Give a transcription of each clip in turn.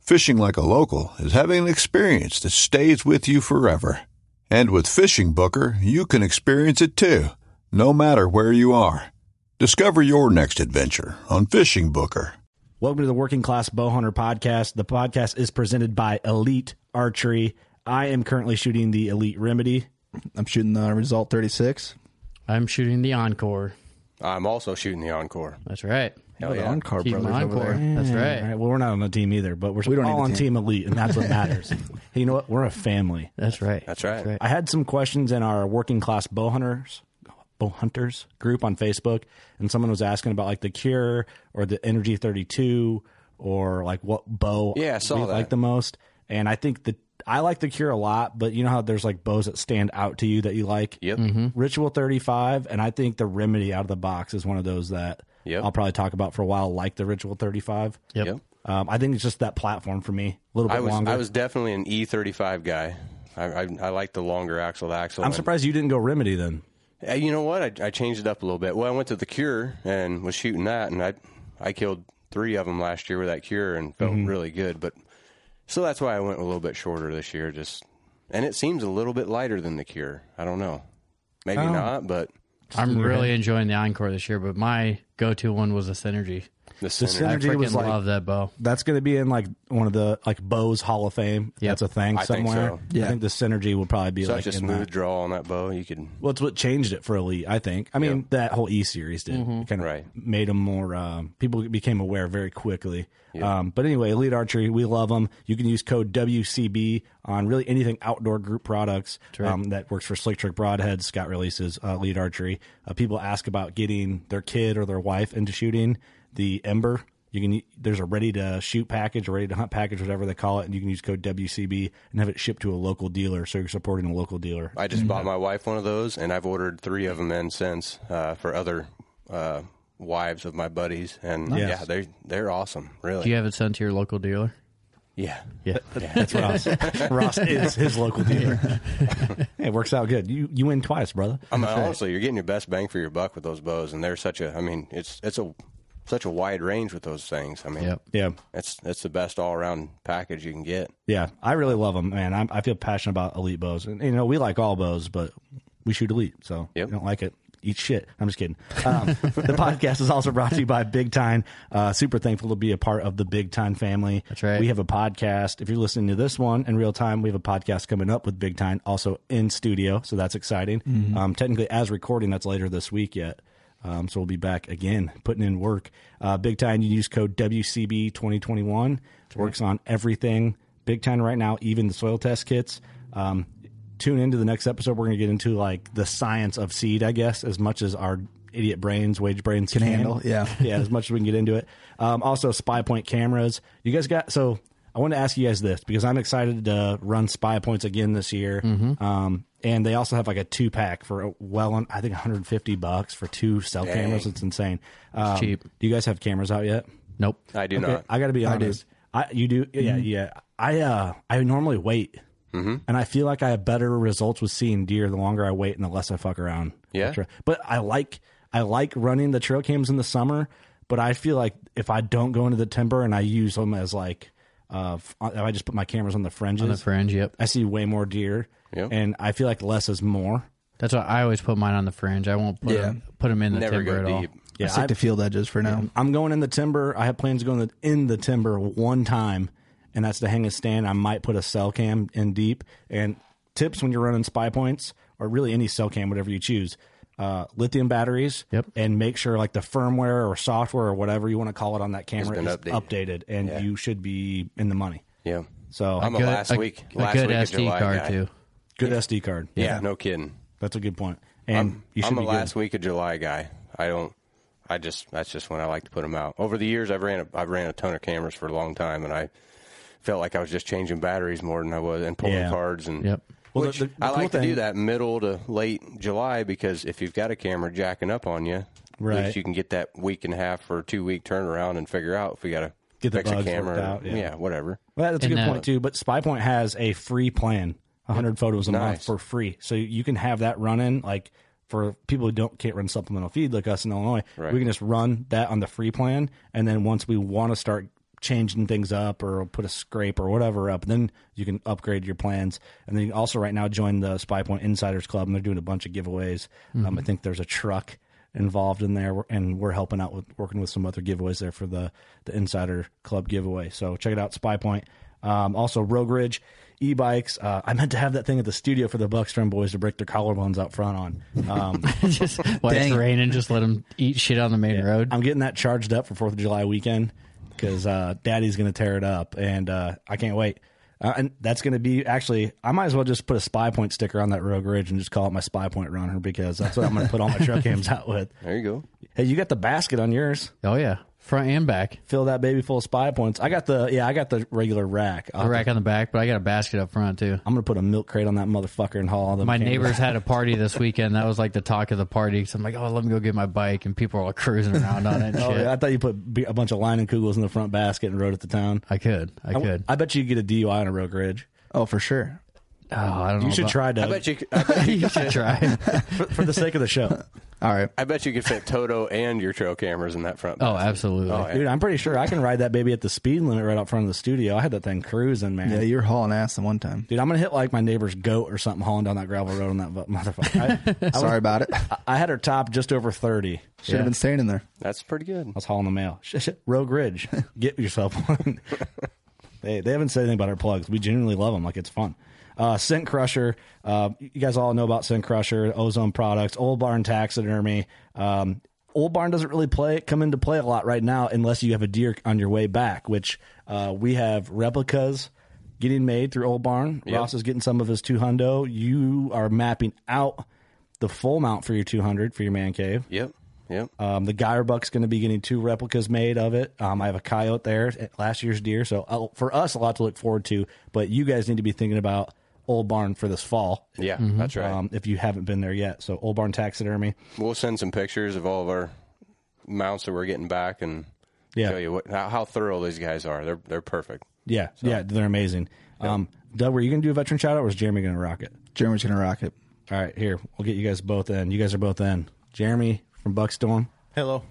Fishing like a local is having an experience that stays with you forever. And with Fishing Booker, you can experience it too, no matter where you are. Discover your next adventure on Fishing Booker. Welcome to the Working Class Bowhunter Podcast. The podcast is presented by Elite Archery. I am currently shooting the Elite Remedy. I'm shooting the Result 36. I'm shooting the encore. I'm also shooting the encore. That's right. Hell the yeah. Encore Team brothers over encore. there. That's All right. right, well, we're not on a team either, but we're We don't all need a on team. team. Elite, and that's what matters. hey, you know what? We're a family. That's right. That's right. I had some questions in our working class bow hunters bow hunters group on Facebook and someone was asking about like the cure or the energy 32 or like what bow Yeah, I saw we that. like the most and I think the I like the cure a lot but you know how there's like bows that stand out to you that you like Yep. Mm-hmm. Ritual 35 and I think the remedy out of the box is one of those that Yep. I'll probably talk about for a while like the Ritual 35 Yep. Yep. um, I think it's just that platform for me a little bit I was longer I was definitely an E35 guy. I I, I like the longer axle to axle. I'm And- surprised you didn't go remedy then Uh, You know what? I, I changed it up a little bit. Well, I went to the Cure and was shooting that, and I I killed three of them last year with that Cure and felt really good. But so that's why I went a little bit shorter this year. Just and it seems a little bit lighter than the Cure. I don't know. Maybe not, but I'm really enjoying the encore this year, but my go-to one was the synergy. the, center. I Synergy freaking was like- love that bow. that's going to be in like one of the like Bose Hall of Fame. Yep. That's a thing I think somewhere. so. I think the synergy will probably be like such a in smooth that. draw on that bow. You could Well, it's what changed it for Elite, I think. I mean, that whole E series did kind of Right. made them more. Um, people became aware very quickly. Um, but anyway, Elite Archery, we love them. You can use code WCB on really anything outdoor group products um, that works for Slick Trick Broadhead, Scott releases uh, Elite Archery. Uh, people ask about getting their kid or their wife into shooting the Ember. You can there's a ready to shoot package, a ready to hunt package, whatever they call it, and you can use code WCB and have it shipped to a local dealer. So you're supporting a local dealer. I just Mm-hmm. bought my wife one of those, and I've ordered three of them in since uh, for other uh, wives of my buddies. And Nice. yeah, they they're awesome, really. Do you have it sent to your local dealer? yeah, Yeah. That's Ross. Ross is his local dealer. it works out good. You you win twice, brother. I mean, honestly, you're getting your best bang for your buck with those bows, and they're such a. I mean, it's it's a such a wide range with those things. I mean, Yep. Yeah, it's it's the best all around package you can get. yeah. I really love them, man. I'm, I feel passionate about elite bows, and you know we like all bows, but we shoot elite, so Yep. you don't like it. Eat shit. I'm just kidding. Um, the podcast is also brought to you by Big Time. Uh, super thankful to be a part of the Big Time family. That's right. We have a podcast. If you're listening to this one in real time, we have a podcast coming up with Big Time, also in studio. So that's exciting. Mm-hmm. Um, technically, as recording, that's later this week yet. Um, so we'll be back again, putting in work. Uh, Big Time, you use code WCB2021. Works on everything. Big Time right now, even the soil test kits. Um, tune into the next episode. We're going to get into like the science of seed, I guess, as much as our idiot brains, wage brains can, handle, yeah. yeah, as much as we can get into it. Um, also, spy point cameras. You guys got so. I want to ask you guys this because I'm excited to run spy points again this year. Um, and they also have like a two pack for a well, on, I think 150 bucks for two cell cameras. It's insane. Um, cheap. Do you guys have cameras out yet? Nope. I do Mm-hmm. Okay, not. I got to be honest. I you do. Yeah, yeah. I uh, I normally wait Mm-hmm. and I feel like I have better results with seeing deer the longer I wait and the less I fuck around. Yeah. Tra- But I like I like running the trail cams in the summer, but I feel like if I don't go into the timber and I use them as like uh f- if I just put my cameras on the fringes, on the fringe. Yep, I see way more deer. Yeah. And I feel like less is more. that's why I always put mine on the fringe. I won't put Yeah. them, put 'em in the Never timber go at all. deep. Yeah. I stick I- to field edges for now. I'm going in the timber. I have plans to go in the, in the timber one time, and that's to hang a stand. I might put a cell cam in deep. And tips when you're running spy points, or really any cell cam, whatever you choose, uh, lithium batteries. Yep. And make sure like the firmware or software or whatever you want to call it on that camera been is updated. updated, and you should be in the money. Yeah. So I'm a Oh, Good- last week. a last good week of SD July card guy. too. good SD card. Yeah, no kidding. that's a good point. And you should I'm a be last good. week of July guy. I don't. I just that's just when I like to put them out. Over the years, I've ran a, I've ran a ton of cameras for a long time, and I felt like I was just changing batteries more than I was and pulling Yeah. cards and Yep. Well, Which the- the I cool like to do thing- that middle to late July because if you've got a camera jacking up on you, at Right. least you can get that week and a half or two week turnaround and figure out if we got to Get the fix a bugs camera, worked out, yeah. whatever. Well, that's a And, good uh, point too. But Spy Point has a free plan, 100 photos a month Nice. for free, so you can have that running. Like for people who don't can't run supplemental feed like us in Illinois, Right. we can just run that on the free plan, and then once we want to start changing things up or put a scrape or whatever up, then you can upgrade your plans. And then you can also right now join the Spy Point Insiders Club, and they're doing a bunch of giveaways. Um, I think there's a truck involved in there and we're helping out with working with some other giveaways there for the the insider club giveaway so check it out spy point um, also rogue ridge e-bikes uh, i meant to have that thing at the studio for the buckstrom boys to break their collarbones out front on um, just while it's Dang. raining, just let them eat shit on the main road. i'm getting that charged up for fourth of july weekend because uh, daddy's gonna tear it up and uh, i can't wait uh, and that's going to be actually. I might as well just put a spy point sticker on that Rogue Ridge and just call it my spy point runner because that's what I'm going to put all my trail cams out with. There you go. Hey, you got the basket on yours. Oh yeah, front and back. fill that baby full of spy points. I got the yeah, I got the regular rack. I'll A rack on the back, but I got a basket up front too. I'm gonna put a milk crate on that motherfucker and haul all the My neighbors had a party this weekend. That was like the talk of the party. Cause I'm like, oh, let me go get my bike, and people are all cruising around on it. And shit. Oh, yeah, I thought you put be- a bunch of line and kugels in the front basket and rode it to town. I could, I I, could. I bet you could get a DUI on a Rogue Ridge. Oh, for sure. oh, I don't know. You should about- try I Doug bet you. I bet you, you should try. for, for the sake of the show, All right. I bet you could fit Toto and your trail cameras in that front. Oh, basket. absolutely. Oh, yeah. dude. I'm pretty sure I can ride that baby at the speed limit right out front of the studio. I had that thing cruising, man. Yeah, you were hauling ass the one time. Dude, I'm gonna hit like my neighbor's goat or something hauling down that gravel road on that bu- motherfucker. I, I was- Sorry about it. Should I had her top just over thirty. have been staying in there. that's pretty good. I was hauling the mail. Sh- sh- Rogue Ridge, get yourself one. they they haven't said anything about our plugs. We genuinely love them. Like it's fun. Uh, Scent Crusher. Uh, you guys all know about Scent Crusher, Ozone Products, Old Barn Taxidermy. Um, Old Barn doesn't really play come into play a lot right now unless you have a deer on your way back, which uh, we have replicas getting made through Old Barn. Ross is getting some of his two hundo. You are mapping out the full mount for your two hundred for your man cave. Yep. Yep. Um, the Geyer Buck's going to be getting two replicas made of it. Um, I have a coyote there, at last year's deer. So uh, for us, a lot to look forward to. But you guys need to be thinking about Old Barn for this fall. yeah, that's right. Um, if you haven't been there yet, so Old Barn Taxidermy. we'll send some pictures of all of our mounts that we're getting back and Yeah. tell you what how, how thorough these guys are. They're they're perfect. Yeah, yeah, they're amazing. Um, Doug, were you going to do a veteran shout out, or is Jeremy going to rock it? Jeremy's going to rock it. All right, here we'll get you guys both in. You guys are both in. Jeremy from Buckstorm, Hello.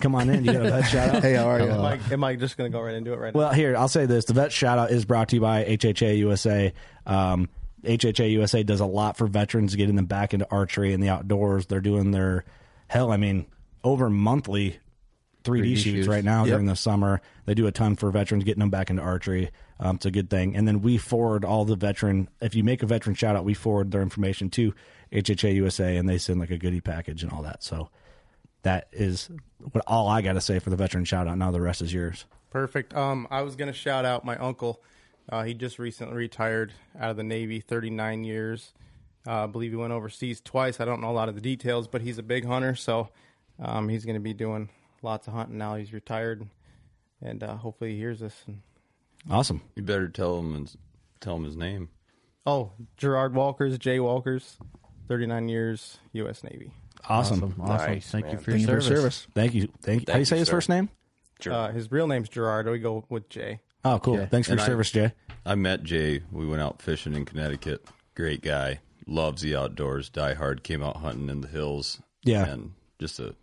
come on in. You got a vet shout out. Hey, how are you? Am I, am I just going to go right into it right Well, here I'll say this: the vet shout out is brought to you by HHA USA. Um, HHA USA does a lot for veterans, getting them back into archery and the outdoors. They're doing their hell, I mean, over monthly 3D, shoots, right now during the summer. They do a ton for veterans, getting them back into archery. Um, it's a good thing. And then we forward all the veteran. If you make a veteran shout out, we forward their information to HHA USA, and they send like a goodie package and all that. So. That is what all I got to say for the veteran shout out. Now the rest is yours. now? Perfect. Um, I was going to shout out my uncle. Uh, he just recently retired out of the Navy, 39 years. Uh, I believe he went overseas twice. I don't know a lot of the details, but he's a big hunter, so um, he's going to be doing lots of hunting now. He's retired, and uh, hopefully he hears this. And, Awesome. You better tell him his, tell him his name. oh, Gerard Walkers, Jay Walkers, 39 years, U.S. Navy. Awesome. awesome. awesome. Nice, Thank you man. for your For service. service. Thank you. Thank you. How do you say his sir. first name? Sure. Uh, his real name's Gerard. We go with Jay. Oh, cool. Thanks for And your I- service, Jay. I met Jay. We went out fishing in Connecticut. Great guy. Loves the outdoors. Die hard. Came out hunting in the hills. Yeah. And just a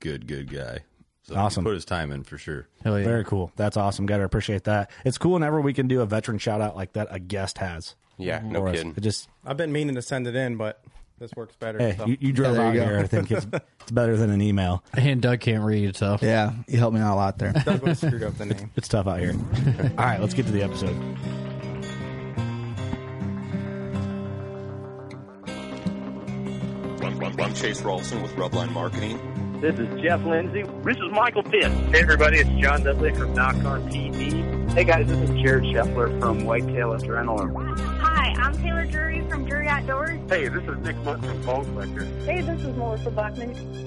good, good guy. So he Awesome. Put his time in for sure. Hell yeah. Very cool. That's awesome. Got to appreciate that. It's cool whenever we can do a veteran shout out like that a guest has. Yeah, no for us. kidding. It just I've been meaning to send it in, but this works better. hey, so. you, you drove there out you go. here. I think it's, it's better than an email. And Doug can't read, so Yeah, you helped me out a lot there. That's what screwed up the name. It's tough out here. All right, let's get to the episode. I'm Chase Rolson with Rubline Marketing. This is Jeff Lindsay. This is Michael Pitt. Hey, everybody, it's John Dudley from Knock on TV. Hey, guys, this is Jared Scheffler from Whitetail Adrenaline. Hi, I'm Taylor Drury from Drury Outdoors. Hey, this is Nick Munt from Bone Collector. Hey, this is Melissa Bachman.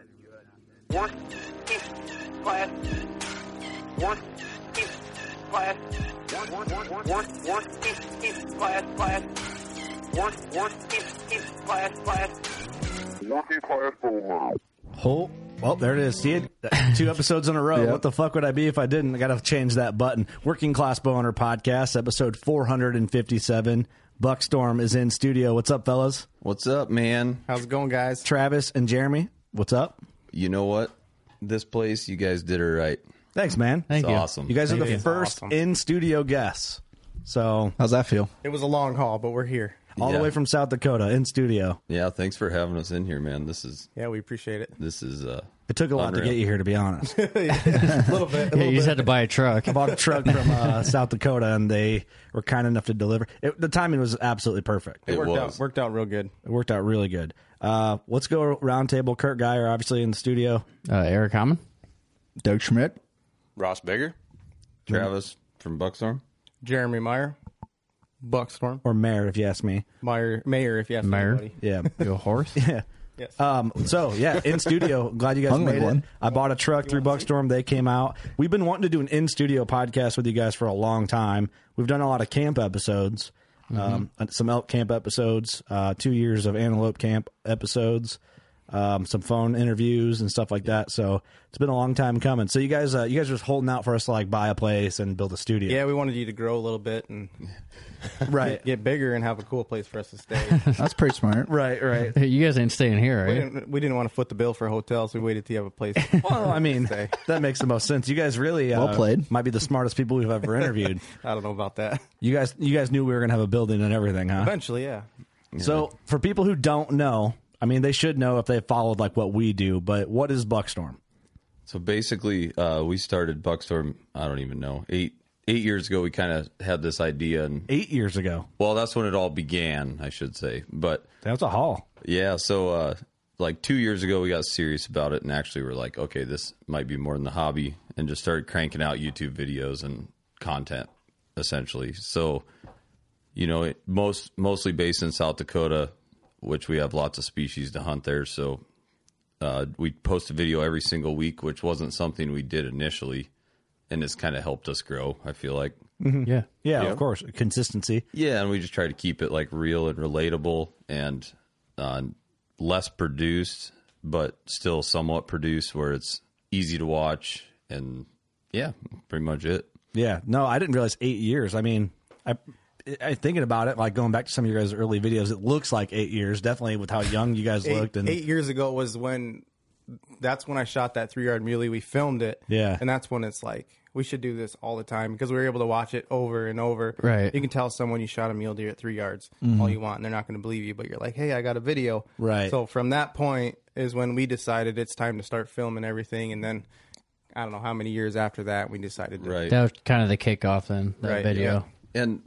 Working class. Working class. Working class. Class. Working class. Class. Working class. Class. Whole. Well, there it is. See it? Two episodes in a row. What the fuck would I be if I didn't? I got to change that button. Working Class Bowhunter Podcast, episode 457. Buckstorm is in studio. What's up, fellas? What's up, man? How's it going, guys? Travis and Jeremy, what's up? You know what? This place, you guys did it right. Thanks, man. Thank It's you. awesome. You guys are the you. first Awesome. in studio guests. So, How's that feel? It was a long haul, but we're here. all the Yeah. way from South Dakota in studio. Yeah, thanks for having us in here, man. This is Yeah, we appreciate it. this is uh It took a lot to Unreal. get you here, to be honest. A little bit. A Yeah, little you just bit. had to buy a truck. I bought a truck from uh, South Dakota, and they were kind enough to deliver. It, the timing was absolutely perfect. it it worked was. out. Worked out real good. It worked out really good. Uh, let's go round table. Kurt Geyer, obviously in the studio. Uh, Eric Hammond. Doug Schmidt. Ross Bigger. Travis from Buckstorm. Jeremy Meyer, Buckstorm, Or Mayor, if you ask me. Meyer, Mayer, if you have Meyer. anybody. Yeah. You a horse? Yeah. Yes. Um, so yeah, in studio. Glad you guys Hung like made it. one. I bought a truck through Buckstorm. They came out. We've been wanting to do an in studio podcast with you guys for a long time. We've done a lot of camp episodes, um, Mm-hmm. some elk camp episodes, uh, two years of antelope camp episodes, um, some phone interviews and stuff like that. So it's been a long time coming. So you guys, uh, you guys are just holding out for us to like buy a place and build a studio, yeah, we wanted you to grow a little bit and right? get bigger and have a cool place for us to stay. That's pretty smart. Right, right. Hey, you guys ain't staying here, we, right? didn't, we didn't want to foot the bill for hotels. we waited till you have a place. Well, I mean, that makes the most sense. You guys really uh, Well played. Might be the smartest people we've ever interviewed. I don't know about that. You guys, you guys knew we were gonna have a building and everything, huh? Eventually, yeah. So, for people who don't know, I mean, they should know if they followed like what we do. But what is Buckstorm? So basically, uh, we started Buckstorm. I don't even know eight eight years ago. We kind of had this idea, and Eight years ago, well, that's when it all began, I should say. But that's a haul. yeah, so uh, like two years ago, we got serious about it, and actually, we're like, okay, this might be more than the hobby, and just started cranking out YouTube videos and content, essentially. So, you know, it, most mostly based in South Dakota, which we have lots of species to hunt there. So, uh, we post a video every single week, which wasn't something we did initially, and it's kind of helped us grow. I feel like Yeah. Yeah, of course, consistency. yeah, and we just try to keep it like real and relatable and uh, less produced, but still somewhat produced, where it's easy to watch. And yeah, pretty much it. Yeah, no, I didn't realize eight years. I mean, I, I thinking about it, like going back to some of your guys' early videos, it looks like eight years. Definitely with how young you guys Eight, looked, and eight years ago was when that's when I shot that three yard muley. We filmed it. Yeah. And that's when it's like, we should do this all the time because we were able to watch it over and over. Right. You can tell someone you shot a mule deer at three yards all you want and they're not going to believe you, but you're like, hey, I got a video. Mm-hmm. Right. So from that point is when we decided it's time to start filming everything. And then I don't know how many years after that we decided to Right. That was kind of the kickoff then, that Right, video. and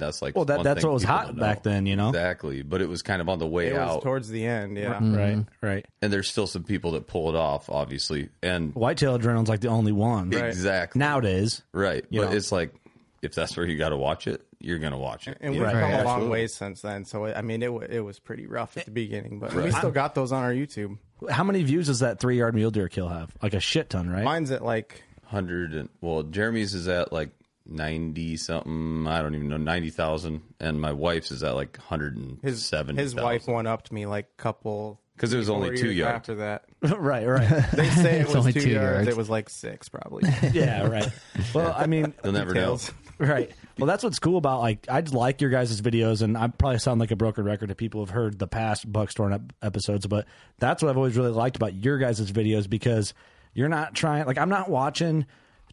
that's like Well, that- one that's thing what was people hot don't back then, you know? exactly. But it was kind of on the way It out, was towards the end, yeah. Right, right. and there's still some people that pull it off, obviously, and Whitetail adrenaline's like the only one exactly nowadays. right. You But know. it's like if that's where you got to watch it, you're gonna watch it. And you we've know? come a long Absolutely. way since then. So I mean, it wa- it was pretty rough at the beginning, but we still got those on our YouTube. How many views does that three yard mule deer kill have? Like a shit ton, right? Mine's at like hundred and well, Jeremy's is at like ninety something. I don't even know ninety thousand, and my wife's is at like hundred and his seventy. his wife one upped me like couple because it was four only two years yards. after that. right, right. They say it It's was only two, two yards. yards. It was like six probably. yeah, right. Well, I mean, You'll never Tails. know. right. Well, that's what's cool about like I just like your guys' videos, and I probably sound like a broken record if people have heard the past Buckstorm ep- episodes, but that's what I've always really liked about your guys' videos because you're not trying. Like I'm not watching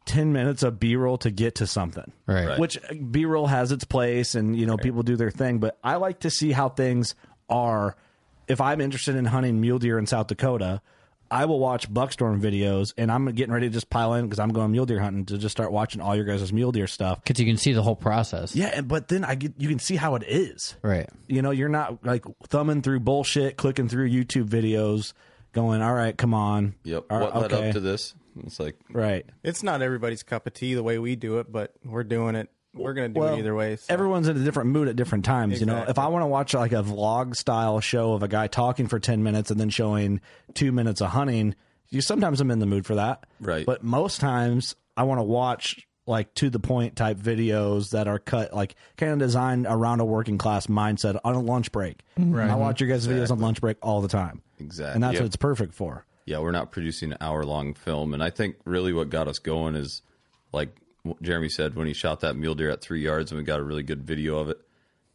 ten minutes of B roll to get to something, Right. Right. Which B roll has its place, and you know people do their thing, but I like to see how things are. If I'm interested in hunting mule deer in South Dakota, I will watch buckstorm videos, and I'm getting ready to just pile in because I'm going mule deer hunting to just start watching all your guys' mule deer stuff. because you can see the whole process. Yeah, and- but then I get you can see how it is. Right. You know, you're not like thumbing through bullshit, clicking through YouTube videos, going, "All right, come on." Yep. All right, what led okay." up to this? It's like Right. It's not everybody's cup of tea the way we do it, but we're doing it. We're gonna do Well, it either way. so- Everyone's in a different mood at different times. You know, if I want to watch like a vlog style show of a guy talking for 10 minutes and then showing two minutes of hunting, you sometimes I'm in the mood for that. Right. But most times I want to watch like to the point type videos that are cut, like kind of designed around a working class mindset on a lunch break. Mm-hmm. Right. I watch your guys' videos on lunch break all the time. Exactly. And that's Yep. what it's perfect for. yeah, we're not producing an hour long film. And I think really what got us going is like what Jeremy said when he shot that mule deer at three yards and we got a really good video of it.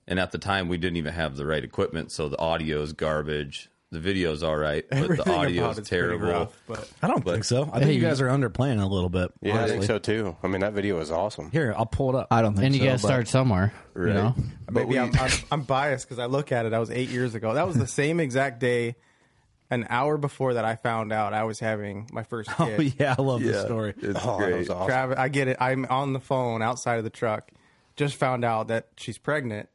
And at the time, we didn't even have the right equipment. So the audio is garbage. The video's all right, but Everything the about audio it's is pretty terrible. rough, but I don't think so. I think you guys are underplaying a little bit. Yeah, I honestly. think so too. I mean, that video is awesome. Here, I'll pull it up. I don't think And you so. got to but- start somewhere. You know? Maybe I'm, I'm, I'm biased because I look at it. I was eight years ago. That was the same exact day, an hour before that I found out I was having my first kid. Oh, yeah, I love this story. It's Oh, that great. was awesome. Travis, I get it. I'm on the phone outside of the truck. Just found out that she's pregnant.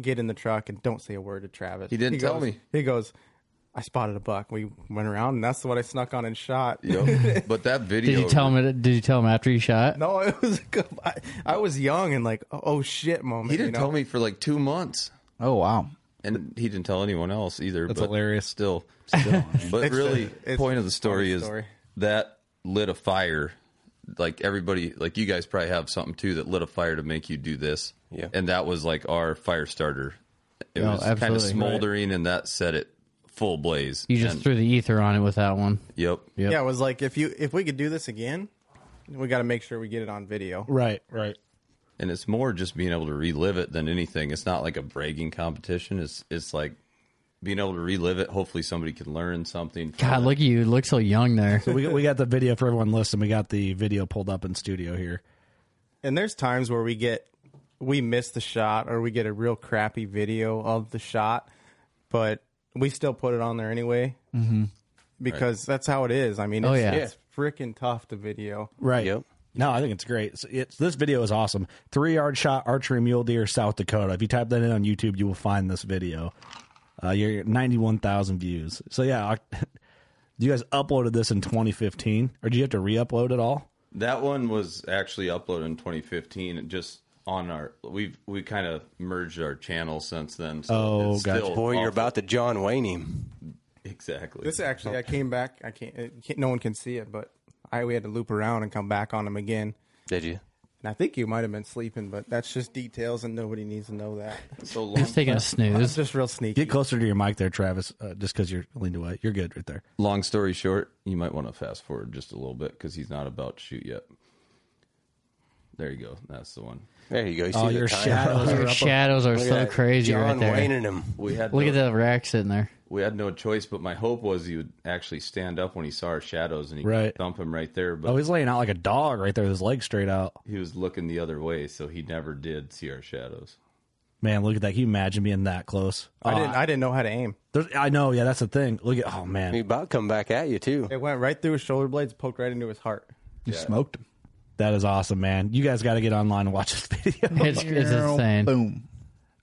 Get in the truck and don't say a word to Travis. He didn't tell goes- me. He goes, I spotted a buck. We went around and that's the one I snuck on and shot. Yep. But that video. Did you tell him? Did you tell him after you shot? No, it was. I, I was young and like, oh shit, moment. He didn't you know? tell me for like two months. Oh wow. and he didn't tell anyone else either. That's but hilarious. Still, still but It's really, a- it's point of a the story funny is story. that lit a fire. Like everybody, like you guys probably have something too that lit a fire to make you do this. Yeah. and that was like our fire starter. It No, was kind absolutely. of smoldering, and that set it full blaze. You just And- threw the ether on it with that one. yep. Yep. Yeah, it was like if you if we could do this again, we got to make sure we get it on video. Right, right. and it's more just being able to relive it than anything. It's not like a bragging competition. It's it's like being able to relive it. Hopefully, somebody can learn something. from God, it. look at you. You Look so young there. We, we got the video for everyone listening. We got the video pulled up in studio here. And there's times where we get we miss the shot or we get a real crappy video of the shot, but we still put it on there anyway mm-hmm. because that's how it is. I mean, Oh, it's, yeah. it's freaking tough to video. Right. Yep. No, I think it's great. It's, it's, this video is awesome. Three yard shot archery mule deer, South Dakota. If you type that in on YouTube, you will find this video. Uh, you're at 91,000 views. So, yeah, I, you guys uploaded this in 2015, or do you have to re upload it all? That one was actually uploaded in 2015. and Just on our we've we kind of merged our channels since then. So Oh, it's gotcha. still Boy, awful. you're about to John Wayne him. exactly. This actually, I came back. I can't, it can't. No one can see it, but I we had to loop around and come back on them again. Did you? And I think you might have been sleeping, but that's just details, and nobody needs to know that. so long, Just taking a It's snooze. just real sneaky. Get closer to your mic there, Travis, uh, just because you're leaned away. You're good right there. long story short, you might want to fast forward just a little bit because he's not about to shoot yet. There you go. That's the one. There you go. You see Oh, the your time? shadows are Your up. shadows are Look at so that. crazy John right there. Wayne and him. We had Look no, at that rack sitting there. We had no choice, but my hope was he would actually stand up when he saw our shadows and he Right. could thump him right there. But Oh, he's laying out like a dog right there with his leg straight out. he was looking the other way, so he never did see our shadows. Man, look at that. Can you imagine being that close? I didn't. I didn't know how to aim. There's, I know, yeah, that's the thing. Look at, oh He man, about to come back at you too. It went right through his shoulder blades, poked right into his heart. You smoked him. That is awesome, man. You guys got to get online and watch this video. It's, it's insane. Boom.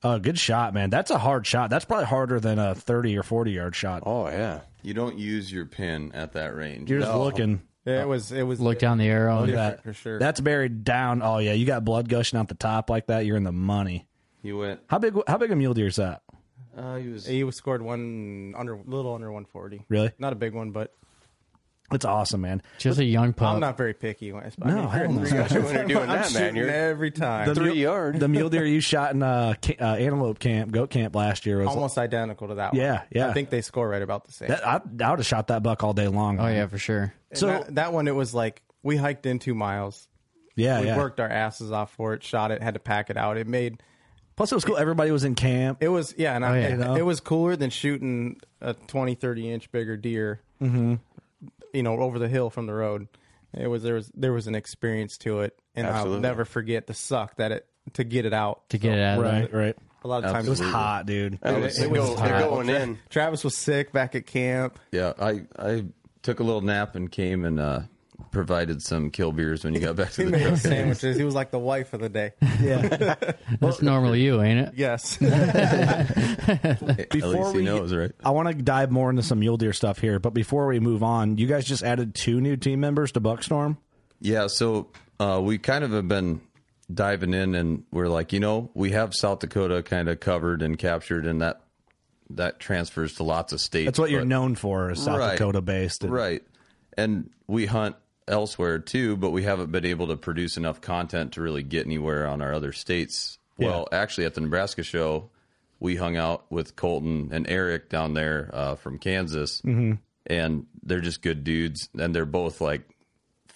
Uh, good shot, man. That's a hard shot. That's probably harder than a 30 or 40 yard shot. Oh yeah. You don't use your pin at that range. You're just looking. It was it was Look down the arrow. Look at different that. for sure. That's buried down. Oh, yeah. You got blood gushing out the top like that. You're in the money. He went. How big How big a mule deer is that? Uh, he was. he was scored one under little under 140. Really? Not a big one, but It's awesome, man. Just a young pup. I'm not very picky. When I, I Uh, No, hell no. when you're doing that, I'm man, shooting you're every time. three yard. The mule deer you shot in uh, ca- uh, antelope camp, goat camp last year was almost identical to that one. Yeah, yeah. I think they score right about the same. That, I, I would have shot that buck all day long. oh yeah, for sure. And So that, that one, it was like we hiked in two miles. yeah, we yeah. worked our asses off for it, shot it, had to pack it out. It made Plus, it was cool. Everybody was in camp. it was yeah, and I, Oh, yeah. it, You know? it was cooler than shooting a 20, 30 inch bigger deer. Mm-hmm. You know, over the hill from the road. It was there was there was an experience to it, and I'll Absolutely. never forget the suck that it to get it out. To get it out of there. right, right. A lot of times It was hot, dude. That was- they go- they're going in. Travis was sick back at camp. Yeah, I I took a little nap and came and uh, provided some kill beers when you got back to He the made truck. us sandwiches. He was like the wife of the day. That's normally you, ain't it? Yes. At least he we- knows, right? I want to dive more into some mule deer stuff here, but before we move on, you guys just added two new team members to Buckstorm. Yeah, so uh, we kind of have been diving in, and we're like, you know, we have South Dakota kind of covered and captured, and that that transfers to lots of states. That's what you're but- known for, is South Right. Dakota based. and- right? And we hunt elsewhere too, but we haven't been able to produce enough content to really get anywhere on our other states. Well, actually, at the Nebraska show, we hung out with Colton and Eric down there uh, from Kansas, and they're just good dudes, and they're both like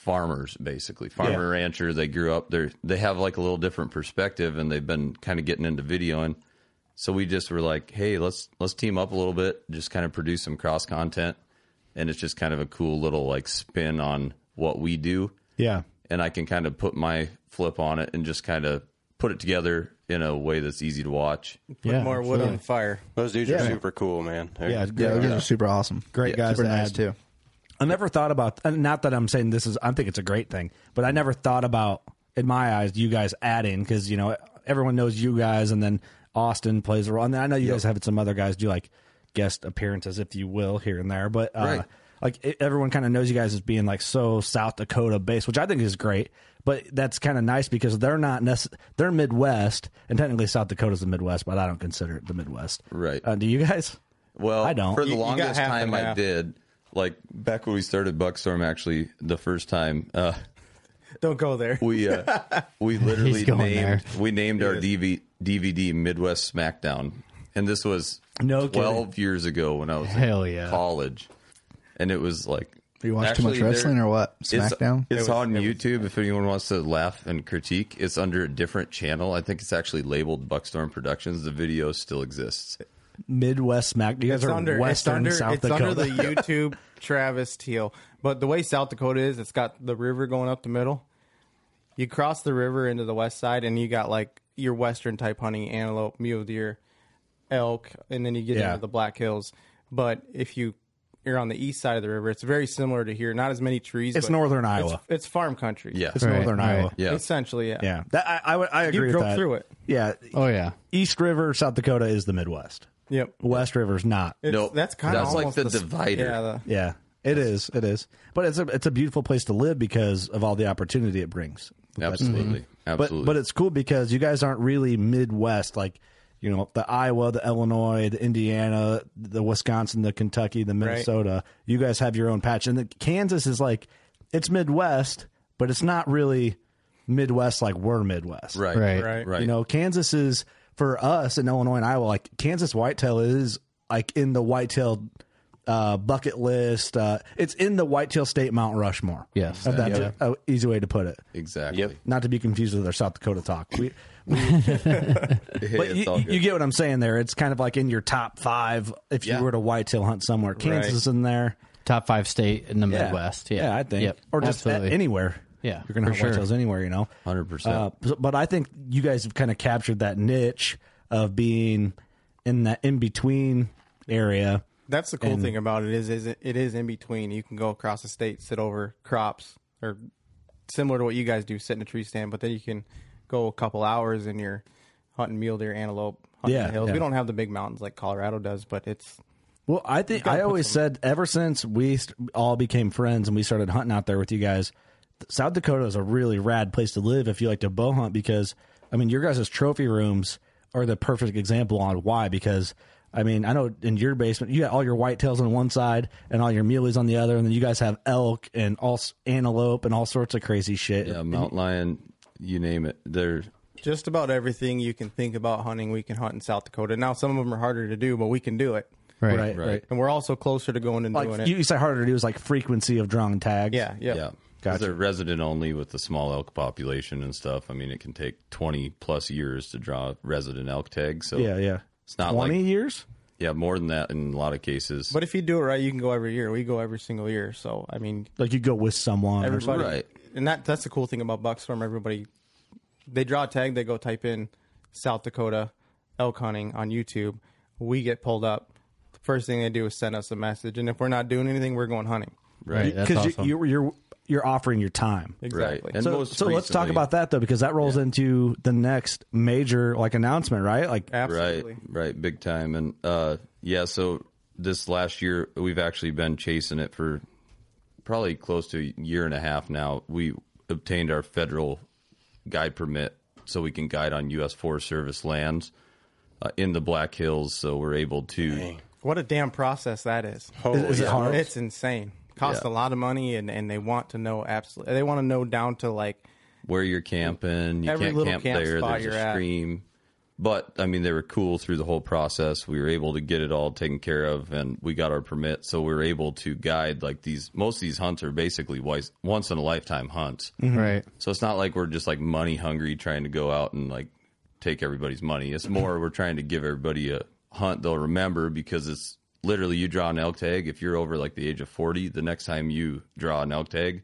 farmers basically farmer rancher they grew up they they have like a little different perspective and they've been kind of getting into videoing so we just were like hey let's let's team up a little bit just kind of produce some cross content and it's just kind of a cool little like spin on what we do Yeah. and i can kind of put my flip on it and just kind of put it together in a way that's easy to watch Yeah. More wood on fire. Those dudes are super cool, man. They're- Yeah. Yeah, those are super awesome. Great guys super to nice add. too. I never thought about, and not that I'm saying this is, I think it's a great thing, but I never thought about, in my eyes, you guys adding, because, you know, everyone knows you guys, and then Austin plays a role. And I know you guys have some other guys do like guest appearances, if you will, here and there, but, uh, Right. like, it, everyone kind of knows you guys as being like so South Dakota based, which I think is great, but that's kind of nice because they're not, nece- they're Midwest, and technically South Dakota's the Midwest, but I don't consider it the Midwest. Right. Uh, do you guys? Well, I don't. For the You- you got longest half time, and I half. did. Like back when we started Buckstorm, actually, the first time, uh, Don't go there. we uh, we literally He's going named there. we named our DV, DVD Midwest SmackDown, and this was No twelve years ago when I was Hell in yeah. college, and it was like Do you watch too much wrestling or what? SmackDown. It's, it's on YouTube. if anyone wants to laugh and critique, it's under a different channel. I think it's actually labeled Buckstorm Productions. The video still exists. Midwest smack. You guys It's are under, Western it's South under, it's Dakota. under the YouTube Travis Teal. But the way South Dakota is, it's got the river going up the middle. You cross the river into the west side, and you got like your western type hunting antelope, mule deer, elk, and then you get Yeah. into the Black Hills. But if you you're on the east side of the river, it's very similar to here. Not as many trees. It's but northern it's- Iowa. It's, farm country. Yeah, It's northern Right, Iowa. right. yeah. essentially. Yeah. Yeah, that, I, I would- I agree with drove that. through it. Yeah, Oh yeah. East River, South Dakota is the Midwest. Yep. West River's not. It's, No, that's kind of that's like the divider. Yeah, the, yeah, it is. It is. But it's a it's a beautiful place to live because of all the opportunity it brings. Absolutely, absolutely. But but it's cool because you guys aren't really Midwest like. You know the Iowa, the Illinois, the Indiana, the Wisconsin, the Kentucky, the Minnesota. You guys have your own patch, and the, Kansas is like it's Midwest, but it's not really Midwest like we're Midwest, right, Right. Right. right. You know, Kansas is for us in Illinois and Iowa, like Kansas whitetail is like in the whitetail uh, bucket list. Uh, it's in the whitetail state Mount Rushmore. Yes. If that's an easy way to put it. Exactly. Yep. Not to be confused with our South Dakota talk. We, Hey, but it's you, all good. you get what I'm saying there. It's kind of like in your top five if Yeah. you were to whitetail hunt somewhere. Kansas is in there. Top five state in the Yeah. Midwest. Yeah. I think. Yep. Or just a- Absolutely. anywhere. Yeah, You're going to for hunt sure. whitetails anywhere, you know? 100%. Uh, so- but I think you guys have kind of captured that niche of being in that in between area. That's the cool thing about it is, is it, it is in between. You can go across the state, sit over crops or similar to what you guys do, sit in a tree stand, but then you can go a couple hours and you're hunting mule deer, antelope, hunting Yeah, the hills. yeah. We don't have the big mountains like Colorado does, but it's Well, I think I always said ever since we st- all became friends and we started hunting out there with you guys, th- South Dakota is a really rad place to live if you like to bow hunt because I mean your guys' trophy rooms are the perfect example on why because I mean I know in your basement you got all your whitetails on one side and all your muleys on the other and then you guys have elk and all s- antelope and all sorts of crazy shit. Yeah, mountain Uh, lion, you name it. They're just about everything you can think about hunting. We can hunt in South Dakota. Now some of them are harder to do, but we can do it. Right. Right, right. And we're also closer to going and doing Like it. you, you say harder to do is like frequency of drawing tags. yeah, yeah, yeah, 'Cause Gotcha. they're resident only with the small elk population and stuff. I mean, it can take twenty plus years to draw resident elk tags. So Yeah, yeah. it's not Twenty like years? yeah, more than that in a lot of cases. But if you do it right, you can go every year. We go every single year. So I mean, Like you go with someone. or everybody, Right. and that that's the cool thing about Buckstorm. Everybody, they draw a tag. They go type in South Dakota elk hunting on YouTube. We get pulled up. The first thing they do is send us a message, and if we're not doing anything, we're going hunting. right, That's because awesome. you, you're you're you're offering your time. right. Exactly. And So, most so let's talk recently- about that though, because that rolls into the next major like announcement, right? Like Uh, Absolutely. Right, right, big time. And uh, yeah, so this last year we've actually been chasing it for probably close to a year and a half now. We obtained our federal guide permit so we can guide on U.S. Forest Service lands uh, in the Black Hills. So we're able to. What a damn process that is. Is- is it yeah. hard? It's insane. Costs Yeah. a lot of money, and, and they want to know absolutely. They want to know down to like where you're camping. You Every can't little camp, camp there. spot There's you're a at. stream. But I mean, they were cool through the whole process. We were able to get it all taken care of, and we got our permit, so we were able to guide like these. Most of these hunts are basically once in a lifetime hunts, Mm-hmm. Right. so it's not like we're just like money hungry trying to go out and like take everybody's money. It's more we're trying to give everybody a hunt they'll remember because it's literally you draw an elk tag. If you're over like the age of 40, the next time you draw an elk tag,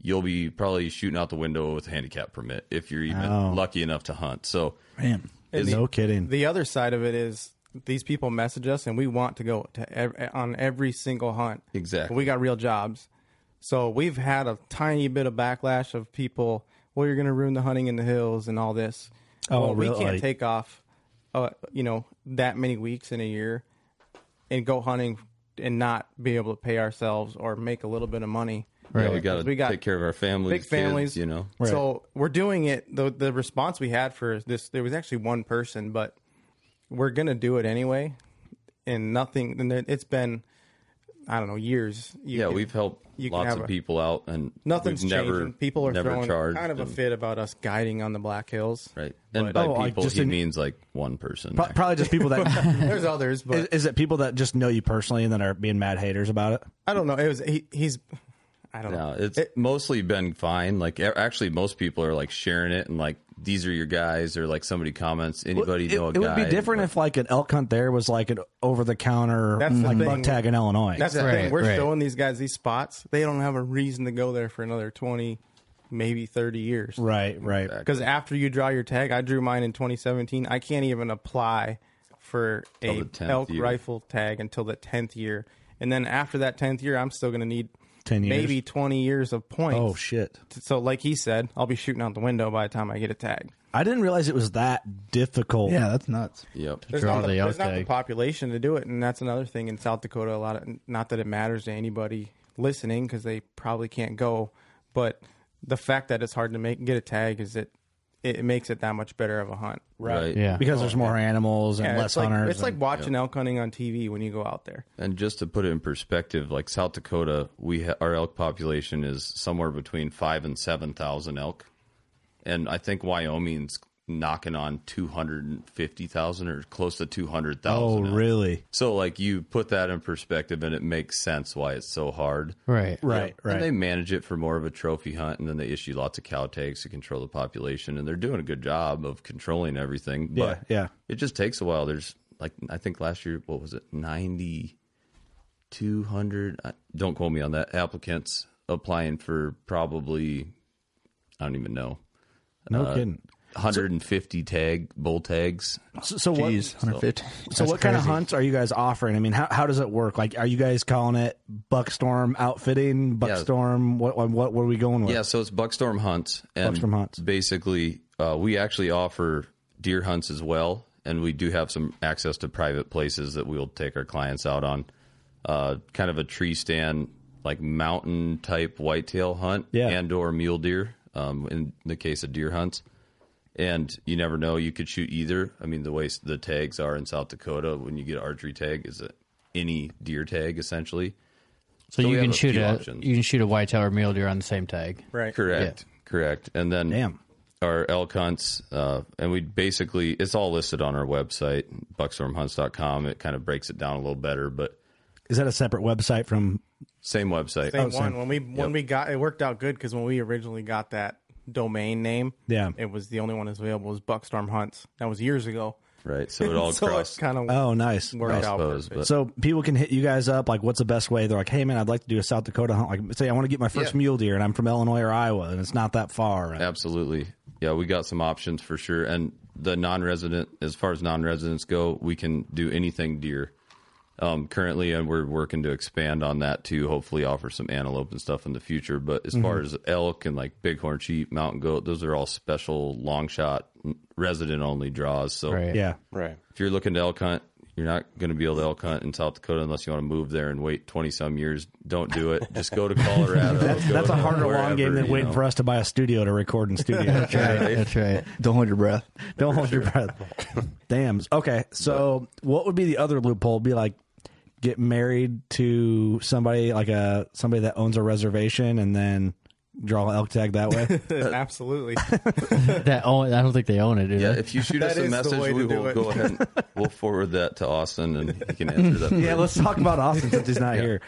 you'll be probably shooting out the window with a handicap permit if you're even Oh. lucky enough to hunt. So Man, And no kidding. The other side of it is these people message us, and we want to go to ev- on every single hunt. Exactly. But we got real jobs, so we've had a tiny bit of backlash of people. Well, you're going to ruin the hunting in the hills and all this. Oh, well, we really? can't take off, uh, you know, that many weeks in a year, and go hunting and not be able to pay ourselves or make a little bit of money. yeah, we Because got to take care of our families, big kids, families, you know. So we're doing it. The the response we had for this, there was actually one person, but we're gonna do it anyway. And nothing. And there, it's been, I don't know, years. You yeah, can- we've helped you can lots have of a- people out, and Nothing's we've changing. never, People are never throwing charged kind of a and- fit about us guiding on the Black Hills. Right, and But- by Oh, like, people just he in- means like one person. Pro- probably just people that There's others, but is, is it people that just know you personally and that are being mad haters about it. I don't know. It was he, he's. I don't know. No, it's mostly been fine. Like a- actually, most people are like sharing it and like these are your guys or like somebody comments. Anybody it, know a it would be guy? different Like, if like an elk hunt there was like an over the counter That's the like thing. buck tag in Illinois. That's the thing. Right, We're right. showing these guys these spots. They don't have a reason to go there for another twenty, maybe thirty years. right, right. Because after you draw your tag, I drew mine in 2017. I can't even apply for Till a the 10th elk year. rifle tag until the 10th year, and then after that 10th year, I'm still going to need 10 years. maybe 20 years of points. Oh shit. So, like he said, I'll be shooting out the window by the time I get a tag. I didn't realize it was that difficult. yeah, that's nuts. Yep. There's, Draw not the, the elk there's not the tag. population to do it, and that's another thing in South Dakota. A lot of not that it matters to anybody listening because they probably can't go, but the fact that it's hard to make get a tag is it it makes it that much better of a hunt. Right. Yeah. Because there's more animals and Oh, Yeah, less it's like, hunters. It's like watching elk hunting on TV when you go out there. And just to put it in perspective, like South Dakota, we ha- our elk population is somewhere between five and seven thousand elk, and I think Wyoming's knocking on two hundred and fifty thousand or close to two hundred oh thousand. really? So like you put that in perspective, and it makes sense why it's so hard. Right. Right, right. And they manage it for more of a trophy hunt, and then they issue lots of cow tags to control the population, and they're doing a good job of controlling everything. But Yeah, yeah. it just takes a while. There's like I think last year, what was it, ninety two hundred? uh, Don't quote me on that. Applicants applying for probably I don't even know No kidding. 150 tag bull tags. So, so what? Jeez, 150. So what kind of hunts are you guys offering? I mean, how, how does it work? Like, are you guys calling it buckstorm outfitting, buckstorm? What, what what are we going with? Yeah, so it's buckstorm hunts. And Buckstorm hunts. Basically, uh, we actually offer deer hunts as well, and we do have some access to private places that we'll take our clients out on. Uh, kind of a tree stand, like mountain type whitetail hunt, Yeah. and or mule deer. Um, in the case of deer hunts, and you never know you could shoot either i mean the way s- the tags are in south dakota when you get an archery tag is a, any deer tag essentially So, So we you have can a shoot few a options. you can shoot a whitetail or mule deer on the same tag. Right. correct correct and then Damn. our elk hunts uh, and we basically it's all listed on our website buckstormhunts.com it kind of breaks it down a little better but Is that a separate website from? same website Same one. When we when we got it worked out good because when we originally got that domain name, Yeah. it was the only one that's available was Buckstorm Hunts. That was years ago. right so it all so crossed it kind of Oh, nice. worked out. suppose, perfect. but- So people can hit you guys up. Like, what's the best way? They're like, hey man, I'd like to do a South Dakota hunt. Like, say I want to get my first mule deer, and I'm from Illinois or Iowa, and it's not that far. Absolutely. Yeah, we got some options for sure. And the non resident, as far as non residents go, we can do anything deer um, currently. And we're working to expand on that too, hopefully, offer some antelope and stuff in the future. But as far Mm-hmm. as elk and like bighorn sheep, mountain goat, those are all special long shot resident only draws. So Right. Yeah. Right. if you're looking to elk hunt, you're not going to be able to elk hunt in South Dakota unless you want to move there and wait 20 some years. Don't do it. Just go to Colorado. That's, Go that's a to harder long wherever, game than you waiting know. for us to buy a studio to record in studio. Right, That's right. Don't hold your breath. Don't hold your breath. Damn. Okay. So, what would be the other loophole? Be like get married to somebody like a somebody that owns a reservation, and then draw an elk tag that way. Absolutely. That own, I don't think they own it, do Yeah, they? if you shoot That us a is the message, way to we do will it. go ahead and we'll forward that to Austin and he can answer that. yeah. Let's talk about Austin since he's not here.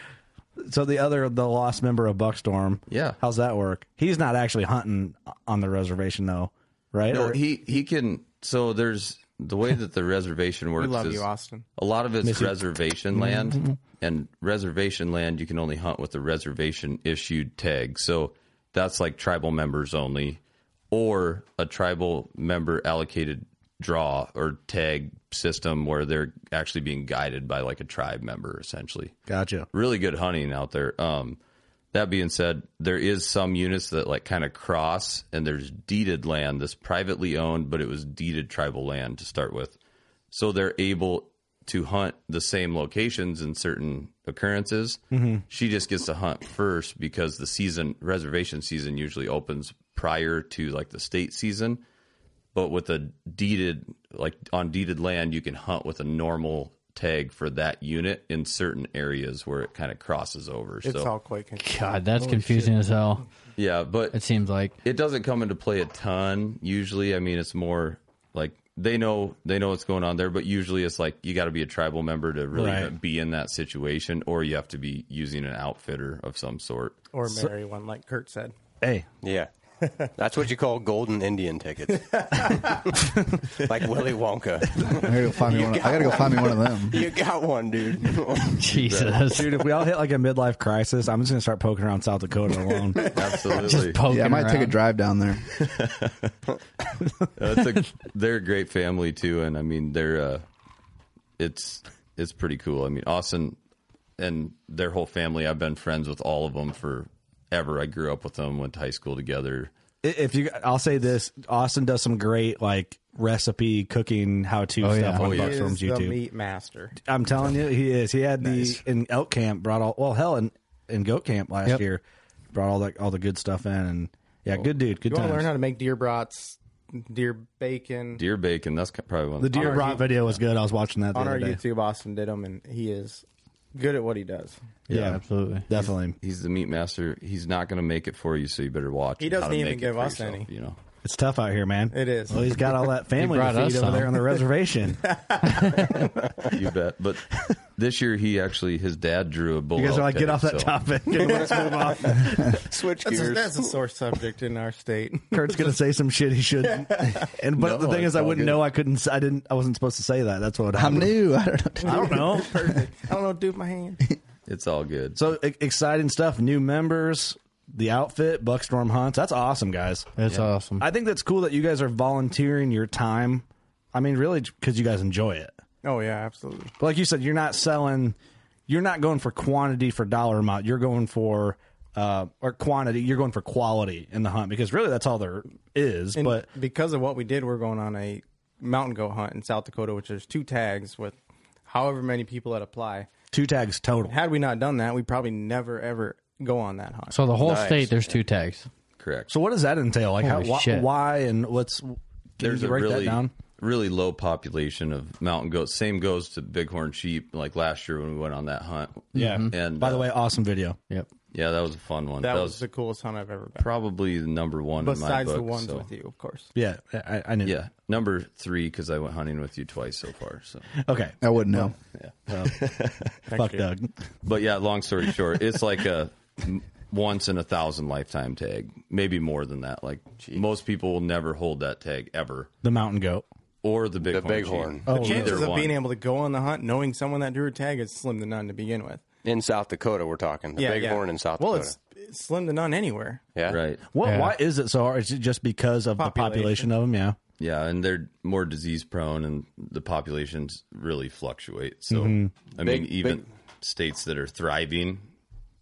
So the other the lost member of Buckstorm. Yeah. How's that work? He's not actually hunting on the reservation though, right? No, Or- he he can. So there's the way that the reservation works. we love is you, Austin. Mm-hmm. A lot of it's reservation land, and reservation land you can only hunt with a reservation issued tag. So that's like tribal members only, or a tribal member allocated draw or tag system where they're actually being guided by like a tribe member essentially. gotcha. really good hunting out there. Um, that being said, there is some units that like kind of cross, and there's deeded land that's privately owned, but it was deeded tribal land to start with, so they're able to hunt the same locations in certain occurrences. Mm-hmm. She just gets to hunt first because the season reservation season usually opens prior to like the state season, but with a deeded like on deeded land you can hunt with a normal tag for that unit in certain areas where it kind of crosses over It's so all quite confusing. God, that's confusing as hell. yeah but It seems like it doesn't come into play a ton usually i mean it's more like they know they know what's going on there but usually it's like you got to be a tribal member to really Right. be in that situation or you have to be using an outfitter of some sort Or marry one, like Kurt said. Hey, Yeah. That's what you call golden Indian tickets. like Willy Wonka. I gotta go find me one. Of, I gotta go find me one of them. You got one, dude. Jesus. dude, if we all hit like a midlife crisis, I'm just gonna start poking around South Dakota alone. absolutely Poking Yeah, I might take a around. drive down there. Uh, it's a, they're a great family too, and I mean they're uh, it's it's pretty cool. I mean Austin and their whole family. I've been friends with all of them forever. I grew up with them, went to high school together. I- if you i'll say this austin does some great like recipe cooking how to Oh, stuff on yeah. Oh, yeah. He Buckstorm's is the youtube meat master. i'm telling you he is he had the in elk camp brought all well hell in, in goat camp last Yep. year brought all that all the good stuff in and yeah good dude good You want times. to learn how to make deer brats, deer bacon. Deer bacon. That's probably one. the deer our brought YouTube- video was good i was watching that the on other our day. YouTube, Austin did them, and he is good at what he does. yeah, absolutely. definitely He's the meat master. He's not going to make it for you, so you better watch. He how to doesn't even make it give for us any. You know, it's tough out here man It is. well he's got all that family brought to us feed over some. there on the reservation you bet. But this year, he actually his dad drew a bull. you guys are elk like get tag, off that so- topic let's move on Switch That's a, gears. that's a sore subject in our state. Kurt's gonna say some shit he shouldn't. And but No, the thing it's is, I all wouldn't good. know. I couldn't. I didn't. I wasn't supposed to say that. That's what I'm happened. new. I don't know. I don't know. Perfect. I don't know, dude. My hand. It's all good. so e- exciting stuff. New members. the outfit, Buckstorm hunts. That's awesome, guys. That's awesome. I think that's cool that you guys are volunteering your time. I mean, really, because you guys enjoy it. Oh yeah, absolutely. But like you said, you're not selling. You're not going for quantity for dollar amount. You're going for uh, or quantity. You're going for quality in the hunt because really that's all there is. And but because of what we did, we're going on a mountain goat hunt in South Dakota, which there's two tags with however many people that apply. two tags total. Had we not done that, we probably never ever go on that hunt. So the whole Nice. state, there's two tags. Correct. So what does that entail? Like how, Holy why, shit. why and what's? Can There's you a break really that down? really low population of mountain goats. Same goes to bighorn sheep. Like last year when we went on that hunt. Yeah. Mm-hmm. Mhm. And By the uh, way, awesome video. Yep. yeah, that was a fun one. that was the coolest hunt I've ever been. probably the number one. in my Besides book, the ones so- with you, of course. Yeah, I, I knew. Yeah, number three because I went hunting with you twice so far. So, Okay. Oh, I wouldn't know. Fuck Doug. but yeah, long story short, it's like a m- once in a thousand lifetime tag, maybe more than that. Like most people will never hold that tag ever, The mountain goat. or the bighorn. bighorn. sheep. The Oh, Either Chances of Oh, one. being able to go on the hunt knowing someone that drew a tag is slim to none to begin with. in South Dakota, we're talking the Yeah, big yeah. horn in South Well, Dakota. it's, it's slim to none anywhere. yeah, right? What? Yeah. Why is it so hard? Is it just because of the population Population. of them? Yeah. Yeah, and they're more disease prone, and the populations really fluctuate. So, Mm-hmm. I mean, Big- even big- states that are thriving,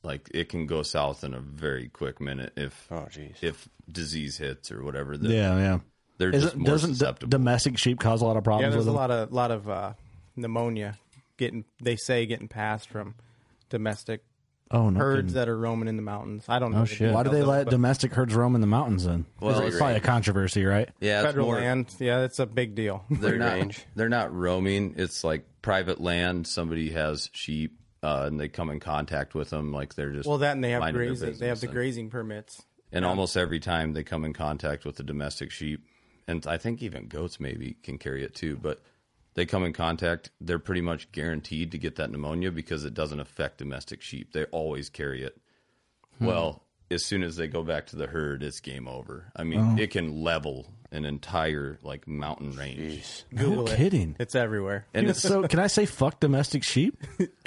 like it can go south in a very quick minute if Oh, jeez. if disease hits or whatever. that- Yeah, yeah. they're Is just it, more doesn't d- susceptible. domestic sheep cause a lot of Yeah, problems there's with a them? lot of lot of uh, pneumonia getting they say getting passed from domestic oh no. herds kidding. that are roaming in the mountains. I don't know. the shit. Oh, Why do they details, let but domestic herds roam in the mountains then? Well, it's probably a controversy, right? yeah, it's federal more, land? Yeah, that's a big deal. They're not, range. they're not roaming. It's like private land. Somebody has sheep, uh, and they come in contact with them. Like they're just well, that and they have minding their grazing. They have business the and- grazing permits. And almost every time they come in contact with the domestic sheep, and I think even goats maybe can carry it too, but they come in contact, they're pretty much guaranteed to get that pneumonia because it doesn't affect domestic sheep. They always carry it. Hmm. Well, as soon as they go back to the herd, it's game over. I Oh. mean, it can level an entire like mountain range. Google it. kidding. It's everywhere. And it's So can I say fuck domestic sheep?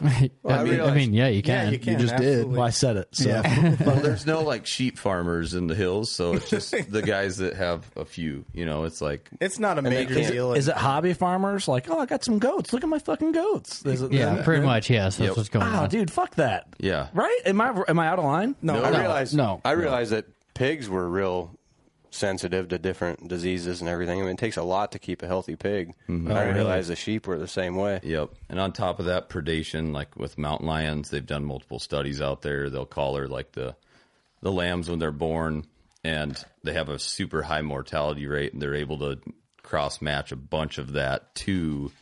I, mean, I mean, yeah, you can. yeah, you can. just did. absolutely. Well, I said it. So. Yeah. well, there's no like sheep farmers in the hills, so it's just the guys that have a few, you know, it's like It's not a they major can't- deal. Is it hobby farmers? Like, oh, I got some goats. Look at my fucking goats. Is it, Yeah, pretty much. Yes, that's Yep. what's going Oh, on. dude, fuck that. Yeah. Right? Am I am I out of line? No, I realized. no. I realized that pigs were real sensitive to different diseases and everything. I mean, it takes a lot to keep a healthy pig. I didn't realize the sheep were the same way. Yep. And on top of that, predation, like with mountain lions, they've done multiple studies out there. They'll collar like the the lambs when they're born, and they have a super high mortality rate, and they're able to cross match a bunch of that to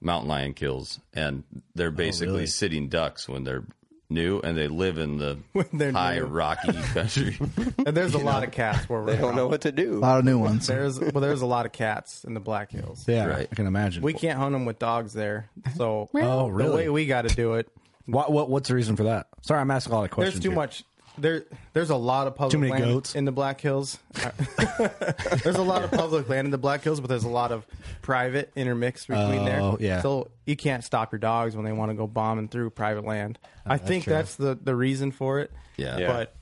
mountain lion kills, and Oh, they're basically sitting ducks when they're new, and they live in the they're high new. rocky country. And there's a lot of cats where we're They don't know what to A do. lot of new ones. There's well, there's a lot of cats in the Black Hills. Yeah, Right. I can imagine. We can't hunt them with dogs there. So Oh, really? the way we got to do it, What, what what's the reason for that? Sorry, I'm asking a lot of questions. there's too here. much. There, there's a lot of public Too many land goats? in the Black Hills. there's a lot of public land in the Black Hills, but there's a lot of private intermixed between Oh, there. yeah. So you can't stop your dogs when they want to go bombing through private land. Uh, I think that's the the reason for it. Yeah. Yeah. But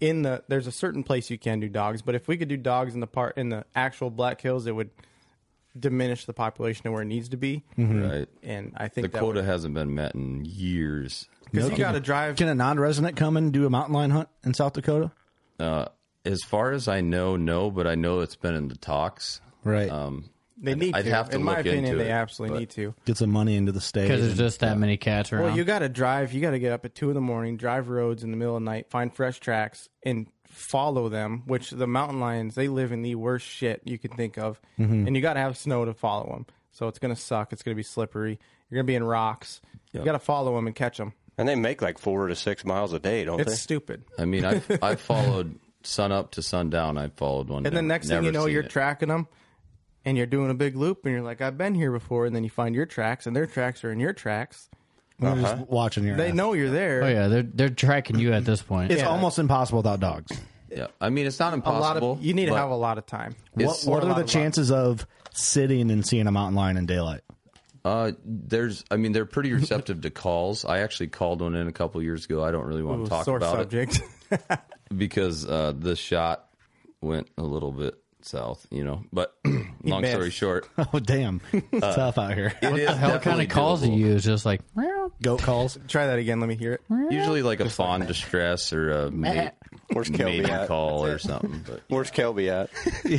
in the there's a certain place you can do dogs, but if we could do dogs in the part in the actual Black Hills, it would diminish the population to where it needs to be. Mm-hmm. right. And I The think that quota hasn't been met in years. because you got to drive. Can a non-resident come and do a mountain lion hunt in South Dakota? Uh, as far as I know, no, but I know it's been in the talks. Right. Um, They need I'd to. have to in my look opinion, into they it, absolutely but- need to. Get some money into the state. Because there's and- just that many cats around. Well, you got to drive. You got to get up at two in the morning, drive roads in the middle of the night, find fresh tracks, and follow them. Which the mountain lions they live in the worst shit you can think of, Mm-hmm. and you got to have snow to follow them. So it's gonna suck. It's gonna be slippery. You're gonna be in rocks. You got to follow them and catch them. And they make like four to six miles a day, don't It's they? stupid. I mean, I I followed sun up to sundown. I followed one, And the never- next thing never you know, seen you're it. tracking them, and you're doing a big loop, and you're like, "I've been here before." And then you find your tracks, and their tracks are in your tracks. We're just watching your They ass. know you're there. oh yeah, they're they're tracking you at this point. It's almost impossible without dogs. Yeah, I mean, it's not A impossible. lot of you need to but have a lot of time. What, it's- what a are lot the of chances of sitting and seeing a mountain lion in daylight? Uh, there's, I mean, they're pretty receptive to calls. I actually called one in a couple years ago. I don't really want to talk Sore about it. subject. because uh, the shot went a little bit south, you know. But long story missed. short, Oh damn, Uh, it's tough out here. it is the hell kind definitely of calls do doable. you use? Just like Goat calls. Try that again. Let me hear it. usually like a fawn distress or a mate, Where's Kelby mating at? call or something. But Where's Kelby at?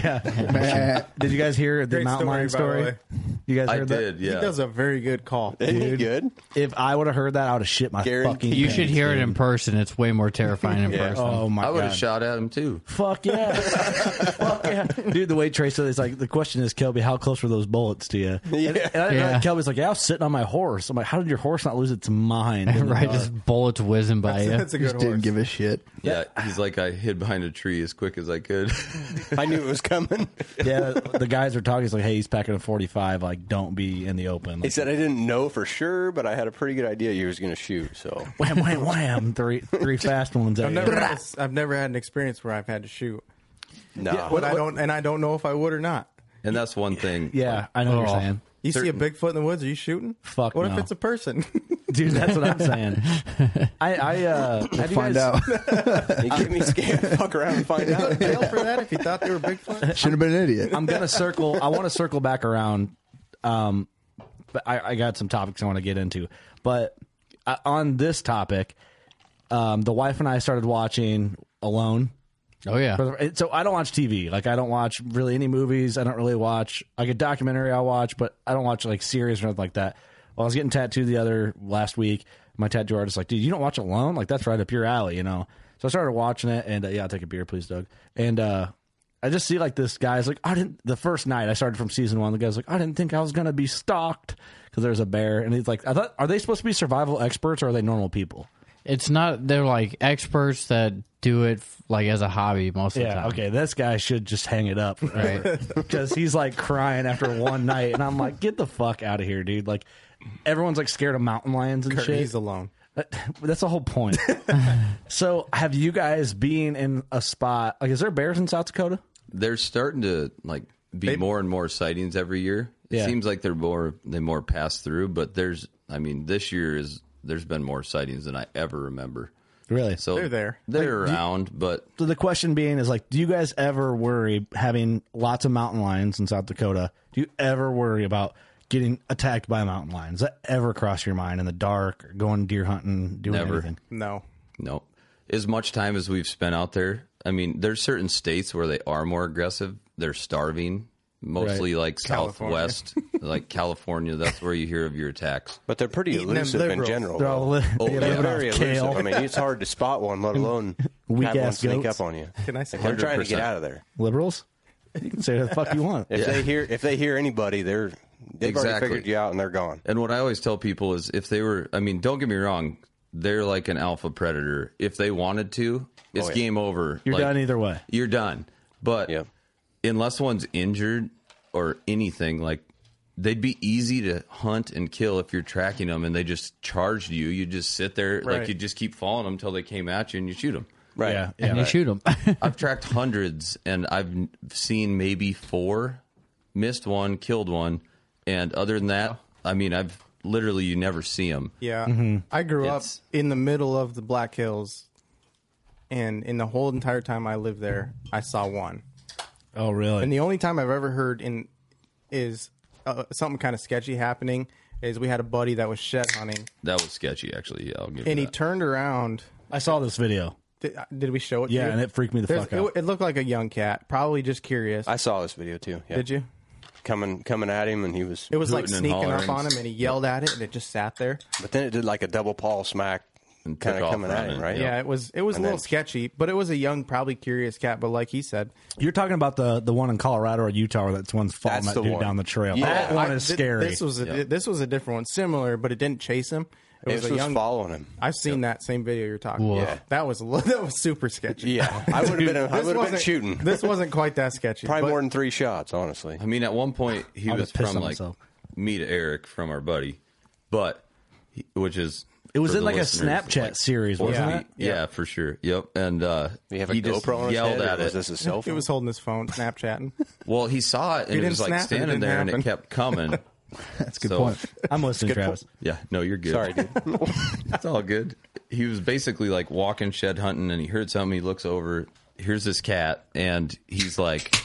Yeah. Did you guys hear the Great mountain story, lion by the story? way. You guys I heard did, He yeah. does a very good call. Isn't he good? that? If I would have heard that, I would have shit my Guaranteed. fucking. you pants, should hear it dude. in person. It's way more terrifying in Yeah. person. Oh my I would god. have shot at him too. Fuck yeah. Fuck yeah. Dude, the way Trey said it, it's like, the question is, Kelby, how close were those bullets to you? Yeah. And, and I didn't know Yeah. that. Kelby's like, yeah, I was sitting on my horse. I'm like, how did your horse not lose its mind? in the right, dark? just bullets whizzing by you. That's a good Just didn't horse. give a shit. Yeah, he's like I hid behind a tree as quick as I could. I knew it was coming. yeah, the guys are talking. It's like, hey, he's packing a 45. Like, don't be in the open. He Like, said I didn't know for sure, but I had a pretty good idea you was going to shoot. So wham, wham, wham. Three, three fast ones. I've At never, you. had a s- I've never had an experience where I've had to shoot, no, but I don't, and I don't know if I would or not. and that's one thing. Yeah, I know what Oh. you're saying. You see a Bigfoot in the woods? Are you shooting? Fuck What no. if it's a person? Dude, that's what I'm saying. I, I uh, have you Find guys- out. he gave me scan. Fuck around and find out. Jail for that if he thought they were Bigfoot. Should have been an idiot. I'm gonna circle. I want to circle back around. Um, but I, I got some topics I want to get into. But uh, on this topic, um, the wife and I started watching Alone. Oh yeah, uh, So I don't watch TV. Like I don't watch really any movies. I don't really watch like a documentary. I watch, but I don't watch like series or anything like that. Well, I was getting tattooed the other last week. My tattoo artist was like, dude, you don't watch Alone? Like that's right up your alley, you know. So I started watching it, and uh, yeah, I'll take a beer, please, Doug. And uh, I just see like this guy's like, I didn't. The first night I started from season one, the guy's like, I didn't think I was gonna be stalked because there's a bear, and he's like, I thought, are they supposed to be survival experts or are they normal people? it's not. They're like experts that do it like as a hobby most of the Yeah, time. okay. This guy should just hang it up, right? Because he's like crying after one night, and I'm like, get the fuck out of here, dude! Like, everyone's like scared of mountain lions and Kurt, shit. he's alone. That's the whole point. so, have you guys been in a spot? Like, is there bears in South Dakota? they're starting to like be more and more sightings every year. It Yeah. seems like they're more they more pass through, but there's I mean this year is there's been more sightings than I ever remember. Really? So They're there. They're around, but So, the question being is like, do you guys ever worry having lots of mountain lions in South Dakota? Do you ever worry about getting attacked by mountain lions? Does that ever cross your mind in the dark or going deer hunting, doing Never. anything? No. no. As much time as we've spent out there, I mean, there's certain states where they are more aggressive. They're starving, mostly like California. Southwest, like California. That's where you hear of your attacks. But they're pretty Eating them elusive in liberals. general. They're all though. li- Oh, they're yeah. living off very elusive. kale. I mean, it's hard to spot one, let alone Weak have one ass sneak goats. up on you. Can I say? They're trying to get 100%. out of there. Liberals? You can say what the fuck you want. If they hear if they hear anybody, they're they've already Exactly. figured you out and they're gone. And what I always tell people is if they were, I mean, don't get me wrong, they're like an alpha predator. If they wanted to, it's yeah. game over. You're Like, done either way. You're done. But Yep. unless one's injured or anything, like they'd be easy to hunt and kill if you're tracking them and they just charged you. You just sit there, Right. like you just keep following them until they came at you and you shoot them. Right. Yeah. and you shoot 'em. shoot them. I've tracked hundreds and I've n- seen maybe four, missed one, killed one, and other than that, I mean, I've literally you never see them. Yeah. I grew It's- up in the middle of the Black Hills, and in the whole entire time I lived there, I saw one. Oh, really? And the only time I've ever heard in is uh, something kind of sketchy happening is we had a buddy that was shed hunting, That was sketchy, actually. Yeah, I'll give and you he that. turned around. I saw this video. Did, uh, did we show it? to Yeah, you? and it freaked me the There's- fuck it, out. It looked like a young cat, probably just curious. I saw this video too. Yeah. Did you? coming coming at him and he was It was like Hooting and sneaking up on hollering. him, and he yelled at it, and it just sat there. but then it did like a double paw smack And kind took of off coming at running, him, right? yeah. Yeah, it was it was And a little then- sketchy, but it was a young, probably curious cat. But like he said, You're talking about the the one in Colorado or Utah where that's one's falling That's that the dude one. down the trail. Yeah. Oh, That one I- is thi- scary. This was a, this was a different one, similar, but it didn't chase him. It, It was was, a young. following him. I've seen that same video you're talking. Woof. about. that was a lo- that was super sketchy. Yeah. I would have been I would This have been wasn't- shooting. This wasn't quite that sketchy. Probably but more than three shots, honestly. I mean, at one point he I'm was gonna piss from on like myself. me to Eric from our buddy, but he- which is It was for in, the like, a listeners, Snapchat like, series, four wasn't feet. it? Yeah. for sure. Yep. And uh, Do you have a he just GoPro on his yelled head, or at was it. this a cell He phone? was holding his phone, Snapchatting. Well, he saw it and he didn't was like snap it, it standing didn't there and happen. it kept coming. That's a good point. I'm listening, Good Travis. Yeah, no, you're good. Sorry, dude. it's all good. He was basically like walking shed hunting, and he heard something. He looks over. Here's this cat, and he's like,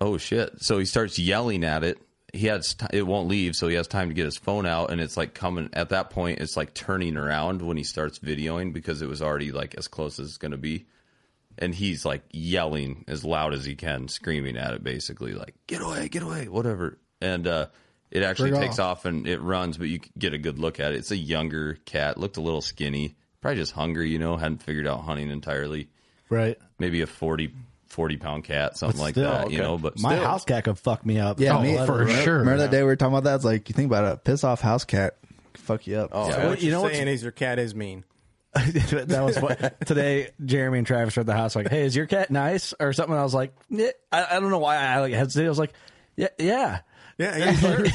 "Oh shit!" So he starts yelling at it. He has t- it won't leave, so he has time to get his phone out, and it's like coming at that point. It's like turning around when he starts videoing because it was already like as close as it's gonna be, and he's like yelling as loud as he can, screaming at it, basically like "Get away, get away, whatever." And uh, it actually Break takes off and it runs, but you c- get a good look at it. It's a younger cat, looked a little skinny, probably just hungry, you know, hadn't figured out hunting entirely. Right. Maybe a 40, 40 pound cat, something like still, that, you okay. know. But My house cat could fuck me up. Yeah, Oh, me, let remember, it rip. Remember that day we were talking about that? It's like you think about it, a piss off house cat, could fuck you up. Oh, Yeah. so what You you know know what's- saying is your cat is mean. that was what today. Jeremy and Travis were at the house. Like, hey, is your cat nice or something? I was like, yeah, I, I don't know why I like hesitated. I was like, yeah, yeah. Yeah, sure,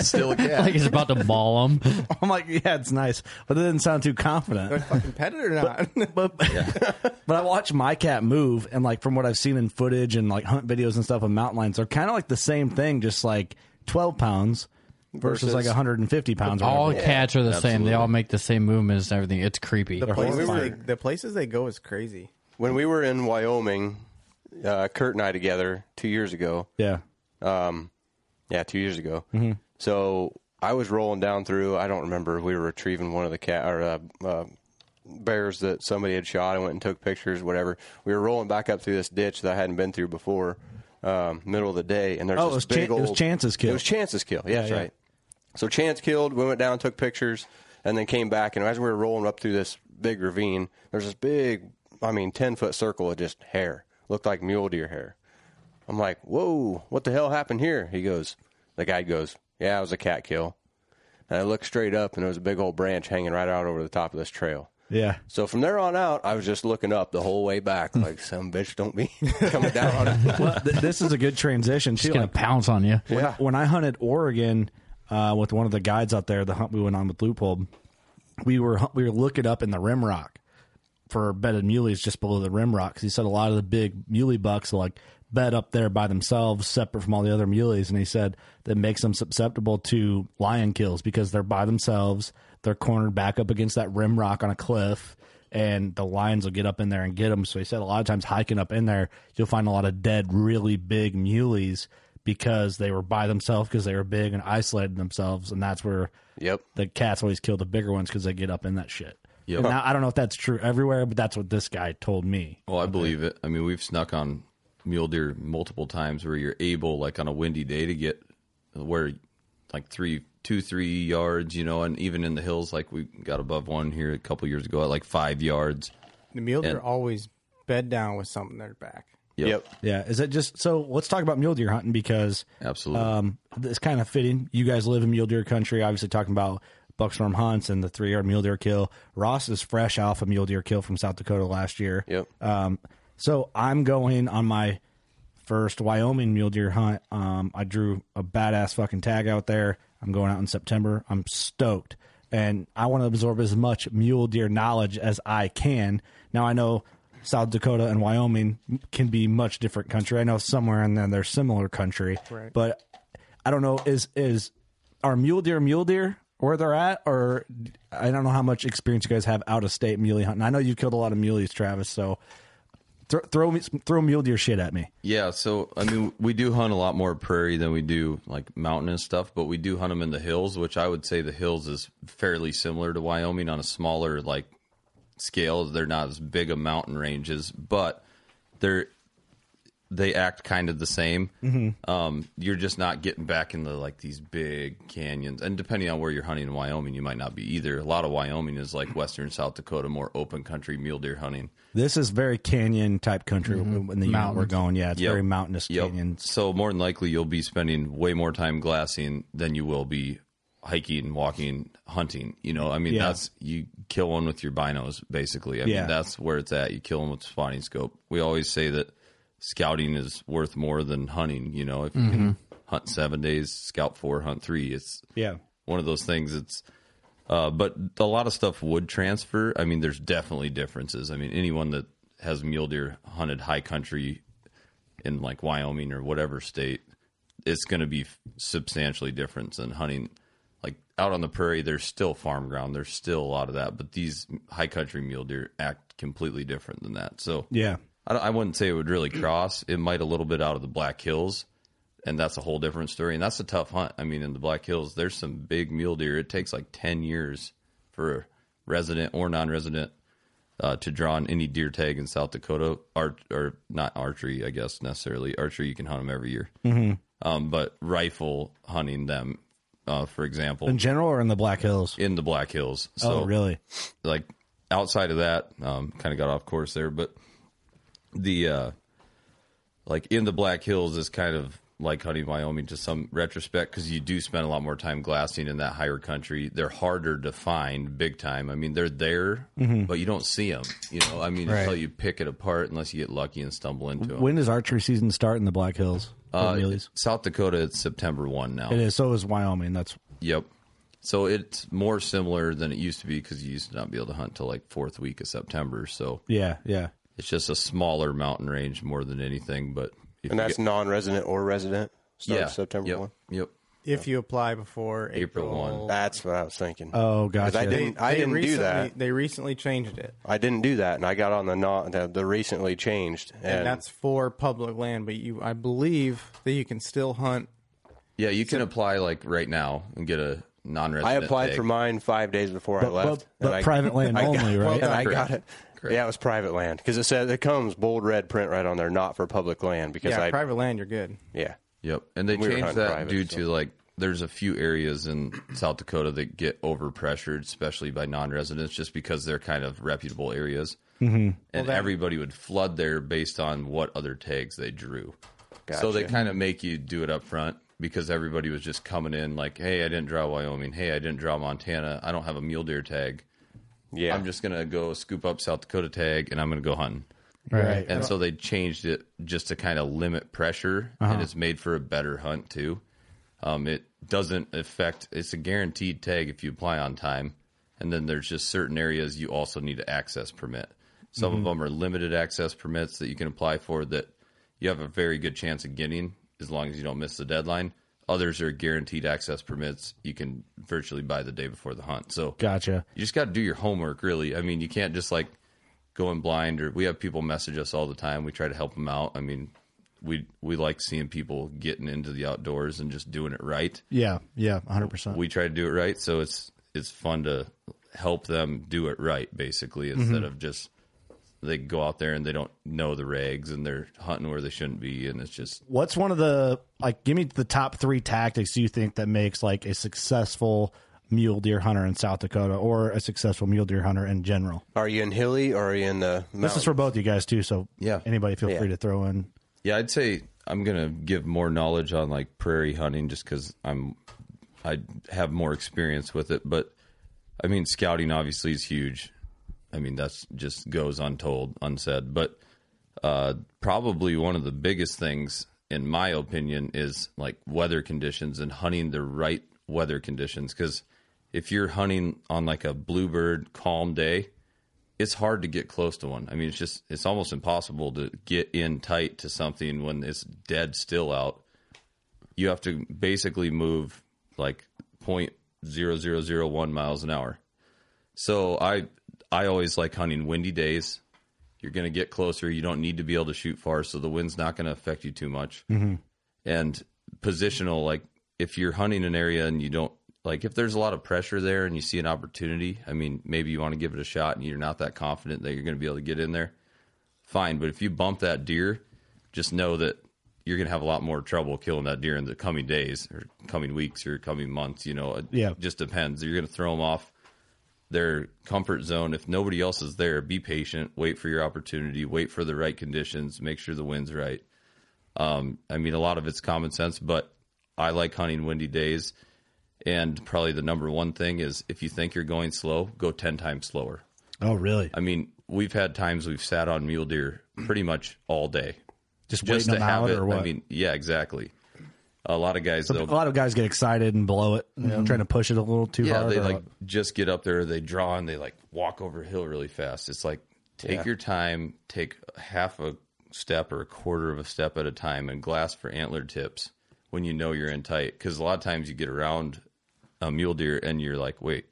still a cat. like he's about to maul him. I'm like, yeah, it's nice, but it didn't sound too confident. fucking pet it or not? But but I watch my cat move, and like from what I've seen in footage and like hunt videos and stuff of mountain lions, they're kind of like the same thing, just like 12 pounds versus, Versus- like 150 pounds. Or All whatever. cats are the same. They all make the same movements and everything. It's creepy. the, places they, horrifying. the places they go is crazy. When we were in Wyoming, uh, Kurt and I together two years ago. yeah, Um, yeah, two years ago. Mm-hmm. So I was rolling down through. I don't remember. We were retrieving one of the cat or uh, uh, bears that somebody had shot. I went and took pictures. Whatever. We were rolling back up through this ditch that I hadn't been through before. Um, middle of the day, and there's Oh, it this was big Chan- it old was Chance's kill. It was Chance's kill. Yeah, that's yeah. right. So Chance killed. We went down, took pictures, and then came back. And as we were rolling up through this big ravine, there's this big, I mean, ten foot circle of just hair. Looked like mule deer hair. I'm like, whoa, what the hell happened here? He goes, the guy goes, yeah, it was a cat kill. And I looked straight up, and there was a big old branch hanging right out over the top of this trail. yeah. So from there on out, I was just looking up the whole way back, Hmm. like some bitch don't be coming down on it. Well, th- this is a good transition too. Just gonna like, pounce on you. When, when I hunted Oregon uh, with one of the guides out there, the hunt we went on with Loophole, we were hu- we were looking up in the rim rock for bedded muleys just below the rim rock. 'cause he said a lot of the big muley bucks are like bed up there by themselves, separate from all the other muleys. And he said that makes them susceptible to lion kills because they're by themselves. They're cornered back up against that rim rock on a cliff. And the lions will get up in there and get them. So he said a lot of times hiking up in there, you'll find a lot of dead, really big muleys because they were by themselves because they were big and isolated themselves. And that's where Yep. the cats always kill the bigger ones because they get up in that shit. Yep. And Now I don't know if that's true everywhere, but that's what this guy told me. Well, I believe it. I mean, we've snuck on mule deer multiple times where you're able, like on a windy day, to get where like three, two, three yards, you know, and even in the hills, like we got above one here a couple years ago at like five yards. The mule deer And- always bed down with something in their back. Yep. Yeah, is it just so? Let's talk about mule deer hunting because Absolutely. um, it's kind of fitting. You guys live in mule deer country, obviously talking about buckstorm hunts and the three yard mule deer kill. Ross is fresh off a mule deer kill from South Dakota last year. Yep. Um, so I'm going on my first Wyoming mule deer hunt. Um, I drew a badass fucking tag out there. I'm going out in September. I'm stoked. And I want to absorb as much mule deer knowledge as I can. Now I know South Dakota and Wyoming can be much different country. I know somewhere in there they're similar country. Right. But I don't know is is are mule deer mule deer where they're at or I don't know how much experience you guys have out of state muley hunting. I know you've killed a lot of muleys, Travis, so throw throw me throw mule deer shit at me. Yeah, so I mean, we do hunt a lot more prairie than we do like mountain and stuff, but we do hunt them in the hills, which I would say the hills is fairly similar to Wyoming on a smaller like scale. They're not as big of mountain ranges, but they're they act kind of the same. Um, you're just not getting back into like these big canyons, and depending on where you're hunting in Wyoming, you might not be either. A lot of Wyoming is like western South Dakota, more open country mule deer hunting. This is very canyon type country in the unit we're Mountains. going. Yeah, it's Mm-hmm. Yep. very mountainous canyons. So more than likely, you'll be spending way more time glassing than you will be hiking, walking, hunting. You know, I mean, Yeah. that's you kill one with your binos, basically. I Yeah. mean, that's where it's at. You kill them with spotting scope. We always say that scouting is worth more than hunting. You know, if you can Mm-hmm. hunt seven days, scout four, hunt three, it's Yeah. one of those things. It's uh, but a lot of stuff would transfer. I mean, there's definitely differences. I mean, anyone that has mule deer hunted high country in like Wyoming or whatever state, it's going to be substantially different than hunting. Like out on the prairie, there's still farm ground. There's still a lot of that, but these high country mule deer act completely different than that. So Yeah. I, don't- I wouldn't say it would really cross. It might a little bit out of the Black Hills, and that's a whole different story. And that's a tough hunt. I mean, in the Black Hills, there's some big mule deer. It takes like ten years for a resident or non-resident uh, to draw on any deer tag in South Dakota. Art or not archery, I guess necessarily. Archery, you can hunt them every year. Mhm. Um, but rifle hunting them, uh, for example, In general or in the Black Hills? in the Black Hills. Oh, really? Like outside of that, um, kind of got off course there, but the uh, like in the Black Hills is kind of like hunting Wyoming to some retrospect because you do spend a lot more time glassing in that higher country. They're harder to find big time. I mean, they're there, Mhm. but you don't see them. You know, I mean, Right. until you pick it apart, unless you get lucky and stumble into them. When does archery season start in the Black Hills? uh, Really? South Dakota, it's September one now. It is. So is Wyoming. That's Yep. So it's more similar than it used to be because you used to not be able to hunt till like fourth week of September. So yeah, yeah. it's just a smaller mountain range more than anything. But if And you that's get- non-resident or resident. Starts Yeah. September Yep. one. Yep. If you apply before April April, 1. That's what I was thinking. Oh, 'Cause gotcha. I didn't. I They didn't recently, do that. They recently changed it, I didn't do that, and I got on the not the, the recently changed, and, and, that's for public land. But you, I believe that you can still hunt. yeah, you can apply like right now and get I a non-resident. applied tag. for mine five days before I But- left. but- and but I- private land I got- only, right? Well, I Correct. got it. Correct. Yeah, it was private land because it says it comes bold red print right on there, not for public land. Because yeah, I private land, you're good. yeah Yep, and they We were changed hunting that private, due so. to like there's a few areas in South Dakota that get overpressured, especially by non-residents, just because they're kind of reputable areas. Mhm. and Well, that- everybody would flood there based on what other tags they drew. So they Gotcha. kind of make you do it up front because everybody was just coming in like, "Hey, I didn't draw Wyoming. Hey, I didn't draw Montana. I don't have a mule deer tag. Yeah, I'm just gonna go scoop up South Dakota tag and I'm gonna go hunting." Right. And so they changed it just to kind of limit pressure, Uh-huh. and it's made for a better hunt too. Um, it doesn't affect. It's a guaranteed tag if you apply on time, and then there's just certain areas you also need an access permit. Some Mhm. of them are limited access permits that you can apply for that you have a very good chance of getting as long as you don't miss the deadline. Others are guaranteed access permits you can virtually buy the day before the hunt. So Gotcha. you just got to do your homework, really. I mean, you can't just like go in blind. Or we have people message us all the time. We try to help them out. I mean, we we like seeing people getting into the outdoors and just doing it right. Yeah, yeah, 100%. We try to do it right, so it's it's fun to help them do it right, basically, instead Mhm. of just they go out there and they don't know the regs and they're hunting where they shouldn't be, and it's just What's one of the like? Give me the top three tactics you think that makes like a successful mule deer hunter in South Dakota or a successful mule deer hunter in general. Are you in hilly or are you in the? Mountain? This is for both you guys too. So Yeah. anybody feel Yeah. free to throw in. Yeah, I'd say I'm gonna give more knowledge on like prairie hunting just because I'm I have more experience with it. But I mean, scouting obviously is huge. I mean, that's just goes untold, unsaid. But uh, probably one of the biggest things, in my opinion, is like weather conditions and hunting the right weather conditions. Because if you're hunting on like a bluebird calm day, it's hard to get close to one. I mean, it's just it's almost impossible to get in tight to something when it's dead still out. You have to basically move like point zero zero zero one miles an hour. So I I always like hunting windy days. You're going to get closer. You don't need to be able to shoot far, so the wind's not going to affect you too much Mm-hmm. and positional like if you're hunting an area and you don't like if there's a lot of pressure there and you see an opportunity i mean maybe you want to give it a shot and you're not that confident that you're going to be able to get in there fine but if you bump that deer just know that you're going to have a lot more trouble killing that deer in the coming days or coming weeks or coming months you know it Yeah. just depends you're going to throw them off their comfort zone if nobody else is there be patient wait for your opportunity wait for the right conditions make sure the wind's right um, I mean, a lot of it's common sense, but I like hunting windy days. And probably the number one thing is if you think you're going slow, go 10 times slower. Oh, really? I mean, we've had times we've sat on mule deer pretty much all day. Just waiting them out or I what? mean, yeah, exactly. A lot of guys, So though, a lot of guys get excited and blow it, trying to push it a little too yeah, hard. they or like what? just get up there, they draw, and they like walk over a hill really fast. It's like take Yeah. your time, take half a step or a quarter of a step at a time, and glass for antler tips. when you know you're in tight. Because a lot of times you get around a mule deer and you're like, wait,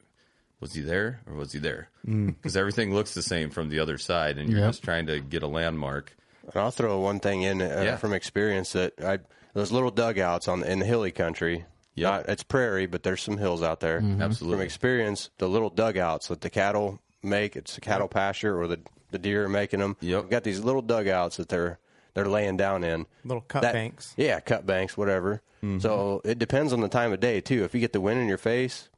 was he there or was he there? Mm. Because everything looks the same from the other side, and you're Yep. just trying to get a landmark. And I'll throw one thing in uh, Yeah. from experience that I those little dugouts on in the hilly country. Yeah, it's prairie, but there's some hills out there. Mhm. Absolutely. From experience, the little dugouts that the cattle make, it's the cattle pasture or the the deer are making them. Yep. We've got these little dugouts that they're they're laying down in. Little cut That- banks. Yeah, cut banks, whatever. So it depends on the time of day too. If you get the wind in your face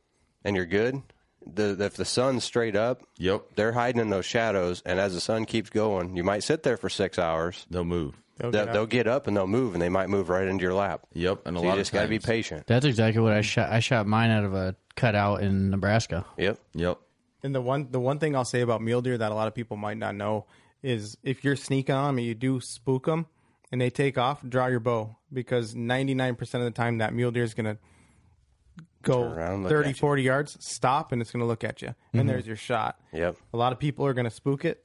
and you're good, the if the sun's straight up, yep, they're hiding in those shadows. And as the sun keeps going, you might sit there for six hours. They'll move. They'll, They'll they'll, get get, up. up and they'll move, and they might move right into your lap. Yep, and a so lot of you just got to be times- patient. That's exactly what I shot. I shot mine out of a cutout in Nebraska. Yep. Yep. And the one the one thing I'll say about mule deer that a lot of people might not know is if you're sneaking on them and you do spook them and they take off, draw your bow because 99% of the time that mule deer is going to go Turn around, look 30, at you. 40 yards, stop, and it's going to look at you. Mhm. And there's your shot. Yep. A lot of people are going to spook it,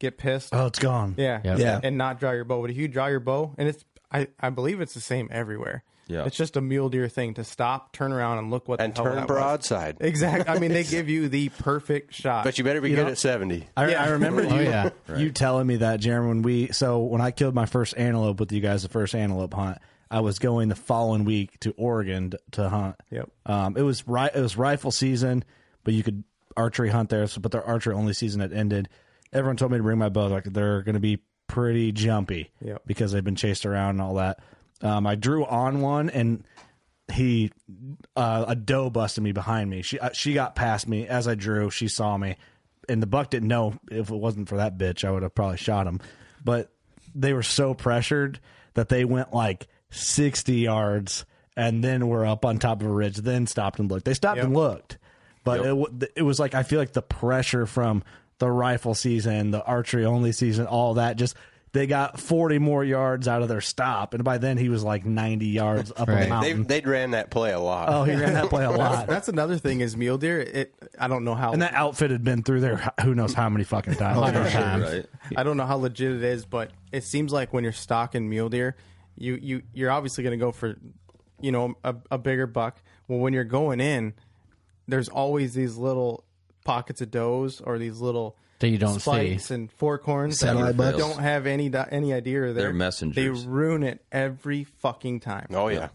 get pissed. Oh, it's gone. Yeah. Yep. Yeah. And not draw your bow. But if you draw your bow, and it's, I, I believe it's the same everywhere. Yeah. It's just a mule deer thing to stop, turn around, and look what And the hell turn that was. broadside. Exactly. I mean, they give you the perfect shot. But you better be You good know? at seventy. I, I remember you, Oh, yeah. you telling me that, Jeremy. When we so when I killed my first antelope with you guys, the first antelope hunt, I was going the following week to Oregon to, to hunt. Yep. Um, it was ri- it was rifle season, but you could archery hunt there. So, but their archery only season had ended. Everyone told me to bring my bow. Like they're going to be pretty jumpy Yep. because they've been chased around and all that. Um, I drew on one and he uh, a doe busted me behind me. She uh, she got past me as I drew. She saw me, and the buck didn't know if it wasn't for that bitch, I would have probably shot him. But they were so pressured that they went like sixty yards and then were up on top of a ridge. Then stopped and looked. They stopped and looked, but it it, it was like I feel like the pressure from the rifle season, the archery only season, all that just. They got forty more yards out of their stop, and by then he was like ninety yards up a mountain. They they ran that play a lot. um, Oh, he ran that play a That's, lot. Uh, that's another thing is mule deer. It I don't know how And that outfit had been through there who knows how many fucking times. I don't know how legit it is, but it seems like when you're stalking mule deer, you you you're obviously going to go for, you know, a, a bigger buck. Well, when you're going in, there's always these little pockets of does or these little That you don't see. spikes and forkhorns Satellite that bucks. you don't have any di- any idea are there. They're messengers. They ruin it every fucking time. Oh yeah.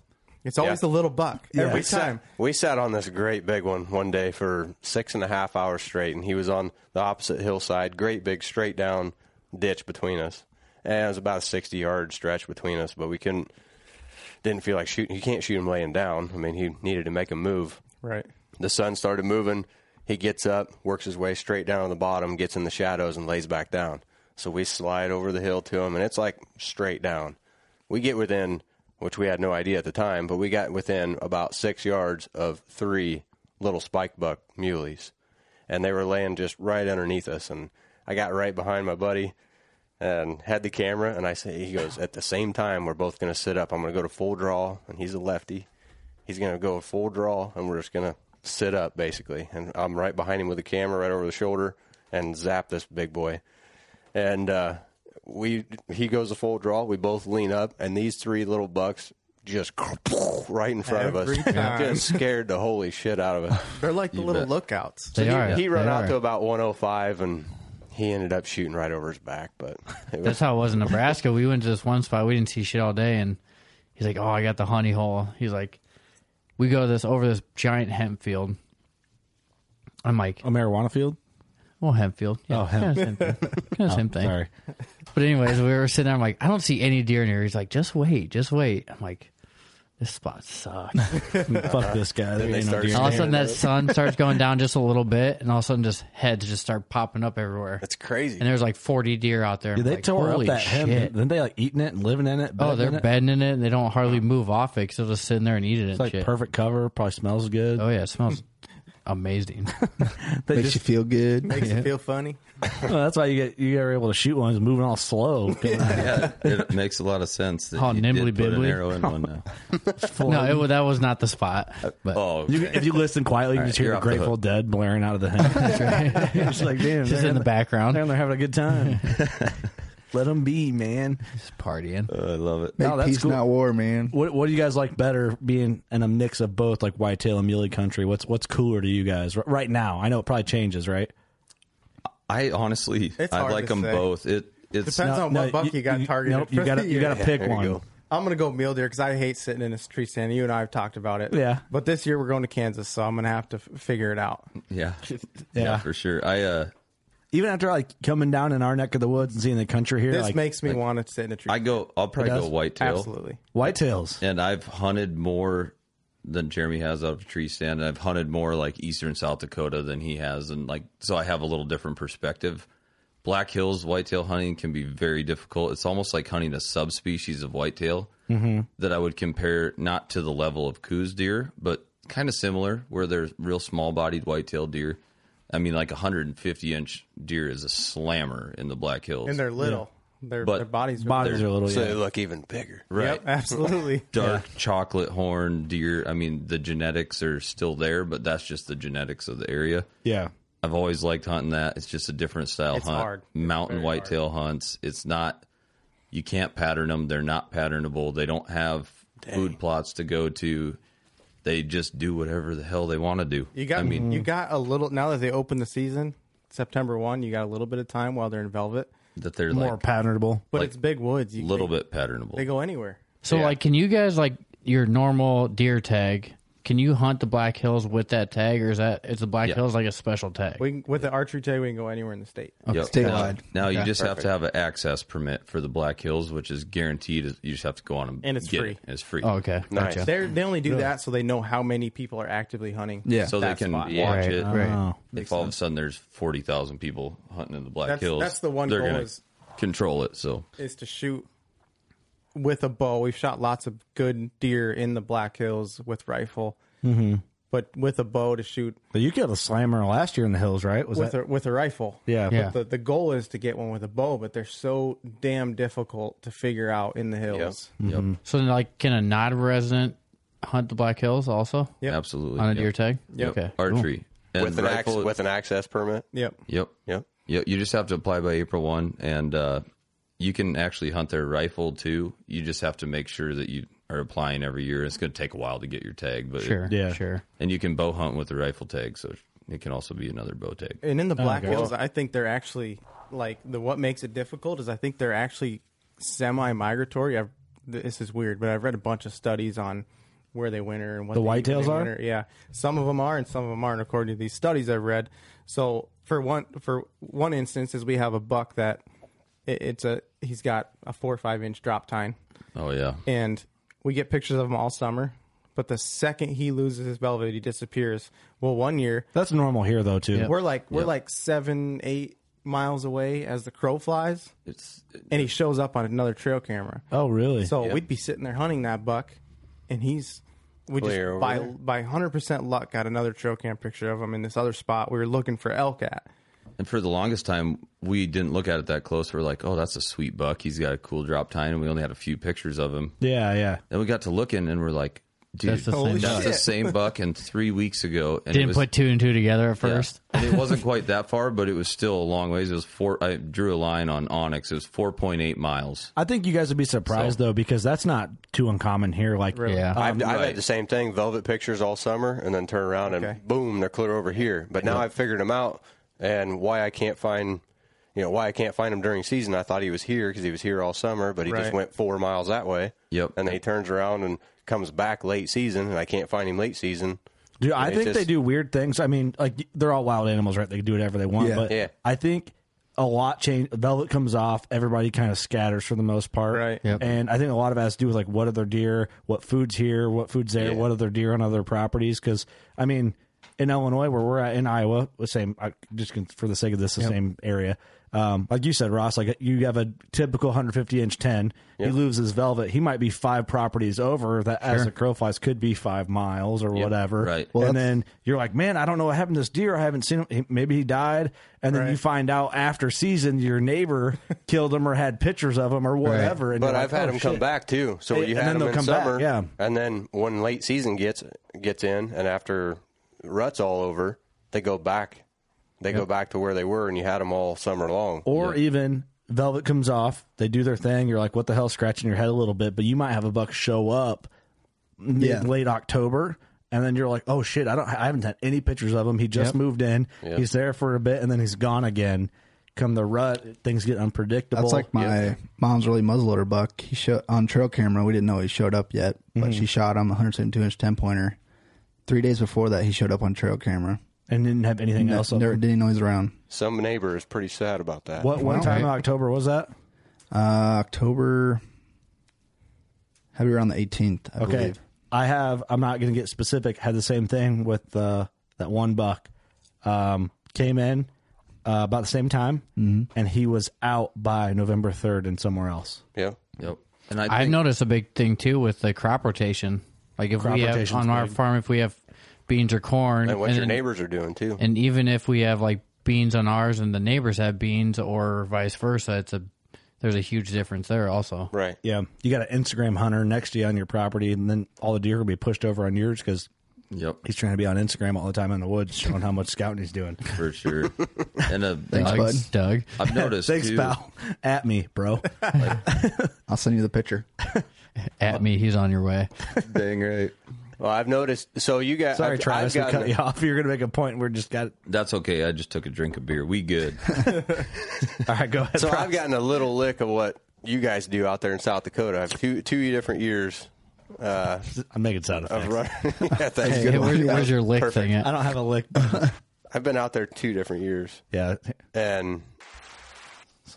It's always Yeah. a little buck every we sat- time. we sat on this great big one one day for six and a half hours straight, and he was on the opposite hillside, great big straight down ditch between us, and it was about a sixty yard stretch between us, but we couldn't, didn't feel like shooting. You can't shoot him laying down. I mean, he needed to make a move. Right. The sun started moving. He gets up, works his way straight down to the bottom, gets in the shadows, and lays back down. So we slide over the hill to him, and it's like straight down. We get within, which we had no idea at the time, but we got within about six yards of three little spike buck muleys. And they were laying just right underneath us. And I got right behind my buddy and had the camera. And I say, he goes, at the same time, we're both going to sit up. I'm going to go to full draw. And he's a lefty. He's going to go full draw. And we're just going to sit up, basically. And I'm right behind him with the camera right over the shoulder and zap this big boy and uh, we he goes a full draw. We both lean up, and these three little bucks just right in front Every of us, time. just scared the holy shit out of us. They're like the You little bet. lookouts. So he, he ran out to about 105, and he ended up shooting right over his back. But it That's was, how it was in Nebraska. We went to this one spot. We didn't see shit all day, and he's like, "Oh, I got the honey hole." He's like, "We go this over this giant hemp field." I'm like, "A marijuana field?" Well, hemp field. Um, Yeah, Oh, hemp. Kind of same thing. Kinda Oh, same thing. sorry. But anyways, we were sitting there. I'm like, I don't see any deer in here. He's like, just wait, just wait. I'm like, this spot sucks. Fuck this guy. There ain't no deer all in of a here. sudden, that sun starts going down just a little bit, and all of a sudden, just heads just start popping up everywhere. That's crazy. And there's like 40 deer out there. Dude, I'm they like, tore up "Holy that hemp. shit." Didn't they like eating it and living in it? Oh, they're in it? bedding in it, and they don't hardly move off it because they'll just sit in there and eat it. and It's like shit. perfect cover. Probably smells good. Oh yeah, it smells amazing. Makes you feel good. Makes you feel funny. that's why you get you are able to shoot ones moving all slow. yeah, it makes a lot of sense. That Oh, you nimbly did put an bibbly. arrow in one uh, now. no, it, wa- that was not the spot. uh, But oh, You- if you listen quietly, you All can just right, hear you're the off the Grateful hook. Dead blaring out of the hemp. It's like damn, they're Just in the having- background. Damn, they're having a good time. Let them be, man. Just partying. Oh, I love it. Make No, that's peace, cool. not war, man. What What do you guys like better, being in a mix of both, like whitetail and muley country? What's What's cooler to you guys r- right now? I know it probably changes, right? I honestly, It's I hard like to them say. both. It it's Depends on what buck you, got targeted. nope, for you got the you got to year. pick you one. go. I'm gonna go mule deer because I hate sitting in a tree stand. You and I have talked about it. Yeah. But this year we're going to Kansas, so I'm gonna have to f- figure it out. yeah, yeah, Yeah. for sure. I uh, Even after like coming down in our neck of the woods and seeing the country here, This like makes me want to sit in a tree. I go. I'll probably does? go whitetail. Absolutely. whitetails. And I've hunted more than Jeremy has out of a tree stand. And I've hunted more like eastern South Dakota than he has, and like so I have a little different perspective. Black Hills whitetail hunting can be very difficult. It's almost like hunting a subspecies of whitetail Mm-hmm. that I would compare not to the level of coos deer, but kind of similar, where there's real small bodied whitetail deer. I mean, like 150 inch deer is a slammer in the Black Hills. And they're little. Their, But their bodies are Bodies are a little. So yeah. they look even bigger. right. Yep, absolutely. dark chocolate horn deer. I mean, the genetics are still there, but that's just the genetics of the area. yeah. I've always liked hunting that. It's just a different style It's hunt. hard. It's Mountain very whitetail hunts. It's not. You can't pattern them. They're not patternable. They don't have food plots to go to. They just do whatever the hell they want to do. You got I mean, hmm. you got a little now that they open the season, September one, you got a little bit of time while they're in velvet. that they're More like patternable. But Like, it's big woods. a You little they, bit patternable. they go anywhere. So Yeah. like, can you guys like your normal deer tag? Can you hunt the Black Hills with that tag, or is that is the Black Yeah. Hills like a special tag? We can, with the archery tag, we can go anywhere in the state. Yep. Statewide. Now, now you just have to have an access permit for the Black Hills, which is guaranteed. You just have to go on and, And it's get free. It. It's free. oh, okay, Nice. gotcha. They're, they only do that so they know how many people are actively hunting. Yeah. so they That's can why. watch Right, it. Oh. If all of a sudden there's forty thousand people hunting in the Black That's- Hills, that's the one they're goal gonna is- control it. So is to shoot with a bow. We've shot lots of good deer in the Black Hills with rifle, mm-hmm. but with a bow to shoot But you killed a slammer last year in the hills, right? Was with that? a with a rifle. yeah. Yeah. The the goal is to get one with a bow, but they're so damn difficult to figure out in the hills. So then, like, can a non-resident hunt the Black Hills also Yep. absolutely, on a yep. deer tag? Yep. Okay, archery and With an, ac- rifle- with an access permit. Yep. Yep. Yep. Yep. You just have to apply by April 1 and uh, you can actually hunt their rifle too. You just have to make sure that you are applying every year. It's going to take a while to get your tag, but sure, Yeah. sure. and you can bow hunt with the rifle tag. So it can also be another bow tag. And in the Black Oh, okay. Hills, I think they're actually like the what makes it difficult is I think they're actually semi-migratory. I've, this is weird, but I've read a bunch of studies on where they winter and what The they eat when whitetails they are? winter. Yeah, some of them are, and some of them aren't, according to these studies I've read. So for one for one instance, is we have a buck that it, it's a he's got a four or five inch drop tine, Oh yeah. and we get pictures of him all summer. But the second he loses his velvet, he disappears. Well, one year That's normal here though too. we're like we're like seven, eight miles away as the crow flies, It's and he shows up on another trail camera. Oh really? So we'd be sitting there hunting that buck, and he's we Clear over just by there. by hundred percent luck got another trail cam picture of him in this other spot we were looking for elk at. And for the longest time, we didn't look at it that close. We're like, oh, that's a sweet buck. He's got a cool drop time. And we only had a few pictures of him. yeah, yeah. Then we got to looking and we're like, dude, That's the same Holy dog. that's the same buck. And three weeks ago, and it Didn't was- put two and two together at first. Yeah. And it wasn't quite that far, but it was still a long ways. It was four. I drew a line on Onyx. It was four point eight miles. I think you guys would be surprised though because that's not too uncommon here. Like Yeah. I've, I've right. had the same thing, velvet pictures all summer, and then turn around and Okay. boom, they're clear over here. But now I've figured them out, and why I can't find, you know, why I can't find him during season. I thought he was here because he was here all summer, but he Right. just went four miles that way. Yep. And then he turns around and comes back late season, and I can't find him late season. Dude, I They think they just- do weird things. I mean, like they're all wild animals, right? They can do whatever they want. Yeah. but Yeah. I think a lot change. Velvet comes off. Everybody kind of scatters for the most part, Right. Yep. And I think a lot of it has to do with like what other deer, what foods here, what foods there, what other deer on other properties. Because I mean, in Illinois, where we're at in Iowa, the same. I- Just con- for the sake of this, the same area. Um, like you said, Ross, like you have a typical 150 inch 10. He loses velvet. He might be five properties over that as the crow flies could be five miles or whatever. Right. Well, and then you're like, man, I don't know what happened to this deer. I haven't seen him. He- Maybe he died. And then you find out after season your neighbor killed him or had pictures of him or whatever. And But you're like, I've had oh, him come shit. back too. So And- you and had then him they'll in come back, summer, yeah. And then when late season gets gets in, and after ruts all over, they go back. They go back to where they were, and you had them all summer long. Or even velvet comes off. They do their thing. You're like, what the hell, scratching your head a little bit, but you might have a buck show up mid, Yeah. late October. And then you're like, oh shit, I don't, I haven't had any pictures of him. He just Yep. moved in. Yep. He's there for a bit, and then he's gone again. Come the rut, things get unpredictable. That's like my mom's really muzzleloader buck. He showed on trail camera. We didn't know he showed up yet, but Mm-hmm. she shot him a 172 inch 10 pointer. Three days before that, he showed up on trail camera. and didn't have anything No, else. up. never did any noise around. Some neighbor is pretty sad about that. What one Wow. time in October was that? Uh, October, have you around the 18th? I Okay. believe. I have, I'm not going to get specific, had the same thing with uh, that one buck. Um, came in uh, about the same time, and he was out by November 3rd and somewhere else. Yeah. Yep. And I think, I've noticed a big thing too with the crop rotation. Like if we have rotation's on our big. farm, if we have beans or corn, And what your then- neighbors are doing too. and even if we have like beans on ours and the neighbors have beans or vice versa, it's a there's a huge difference there also. right. Yeah. You got an Instagram hunter next to you on your property, and then all the deer will be pushed over on yours because Yep. he's trying to be on Instagram all the time in the woods showing how much scouting he's doing. For sure. And a, Thanks, I've, bud. Doug, I've noticed Thanks, too, pal. At me, bro. I'll send you the picture. at me, he's on your way. Dang right. Well, I've noticed. So you got. Sorry, I've, Travis, I've we gotten- cut you off. You're going to make a point. We're just got. That's okay. I just took a drink of beer. We good. All right, go ahead. So Travis. I've gotten a little lick of what you guys do out there in South Dakota. I've two two different years uh, I'm making sound effects. of running. yeah, thanks. Hey, where's, where's your lick thing I at? don't have a lick. I've been out there two different years, yeah. and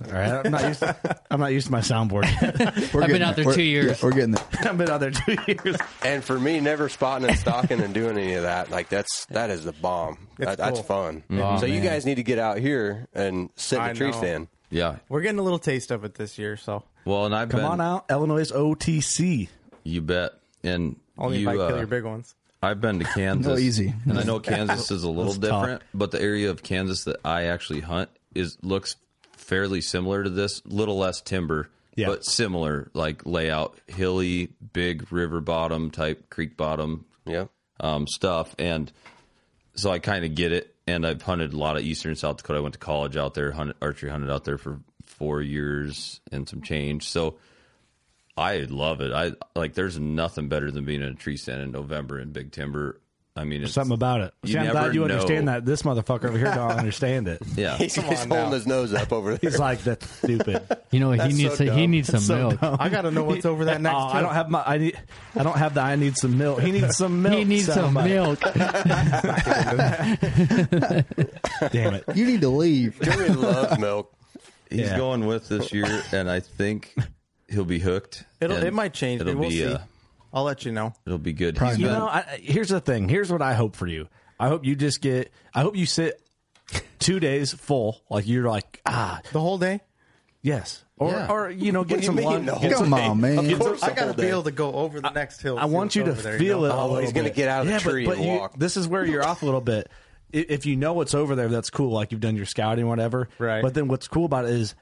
All right. I'm not used to, I'm not used to my soundboard yet. We're I've been getting out there We're- two years. yeah, we're getting there. I've been out there two years. and for me, never spotting and stalking and doing any of that. Like that's that is the bomb. That, That's cool. fun. Oh, so you man. guys need to get out here and sit in I a tree know. stand. Yeah. We're getting a little taste of it this year, so Well, and I've Come been, on out, Illinois OTC. You bet. And only you, if I uh, kill your big ones. I've been to Kansas. easy. And I know Kansas is a little Let's talk. different, but the area of Kansas that I actually hunt is looks fairly similar to this, little less timber, Yeah. but similar like layout, hilly, big river bottom type, creek bottom Yeah. um, stuff, and so I kind of get it. And I've hunted a lot of eastern South Dakota. I went to college out there, hunted, archery hunted out there for four years and some change. So I love it. I like. There's nothing better than being in a tree stand in November in big timber. I mean, it's, Something about it. You See, I'm never glad you know. understand that. This motherfucker over here don't understand it. yeah. He's, he's holding his nose up over there. He's like that's stupid. You know he That's needs so to, he dumb. needs some milk. I got to know what's over that next. oh, I don't hill. have my. I need. I don't have the. I need some milk. He needs some milk. He needs some soundbite. milk. Damn it. You need to leave. Joey loves milk. He's Yeah. going with this year, and I think he'll be hooked. It'll, and it might change. It'll We'll be see. Uh, I'll let you know. it'll be good. Probably He's You been- know, I, I- here's the thing. Here's what I hope for you. I hope you just get. I hope you sit two days full. Like you're like ah The whole day. yes. Or, Yeah. or you know, get do you some mean lunch. the get some- Come on, man. Of course, I got to whole be day. able to go over the next hill. I want you to feel it. a Oh, little he's gonna bit. get out of the Yeah, but- tree but and you- walk. This is where you're off a little bit. I- If you know what's over there, that's cool. Like you've done your scouting, whatever. Right. But then what's cool about it is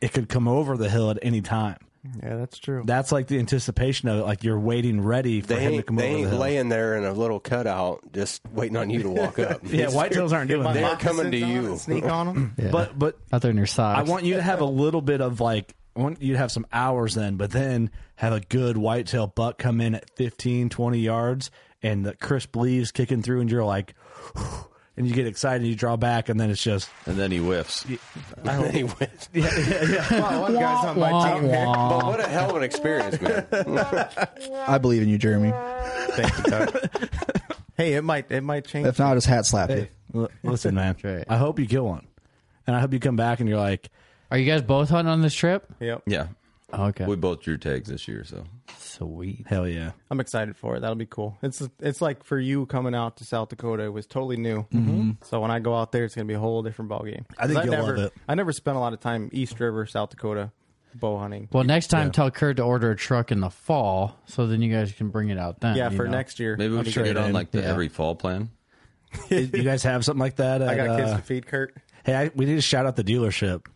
it could come over the hill at any time. Yeah, that's true. That's like the anticipation of it. Like you're waiting ready for They him to ain't, come they over the ain't hill. laying there in a little cutout, just waiting on you to walk up. yeah, whitetails aren't doing My They're that. coming to moccasins on you. and Sneak on them. But but Out there in your socks. I want you to have a little bit of like, I want you to have some hours then, but then have a good whitetail buck come in at 15, 20 yards and the crisp leaves kicking through and you're like, and you get excited and you draw back and then it's just, and then he whiffs. And he went. Wow, one guy's on my Wah, team here. wah. But what a hell of an experience, man. I believe in you, Jeremy. Hey, it might it might change. If not, I'll just hat slap you. l- listen, man, right. I hope you kill one. And I hope you come back and you're like, Are you guys both hunting on this trip? Yep. Yeah, Okay. we both drew tags this year, so Sweet. hell yeah. I'm excited for it. That'll be cool. It's it's like for you coming out to South Dakota, it was totally new. Mm-hmm. So when I go out there, it's gonna be a whole different ballgame. I think 'Cause you'll never, love it. I never spent a lot of time East River, South Dakota, bow hunting. Well, next time tell Kurt to order a truck in the fall, so then you guys can bring it out then. yeah, you for know? next year. maybe I'll we be should get good. on like the Yeah. every fall plan. you guys have something like that? I at, got kids uh, to feed, Kurt. Hey, I, we need to shout out the dealership.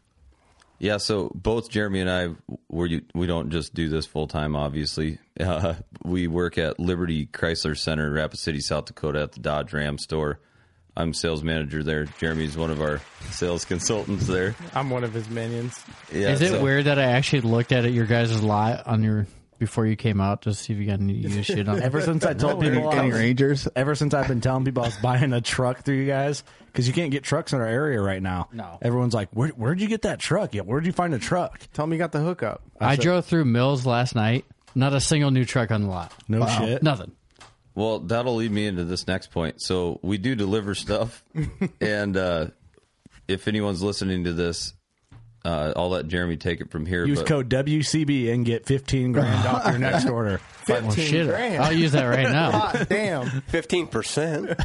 Yeah, so both Jeremy and I, we we don't just do this full time. Obviously, uh, we work at Liberty Chrysler Center, Rapid City, South Dakota, at the Dodge Ram store. I'm sales manager there. Jeremy's one of our sales consultants there. I'm one of his minions. Yeah, Is it so- weird that I actually looked at it, your guys' lot on your before you came out to see if you got any new shit on? Ever since I told Any, people, I any was- Rangers? ever since I've been telling people I was buying a truck through you guys because you can't get trucks in our area right now. No. everyone's like, Where, "Where'd you get that truck? Yeah, where'd you find a truck?" Tell him you got the hookup. I drove through Mills last night. Not a single new truck on the lot. No shit. Nothing. Well, that'll lead me into this next point. So we do deliver stuff, and uh, if anyone's listening to this, uh, I'll let Jeremy take it from here. Use but- code WCB and get fifteen grand off your next order. Well, shit. grand. I'll use that right now. Hot Ah, damn. Fifteen percent.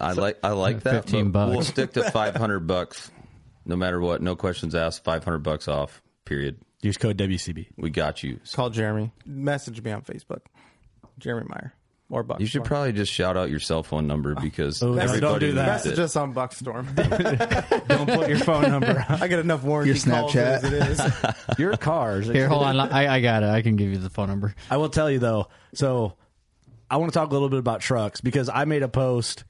I like I like that. 15 but bucks. We'll stick to five hundred bucks, no matter what. No questions asked. Five hundred bucks off. Period. Use code WCB. We got you. So Call Jeremy. Message me on Facebook. Jeremy Meyer or Buck. you should Storm. probably just shout out your cell phone number because that's- everybody don't do that. needs it. message us on Buckstorm. Don't put your phone number. on I get enough warranty Your calls Snapchat. as it is. Your cars. Here, hold on. I, I got it. I can give you the phone number. I will tell you though. So I want to talk a little bit about trucks because I made a post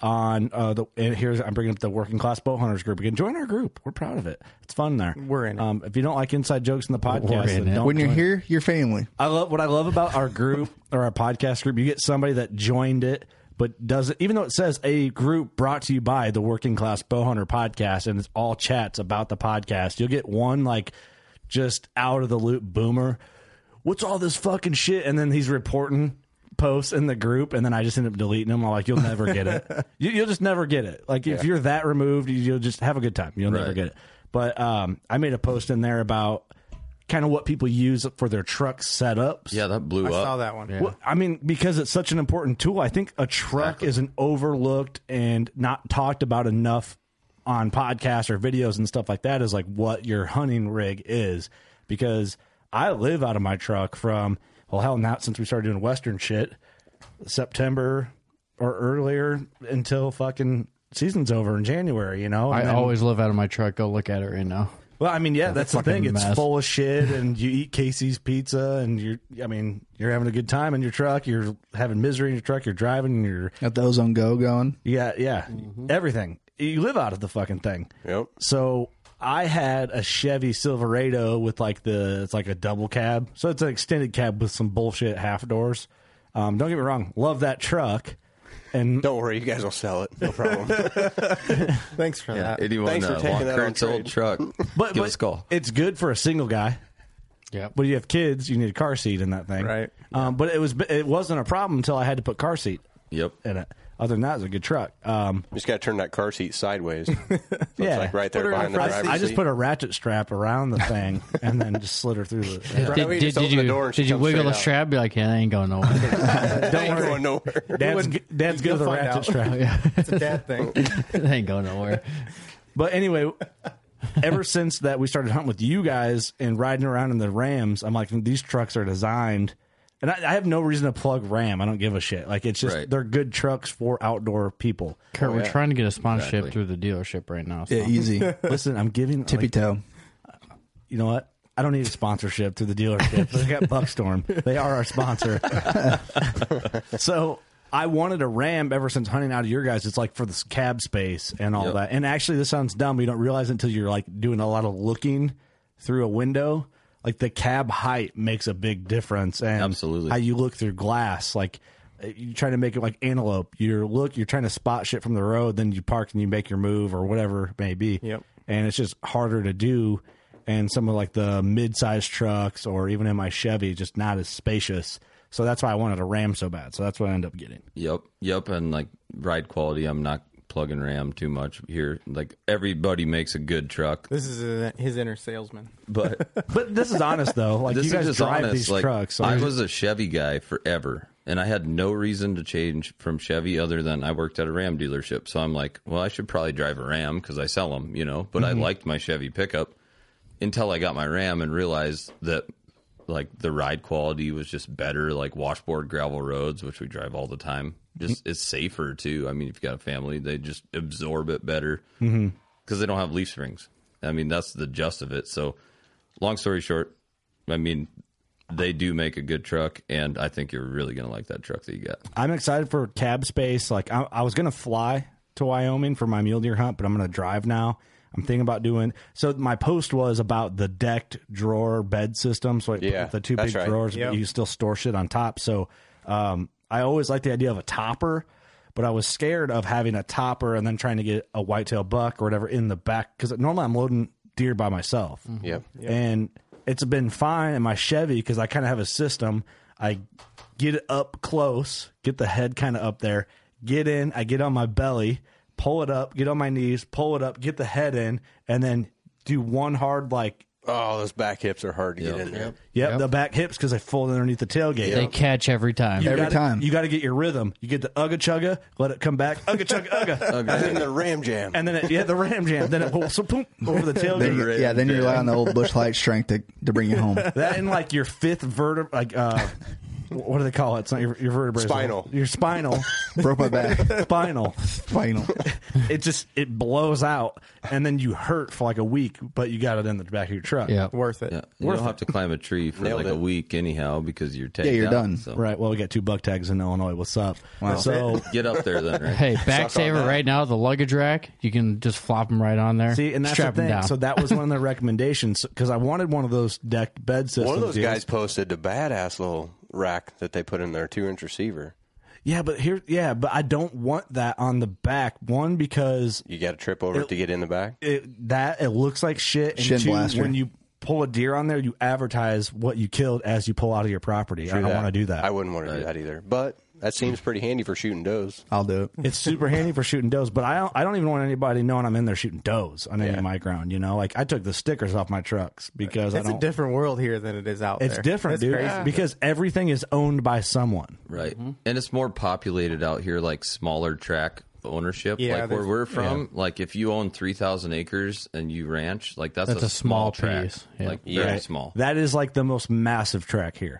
on uh, the and here's I'm bringing up the working class boat hunters group again. Join our group. We're proud of it. It's fun there. We're in it. Um, if you don't like inside jokes in the podcast, in then it. don't When you're join. here, you're family. I love what I love about our group or our podcast group. You get somebody that joined it, but doesn't even though it says a group brought to you by the Working Class Bowhunter Podcast, and it's all chats about the podcast. You'll get one like just out of the loop boomer. What's all this fucking shit? And then he's reporting posts in the group, and then I just end up deleting them. I'm like, you'll never get it. you, you'll just never get it. Like if you're that removed, you- you'll just have a good time. You'll never Right. get it. But um, I made a post in there about kind of what people use for their truck setups. Yeah, that blew I up. saw that one. Well, I mean, because it's such an important tool, I think a truck is an overlooked and not talked about enough on podcasts or videos and stuff like that is like what your hunting rig is. Because I live out of my truck from, well, hell, not since we started doing Western shit, September or earlier until fucking season's over in January, you know? I And then- always live out of my truck. Go look at it right now. well, I mean, yeah, that's the fucking thing. It's mess. full of shit, and you eat Casey's pizza, and you're, I mean, you're having a good time in your truck. You're having misery in your truck. You're driving, and you're, Got the Ozone Go going. yeah, yeah, everything. You live out of the fucking thing. Yep. So I had a Chevy Silverado with like the, it's like a double cab. So it's an extended cab with some bullshit half doors. Um, don't get me wrong, love that truck. And Don't worry, you guys will sell it. No problem. Thanks for Yeah, that. anyone Thanks for uh, taking want that on Kurt's trade. old truck? but, give but us a call. it's good for a single guy. Yeah. But you have kids, you need a car seat in that thing, Right. Um, but it was it wasn't a problem until I had to put car seat Yep. in it. Other than that, it was a good truck. Um, just gotta turn that car seat sideways. So Yeah. it's like right Put her there in behind the front I, driver's I just seat. put a ratchet strap around the thing and then just slid her through the. Right, Did, we did, just did open you the door and she did you comes wiggle straight the out. strap? Be like, yeah, that ain't going nowhere. Don't ain't going nowhere. Dad's, g- dad's good You'll with a find ratchet out. strap. It's a dad thing. that ain't going nowhere. But anyway, ever since that we started hunting with you guys and riding around in the Rams, I'm like, these trucks are designed. And I, I have no reason to plug Ram. I don't give a shit. Like it's just Right. they're good trucks for outdoor people. Kurt, we're trying to get a sponsorship Exactly. through the dealership right now. So. Yeah, easy. Listen, I'm giving Tippy like, toe. you know what? I don't need a sponsorship through the dealership. They got Buckstorm. They are our sponsor. so I wanted a Ram ever since hunting out of your guys. It's like for this cab space and all Yep. that. And actually, this sounds dumb. but You don't realize it until you're like doing a lot of looking through a window. Like the cab height makes a big difference, and Absolutely. how you look through glass, like. You're trying to make it like antelope. You're look. You're trying to spot shit from the road. Then you park and you make your move or whatever it may be Yep. and it's just harder to do. And some of like the mid-sized trucks, or even in my Chevy, just not as spacious. So that's why I wanted a Ram so bad. So that's what I ended up getting. Yep. Yep. And like ride quality, I'm not plugging Ram too much here. Like everybody makes a good truck, This is a, his inner salesman. but But this is honest though. Like this you guys is just drive honest. these like trucks. So I was a Chevy guy forever, and I had no reason to change from Chevy other than I worked at a Ram dealership. So I'm like, well, I should probably drive a Ram because I sell them, you know. But Mm-hmm. I liked my Chevy pickup until I got my Ram and realized that like the ride quality was just better, like washboard gravel roads, which we drive all the time. Mm-hmm. Just it's safer too. I mean, if you got a family, they just absorb it better because they don't have leaf springs. I mean, that's the gist of it. So, long story short, I mean, they do make a good truck, and I think you're really gonna like that truck that you got. I'm excited for cab space. Like I, I was gonna fly to Wyoming for my mule deer hunt, but I'm going to drive now. I'm thinking about doing. So my post was about the decked drawer bed system. So I Yeah, put the two that's big right. drawers, Yep. but you still store shit on top. So um, I always like the idea of a topper, but I was scared of having a topper and then trying to get a whitetail buck or whatever in the back because normally I'm loading deer by myself Yep. and it's been fine in my Chevy because I kind of have a system. I get it up close, get the head kind of up there, get in, I get on my belly, pull it up, get on my knees, pull it up, get the head in, and then do one hard like Oh, those back hips are hard to get in there. yep, the back hips because I fold underneath the tailgate. They catch every time. You Every gotta- time. you got to get your rhythm. You get the ugga chugga, let it come back, ugga chugga ugga, And then the ram jam. and then it, yeah, the ram jam. Then it will- so boom over the tailgate. Then you- yeah, then you rely on the old bush light strength to, to bring you home. That and like your fifth vertebra, like uh, what do they call it? It's not your, your vertebra, Spinal. Your spinal, Broke my back. spinal. Final. It just it blows out, and then you hurt for like a week, but you got it in the back of your truck. Yeah. Worth it. Yeah, you don't have to climb a tree for Nailed like it. a week anyhow because you're tagged Yeah, you're out, done. So. Right. Well, we got two buck tags in Illinois. What's up? So Get up there then, right? Hey, back saver right now, the luggage rack, you can just flop them right on there. see, and that's strap the 'em thing. down. So that was one of the recommendations because I wanted one of those decked bed systems. One of those dude. guys posted the badass little rack that they put in their two inch receiver. Yeah, but here, yeah, but I don't want that on the back. One because You got to trip over it to get in the back. it, that it looks like shit. And Shin two, blaster. when you pull a deer on there, you advertise what you killed as you pull out of your property. I don't that. want to do that. I wouldn't want to do that either. But that seems pretty handy for shooting does. I'll do it. it's super handy for shooting does, but I don't, I don't even want anybody knowing I'm in there shooting does on any of my ground. You know, like I took the stickers off my trucks because I It's don't. a different world here than it is out it's there. different, It's dude, crazy. because everything is owned by someone. Right. Mm-hmm. And it's more populated out here, like smaller track ownership. Yeah, like where there's- we're from, like if you own 3,000 acres and you ranch, like that's, That's a, a small track. piece. Yeah. Like very Right. small. That is like the most massive track here.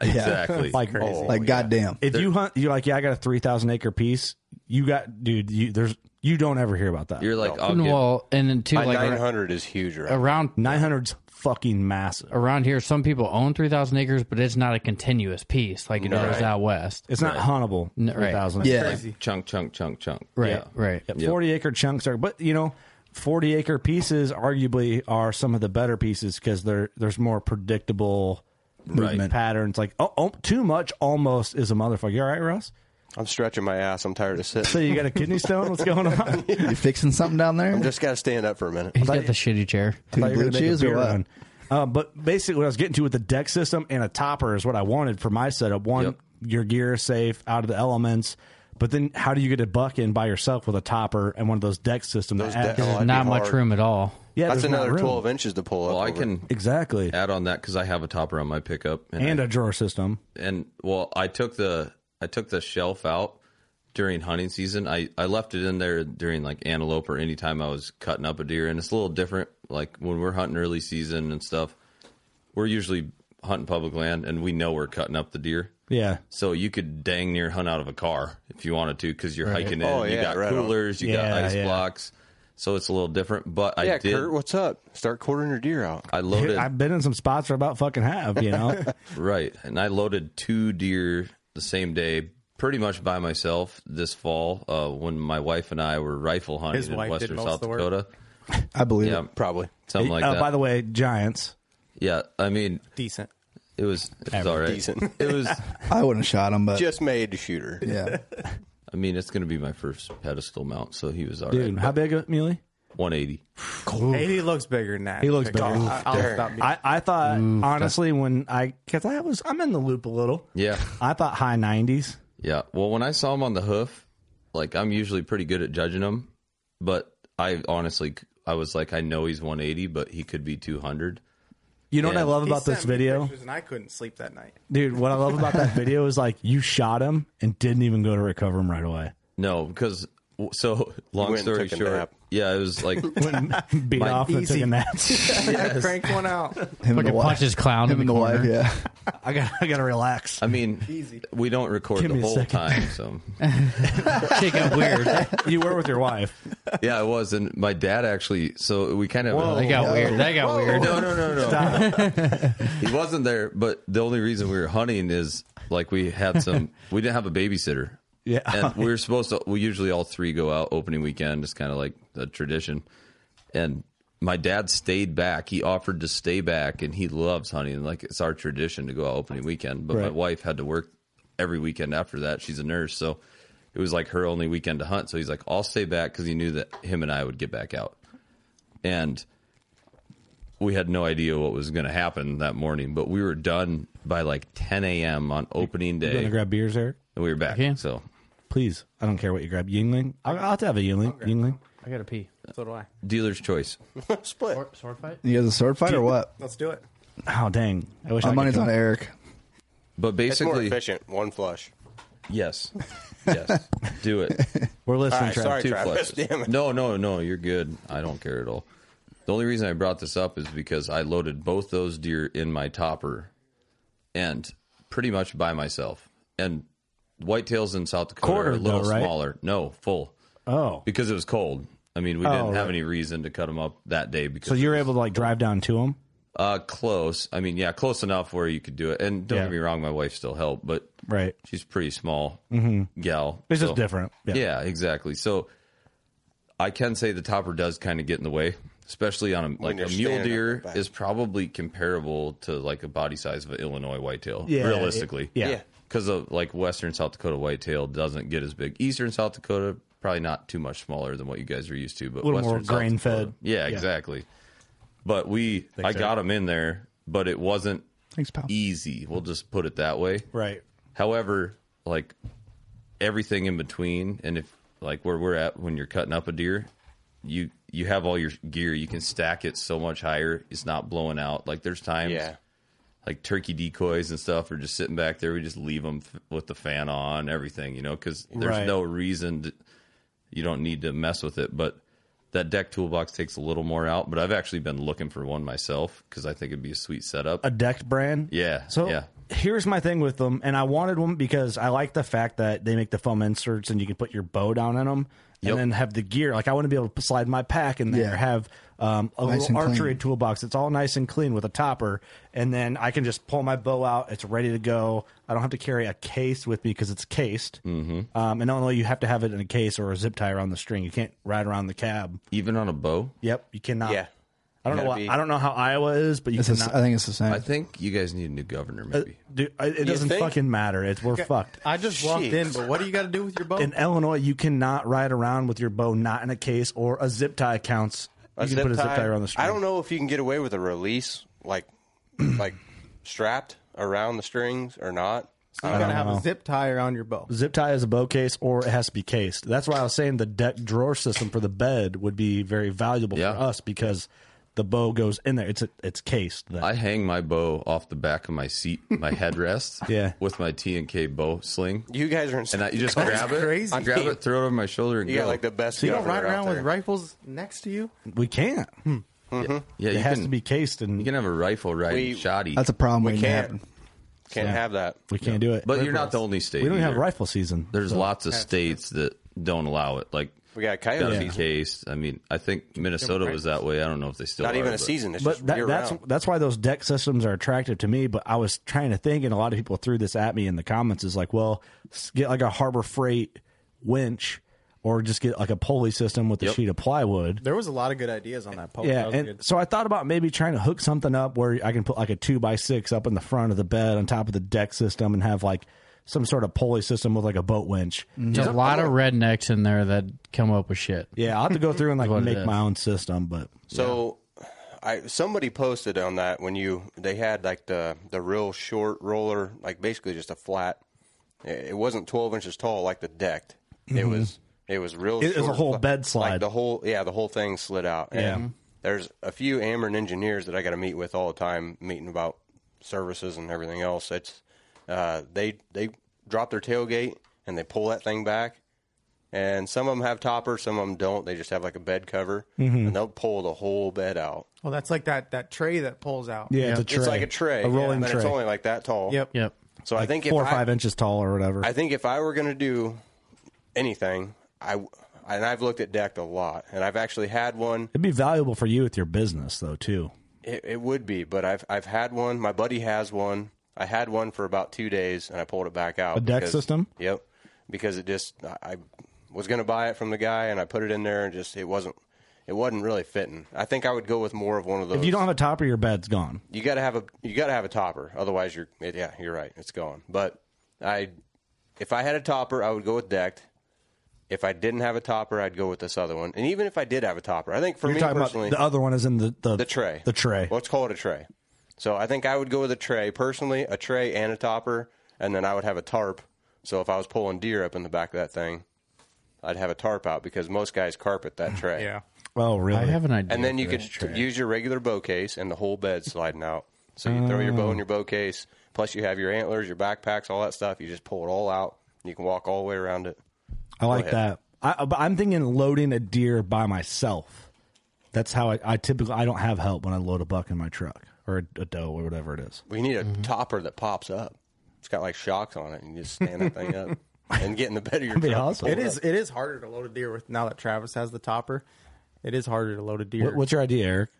exactly. Like Like, goddamn. if you hunt, you're like, yeah, I got a three thousand acre piece. You got, dude. You there's you don't ever hear about that. you're like, I'll get- well, and then too, My like 900 is huge. Right? around 900's fucking massive. around here, some people own three thousand acres, but it's not a continuous piece like it is Right. out west. It's not huntable. N- right. 3,000. Yeah. chunk, chunk, chunk, chunk. Right, Yeah. right. Yep, 40 acre chunks are, but you know, 40 acre pieces arguably are some of the better pieces because they're, there's more predictable movement patterns. Like, oh, oh, too much almost is a motherfucker. You all right, Russ? I'm stretching my ass. I'm tired of So sitting. you got a kidney stone? What's going on? Two You fixing something down there? I'm just got to stand up for a minute. He's got the shitty chair. blue cheese or what? Uh, but basically, what I was getting to with the deck system and a topper is what I wanted for my setup. One, Yep. your gear is safe out of the elements. But then, how do you get a buck in by yourself with a topper and one of those deck systems? Those that deck- adds- Oh, that'd not be much hard. room at all. yeah, That's there's not another room. 12 inches to pull up. Well, I over. can Exactly. add on that because I have a topper on my pickup, and I- a drawer system. and well, I took the I took the shelf out during hunting season. I I left it in there during like antelope or any time I was cutting up a deer, and it's a little different. Like when we're hunting early season and stuff, we're usually hunting public land, and we know we're cutting up the deer. Yeah. So you could dang near hunt out of a car if you wanted to, because you're hiking in. Oh, you yeah, got right on. coolers, you Yeah, got ice yeah. blocks. So it's a little different, but Yeah, I did. Kurt, what's up? Start quartering your deer out. I loaded. I've been in some spots where I about fucking have, you know? Right. And I loaded two deer the same day, pretty much by myself this fall uh, when my wife and I were rifle hunting His in wife did western most of South the work. Dakota. I believe Yeah, it. Probably. something like Uh, that. By the way, Giants. yeah, I mean, Decent. it was, it was all right. Decent. It was, I wouldn't have shot him, but Just made to shooter. Uh, yeah. I mean, it's going to be my first pedestal mount, so he was all right. Dude, how big a Muley? 180. 80 looks bigger than that. He looks Picture. bigger. I- I'll stop being- I, I thought, honestly, when I, because I was, I'm in the loop a little. Yeah. I thought high 90s. Yeah. Well, when I saw him on the hoof, like I'm usually pretty good at judging him, but I honestly, I was like, I know he's 180, but he could be 200. You know what I Yeah. love He about sent this me video? pictures And I couldn't sleep that night. Dude, what I love about that video is like you shot him and didn't even go to recover him right away. No, because so long went and story took a short, nap. yeah, it was like Beat off and took easy. a nap. I cranked one out. Him and the Fucking wife. punch his clown Him in and the the corner. wife, yeah. I got I got to relax. I mean, we don't record Give the me a whole second. time, so Shit got weird. You were with your wife. yeah, it was. And my dad actually, so we kind of That got weird. That got weird. no, no, no, no. he wasn't there, but the only reason we were hunting is like we had some, we didn't have a babysitter. Yeah. and we were supposed to we usually all three go out opening weekend it's kind of like a tradition and my dad stayed back he offered to stay back and he loves hunting like it's our tradition to go out opening weekend but my Right. wife had to work every weekend after that she's a nurse so it was like her only weekend to hunt so he's like i'll stay back because he knew that him and i would get back out and we had no idea what was going to happen that morning but we were done by like 10 a.m on opening You want day to grab beers, Eric? and we were back Okay. so Please. I don't care what you grab. Yingling. I'll, I'll have to have a Yingling. Yingling. I gotta pee. So do I. dealer's choice Split. Sword, sword fight? You guys a sword fight or what? Let's do it. Oh dang! I wish My I money's could on Eric. But It's more basically, efficient. One flush. yes, yes, do it. We're All listening. right, Travis. sorry, Two Travis. flushes. Damn it. No, no, no. You're good. I don't care at all. The only reason I brought this up is because I loaded both those deer in my topper, and pretty much by myself. And whitetails in South Dakota are a Quartered, though, little right? smaller. No, full Oh, because it was cold. I mean, we Oh, didn't have right. any reason to cut them up that day because so you're able to like drive down to them? uh close. I mean, yeah, close enough where you could do it. And don't Yeah. get me wrong, my wife still helped, but Right. she's a pretty small gal. Mm-hmm. It's so- just different. Yeah. Yeah, exactly. So I can say the topper does kind of get in the way, especially on a like you're a mule standing deer up and back. is probably comparable to like a body size of an Illinois whitetail, Yeah, realistically. yeah. Yeah. Because of like Western South Dakota whitetail doesn't get as big. Eastern South Dakota probably not too much smaller than what you guys are used to, but A little more Western South grain Dakota- fed. Yeah, exactly. But we, I got them in there, but it wasn't Thanks, pal. easy. We'll just put it that way. Right. However, like everything in between, and if like where we're at when you're cutting up a deer, you you have all your gear. You can stack it so much higher. It's not blowing out. Like there's times, Yeah. like turkey decoys and stuff are just sitting back there. We just leave them f- with the fan on, everything, you know, because there's Right. no reason. To, you don't need to mess with it, but. That deck toolbox takes a little more out, but I've actually been looking for one myself because I think it'd be a sweet setup. A decked brand. Yeah, So yeah. here's my thing with them, and I wanted one because I like the fact that they make the foam inserts, and you can put your bow down in them, Yep. and then have the gear. Like I want to be able to slide my pack in there, Yeah. have um, a Nice little and archery clean. toolbox. It's all nice and clean with a topper, and then I can just pull my bow out. It's ready to go. I don't have to carry a case with me because it's cased. Mm-hmm. Um, in Illinois, you have to have it in a case or a zip tie around the string. You can't ride around the cab. Even on a bow, Yep, you cannot. Yeah. I don't know. Gotta What, be- I don't know how Iowa is, but you It's the s- cannot. I think it's the same. I think you guys need a new governor, Uh, maybe. Dude, I- it doesn't think? fucking matter. It's we're fucked. I just walked Jeez. in, but what do you got to do with your boat? in Illinois, you cannot ride around with your bow not in a case or a zip tie counts. You A can put a zip tie around the string. I don't know if you can get away with a release like like strapped around the strings or not. So you got to have a zip tie around your bow. Zip tie is a bow case, or it has to be cased. That's why I was saying the deck drawer system for the bed would be very valuable Yeah. for us because the bow goes in there. It's a, it's cased. Then. I hang my bow off the back of my seat, my headrest, Yeah. with my T and K bow sling, You guys are and I, insane. you just grab it, crazy. I grab it, throw it over my shoulder, and You go. got like the best. So you don't governor ride around out with there. rifles next to you? we can't. yeah, It Hmm. you has can, to be cased, and You can have a rifle riding mm-hmm. We- shoddy, That's a problem We we can can't have. can't have that. we can't do it. but you're not the only state. we don't have either. rifle season. There's lots of states that don't allow it, like We got gun coyote season. case. I mean, I think Minnesota was that way. I don't know if they still Not are, even a but- season. It's but just that, year that's round. that's why those deck systems are attractive to me. But I was trying to think, and a lot of people threw this at me in the comments. Is like, well, s- get like a Harbor Freight winch, or just get like a pulley system with a Yep. sheet of plywood. There was a lot of good ideas on that post. yeah, That was and good. so I thought about maybe trying to hook something up where I can put like a two by six up in the front of the bed on top of the deck system and have like some sort of pulley system with like a boat winch. There's a lot of rednecks in there that come up with shit. Yeah, I'll have to go through and like What it make is. my own system, but So, I somebody posted on that when you they had like the the real short roller, like basically just a flat. It it wasn't twelve inches tall like the decked. It was it was real. Mm-hmm. It was a short, whole fla- bed Like slide. the whole yeah, the whole thing slid out. Yeah. Mm-hmm. And there's a few Ameren engineers that I got to meet with all the time, meeting about services and everything else. It's uh, they they drop their tailgate and they pull that thing back. And some of them have toppers, some of them don't. They just have like a bed cover, Mm-hmm. and they'll pull the whole bed out. well, that's like that that tray that pulls out. yeah, it's a tray. It's like a tray, a rolling yeah, but tray, It's only like that tall. Yep. Yep. So I think four if or five I, inches tall or whatever. I think if I were going to do anything, I w- and I've looked at decked a lot, and I've actually had one. It'd be valuable for you with your business though too. It, it would be, but I've I've had one. My buddy has one. I had one for about two days, and I pulled it back out. A deck because- system? Yep. because it just I, I was going to buy it from the guy and I put it in there and just it wasn't it wasn't really fitting. I think I would go with more of one of those. If you don't have a topper, your bed's gone. you got to have a you got to have a topper, otherwise you're it- yeah you're right it's gone. But I if I had a topper, I would go with decked. If I didn't have a topper, I'd go with this other one. And even if I did have a topper, I think for You're me talking about personally, the other one is in the the, the tray. The tray. Let's call it a tray. So I think I would go with a tray personally, a tray and a topper, and then I would have a tarp. So if I was pulling deer up in the back of that thing, I'd have a tarp out because most guys carpet that tray. Yeah. Oh, really? I have an idea. And then you for could this t- trick. use your regular bow case and the whole bed sliding out. So you throw your bow Oh. in your bow case, plus you have your antlers, your backpacks, all that stuff. You just pull it all out. and You can walk all the way around it. I like ahead. that. I, uh, but I'm thinking loading a deer by myself. That's how I, I typically I don't have help when I load a buck in my truck or a, a doe or whatever it is. We need a Mm-hmm. topper that pops up. It's got like shocks on it, and you just stand that thing up and get in the bed of your be truck. and awesome. pull It It up. is it is harder to load a deer with now that Travis has the topper. It is harder to load a deer. What, what's your idea, Eric?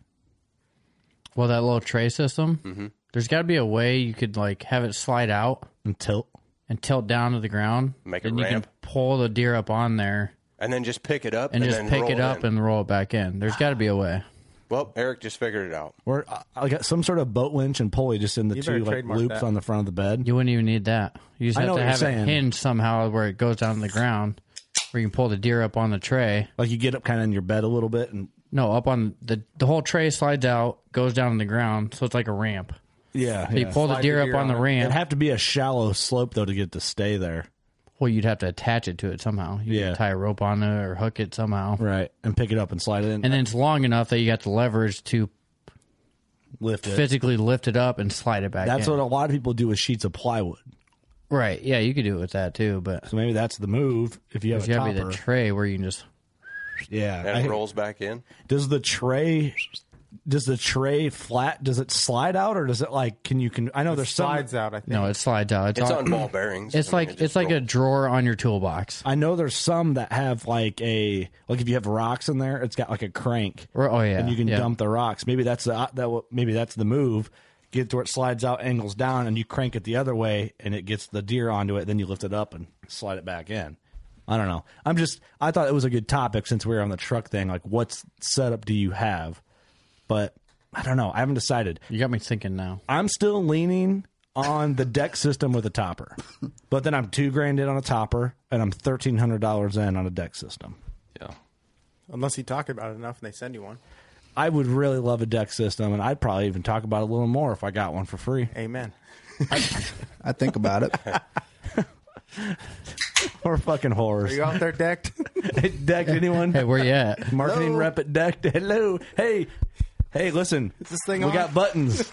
Well, that little tray system. Mm-hmm. There's got to be a way you could like have it slide out And tilt. and tilt down to the ground. Make a and you ramp. can pull the deer up on there and then just pick it up and, just then pick roll it up in. and roll it back in. There's got to be a way. well, Eric just figured it out. Or uh, I got some sort of boat winch and pulley just in the You two better like trademark loops that. on the front of the bed. You wouldn't even need that. You just I have know to what you're have it saying. hinged somehow where it goes down to the ground, where you can pull the deer up on the tray. Like you get up kind of in your bed a little bit and No, up on the the whole tray slides out, goes down to the ground, so it's like a ramp. yeah. So you pull the Slide deer, the up deer on the on it. ramp. It'd have to be a shallow slope though to get it to stay there, well, you'd have to attach it to it somehow. You Yeah. could tie a rope on it or hook it somehow. right? And pick it up and slide it in And then it's long enough that you got the leverage to lift it. physically lift it up and slide it back. That's in. what a lot of people do with sheets of plywood. Right. Yeah, you could do it with that too, but So maybe that's the move if you have there's a got to be topper. the tray where you can just. yeah, And I- it rolls back in. Does the tray does the tray flat does it slide out or does it like can you can I know there's slides some out? I think. No, it slides out. It's, It's all- on ball bearings. It's I like mean, it just it's like a rolls. drawer on your toolbox. I know there's some that have like a like if you have rocks in there it's got like a crank Or- oh yeah, and you can yeah. dump the rocks maybe that's the uh, that wa- maybe that's the move get it to where it slides out angles down and you crank it the other way and it gets the deer onto it then you lift it up and slide it back in I don't know I'm just I thought it was a good topic since we were on the truck thing like what setup do you have but I don't know I haven't decided You got me thinking now. I'm still leaning on the deck system with a topper, but then I'm two grand in on a topper and I'm thirteen hundred dollars in on a deck system. Yeah. Unless you talk about it enough and they send you one. I would really love a deck system, and I'd probably even talk about it a little more if I got one for free. Amen. I think about it. Or fucking Are horrors. you out there decked? deck anyone? Hey, where you at? Marketing Hello? rep at deck. Hello. Hey. Hey, listen. this thing we on? got buttons.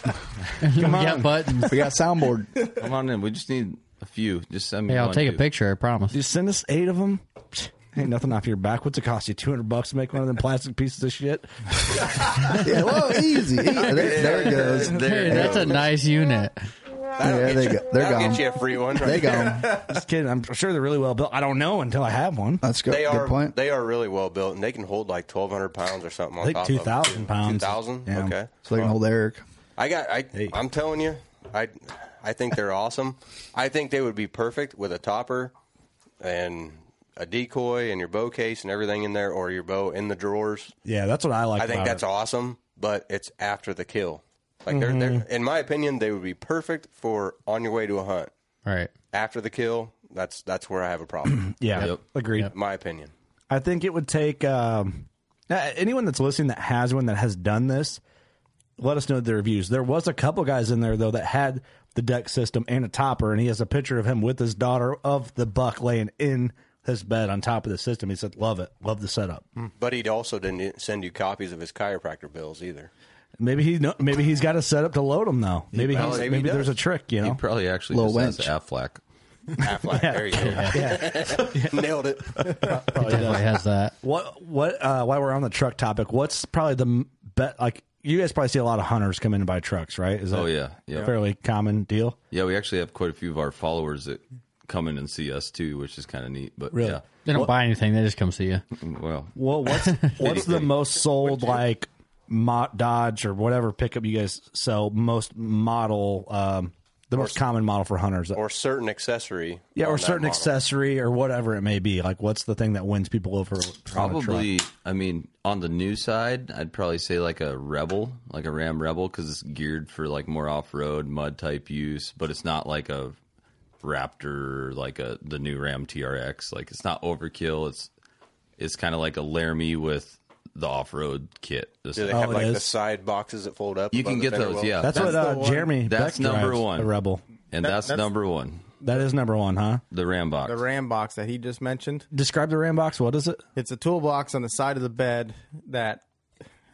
you Come got on. buttons. We got soundboard. Come on in. We just need a few. Just send me. Hey, I'll one, take a two. picture. I promise. Just send us eight of them. Ain't nothing off your back. What's it cost you? Two hundred bucks to make one of them plastic pieces of shit. Yeah, whoa, easy. easy. There, there it goes. Hey, that's a nice unit. Yeah, they go. They're I'll gone. get you a free one. They gone. Just kidding. I'm sure they're really well built. I don't know until I have one. Let's go. They Good are point. they are really well built, and they can hold like twelve hundred pounds or something. I On think top of it. 2,000 pounds. 2,000? Yeah. Okay. so they can hold Eric. I got. I, I'm telling you, I, I think they're awesome. I think they would be perfect with a topper and a decoy and your bow case and everything in there, or your bow in the drawers. Yeah, that's what I like. I think about that's it. awesome, but it's after the kill. Like they're, Mm-hmm. they're, in my opinion, they would be perfect for on your way to a hunt. All right. After the kill, that's that's where I have a problem. Yeah, Yep. agreed. my opinion. I think it would take um, uh, anyone that's listening that has one that has done this. Let us know the reviews. There was a couple guys in there though that had the deck system and a topper, and he has a picture of him with his daughter of the buck laying in his bed on top of the system. He said, "Love it, love the setup." But he also didn't send you copies of his chiropractor bills either. Maybe he kno- maybe he's got a setup to load them though. Maybe he's, probably- maybe, maybe he there's a does. trick, you He know. probably actually Little just has wench. Aflac. Affleck, there you go. Nailed it. Oh, It definitely has that. What what uh while we're on the truck topic, what's probably the m- bet like you guys probably see a lot of hunters come in and buy trucks, right? Is that Oh, yeah, yeah. a fairly common deal? Yeah, we actually have quite a few of our followers that come in and see us too, which is kind of neat. But Really? yeah, Mm, They don't buy anything. They just come see you. well, Well, what's what's the most sold like mo- Dodge or whatever pickup you guys sell most model um the most common model for hunters. or certain accessory. yeah, on or that certain model. accessory or whatever it may be. Like, what's the thing that wins people over? on a truck? Probably, I mean, on the new side, I'd probably say like a Rebel, like a Ram Rebel, because it's geared for like more off road, mud type use, but it's not like a Raptor, or like a the new Ram TRX. Like it's not overkill. It's it's kind of like a Laramie with the off road kit. Do they Oh, have it like the is? side boxes that fold up? You above can the get fender those, well? yeah. That's, what That's uh, the one. Jeremy. That's Beck number drives, one. A rebel. and that's, that's- number one, That is number one, huh? the Ram box. The RAM box that he just mentioned. Describe the ram box. What is it? It's a toolbox on the side of the bed that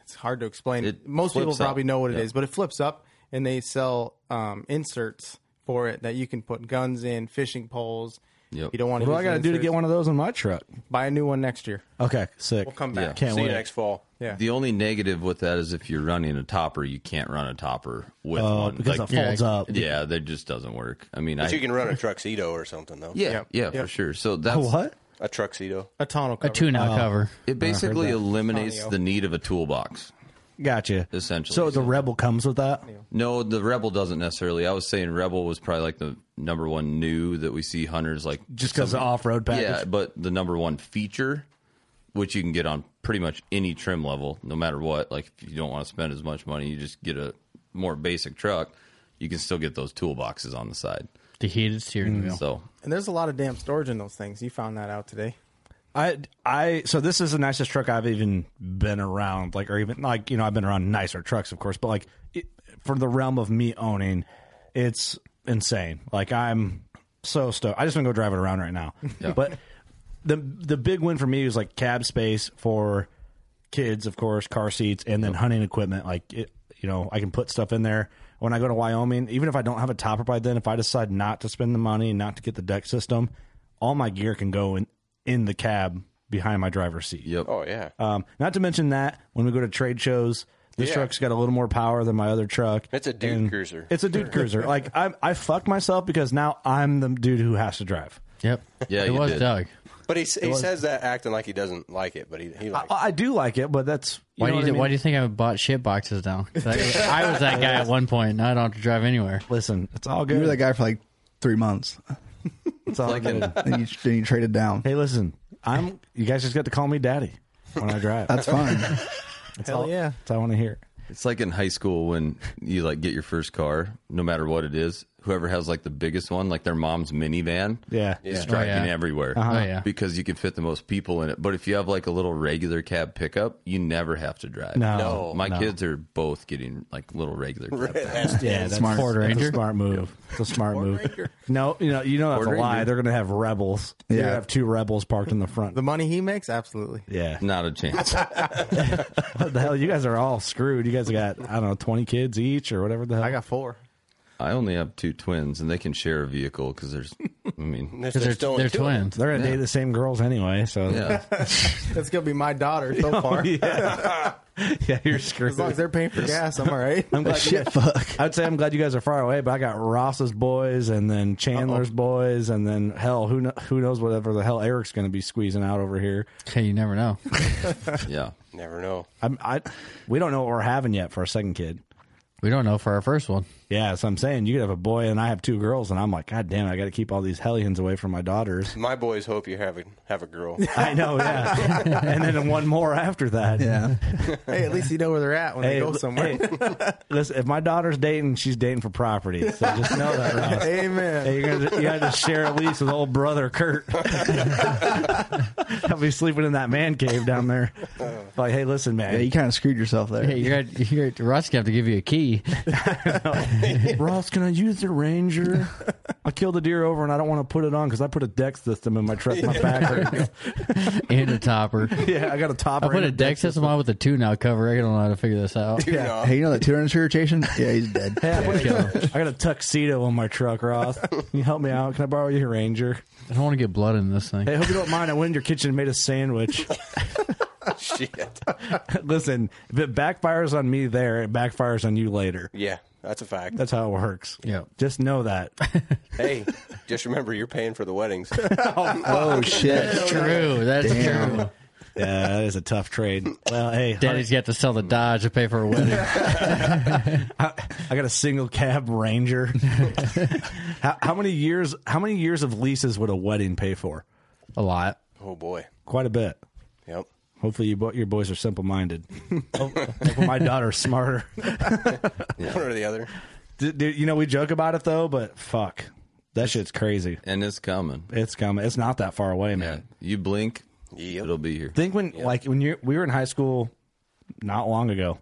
it's hard to explain. It Most people flips up. probably know what it is, Yeah. but it flips up and they sell um, inserts for it that you can put guns in, fishing poles. Yep. You don't want What do I got to do to get one of those in my truck? Buy a new one next year. Okay, sick. We'll come back. Can't See wait. you next fall. Yeah. the only negative with that is if you're running a topper, you can't run a topper with Oh, one because Like, it folds up. Yeah, that just doesn't work. I mean, I But you can run a Truxedo or something though. Yeah, Yep. yeah, Yep. for sure. So that's What? A Truxedo. a tonneau A cover. two Oh. now cover. It basically eliminates Audio. the need of a toolbox. Gotcha. Essentially, So the rebel comes with that. No, the Rebel doesn't necessarily. I was saying Rebel was probably like the number one new that we see hunters like. Just because the off road package. Yeah, but the number one feature, which you can get on pretty much any trim level, no matter what. Like if you don't want to spend as much money, you just get a more basic truck. You can still get those toolboxes on the side. The heated Mm. steering wheel. So And there's a lot of damn storage in those things. You found that out today. I I so this is the nicest truck I've even been around, like or even like you know I've been around nicer trucks, of course, but like it, for the realm of me owning, it's insane. Like I'm so stoked. I just want to go drive it around right now. But the the big win for me was like cab space for kids, of course, car seats, and then hunting equipment. Like it, you know, I can put stuff in there. When I go to Wyoming, even if I don't have a topper by then, if I decide not to spend the money and not to get the deck system, all my gear can go in in the cab behind my driver's seat. Yep. Oh yeah. Um, not to mention that when we go to trade shows, this Yeah. truck's got a little more power than my other truck. It's a dude And cruiser. It's a dude cruiser. Like I, I fuck myself because now I'm the dude who has to drive. Yep. Yeah, it you was did. Doug. But he, he says that acting like he doesn't like it, but he, he I, likes it. I do like it, but that's you Why know do you what I mean? why do you think I bought shit boxes now? 'Cause I, I was that guy at one point. Now I don't have to drive anywhere. listen? It's all You good. were that guy for like three months. it's all good. Then you, then you traded down. Hey, listen, I'm. You guys just got to call me daddy when I drive. That's fine. Hell yeah. That's all I want to hear. It's like in high school when you like get your first car, no matter what it is. Whoever has like the biggest one, like their mom's minivan, Yeah. is Oh, yeah. driving everywhere. Oh, yeah. because you can fit the most people in it. But if you have like a little regular cab pickup, you never have to drive. No. No. my kids are both getting like little regular cab pickups. Yeah, that's Smart. Ford Ranger. Ranger? That's a smart move. It's a smart move. No, you know, you know that's Ford a lie. Ranger. They're going to have rebels. They're going Yeah. to have two rebels parked in the front. The money he makes, absolutely. yeah. Not a chance. What the hell? You guys are all screwed. You guys got I don't know twenty kids each or whatever the hell. I got four. I only have two twins, and they can share a vehicle because there's, I mean, There's- Because there's they're, only they're two. twins. They're gonna date the same girls anyway, so yeah, That's gonna be my daughter Oh, so far. yeah, you're screwed. As long as they're paying for gas, I'm all right. I'm glad you guys- I'd say I'm glad you guys are far away, but I got Ross's boys and then Chandler's boys and then hell, who kno- who knows whatever the hell Eric's going to be squeezing out over here. Okay, you never know. yeah. Never know. I'm, I we don't know what we're having yet for our second kid. We don't know for our first one. Yeah, so I'm saying you could have a boy and I have two girls, and I'm like, God damn, it, I got to keep all these hellions away from my daughters. My boys hope you have a have a girl. I know, yeah, and then one more after that. Yeah. Hey, at least you know where they're at when they Hey, go li- somewhere. hey, listen, if my daughter's dating, she's dating for property. So just know that, Ross. Amen. Hey, you're gonna, you got to share a lease with old brother Kurt. I'll be sleeping in that man cave down there. Like, hey, listen, man, Yeah, you kind of screwed yourself there. Hey, you're at, you're at, Russ gonna have to give you a key. Ross, can I use the Ranger? I killed a deer over, and I don't want to put it on because I put a deck system in my truck, my back. and a topper. yeah, I got a top. I put a deck system on with a two now cover. I don't know how to figure this out. You know, Hey, you know that two inch irritation? Yeah, he's dead. Yeah, I, put a, I got a tuxedo on my truck, Ross. Can you help me out? Can I borrow your Ranger? I don't want to get blood in this thing. Hey, hope you don't mind. I went in your kitchen and made a sandwich. shit. Listen, if it backfires on me there, it backfires on you later. Yeah, that's a fact. That's how it works. Yeah. Just know that. hey, just remember you're paying for the weddings. Oh, shit. True. That's true. Yeah, that is a tough trade. Well, hey, Daddy's got to sell the Dodge to pay for a wedding. I got a single cab Ranger. how, how many years? How many years of leases would a wedding pay for? a lot. Oh boy. Quite a bit. Yep. Hopefully, you, bo- your boys are simple minded. Hopefully, my daughter's smarter. One or the other. D- dude, you know, we joke about it though, but fuck, that shit's crazy. and it's coming. It's coming. It's not that far away, man. You blink, Yep. it'll be here. Think when, like, when you we were in high school, not long ago.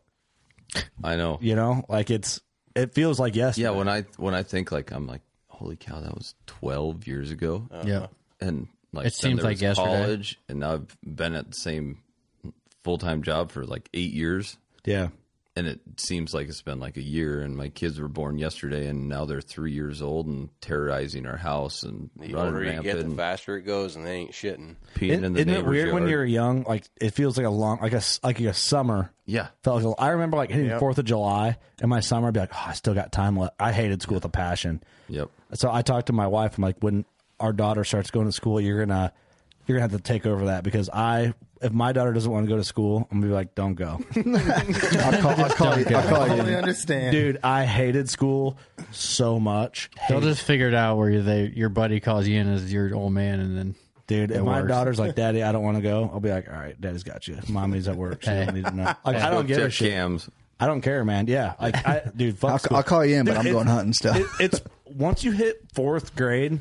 I know. You know, like it's it feels like yes. Yeah, when I when I think like I'm like, holy cow, that was 12 years ago, Uh-huh. Yeah. and like It then seems there like was yesterday. college, and now I've been at the same full time job for like eight years, yeah. and it seems like it's been like a year. And my kids were born yesterday, and now they're three years old and terrorizing our house and The running older you rampant, get, the and faster it goes, and they ain't shitting. peeing in Isn't isn't the it neighbor's weird when yard. you're young? Like it feels like a long, like a s- like a summer yeah. felt like a, I remember like hitting Fourth of July in my summer. I'd be like, oh, I still got time left. I hated school with a passion. Yep. So I talked to my wife. I'm like, when our daughter starts going to school, you're gonna you're gonna have to take over that because I, if my daughter doesn't want to go to school, I'm gonna be like, don't go, I'll call, I'll call you. I'll call Totally you. understand. dude. I hated school so much, They'll Hated- just figure it out where you- they your buddy calls you in as your old man, and then dude. If It my works. daughter's like, Daddy, I don't want to go, I'll be like, all right, Daddy's got you. Mommy's at work. She Hey. don't need to know. Like, I don't Go give a check shit. cams. I don't care, man. Yeah, like, I, dude, fuck I'll, school. I'll call you in, but Dude, I'm it- going hunting stuff. it, it's once you hit fourth grade,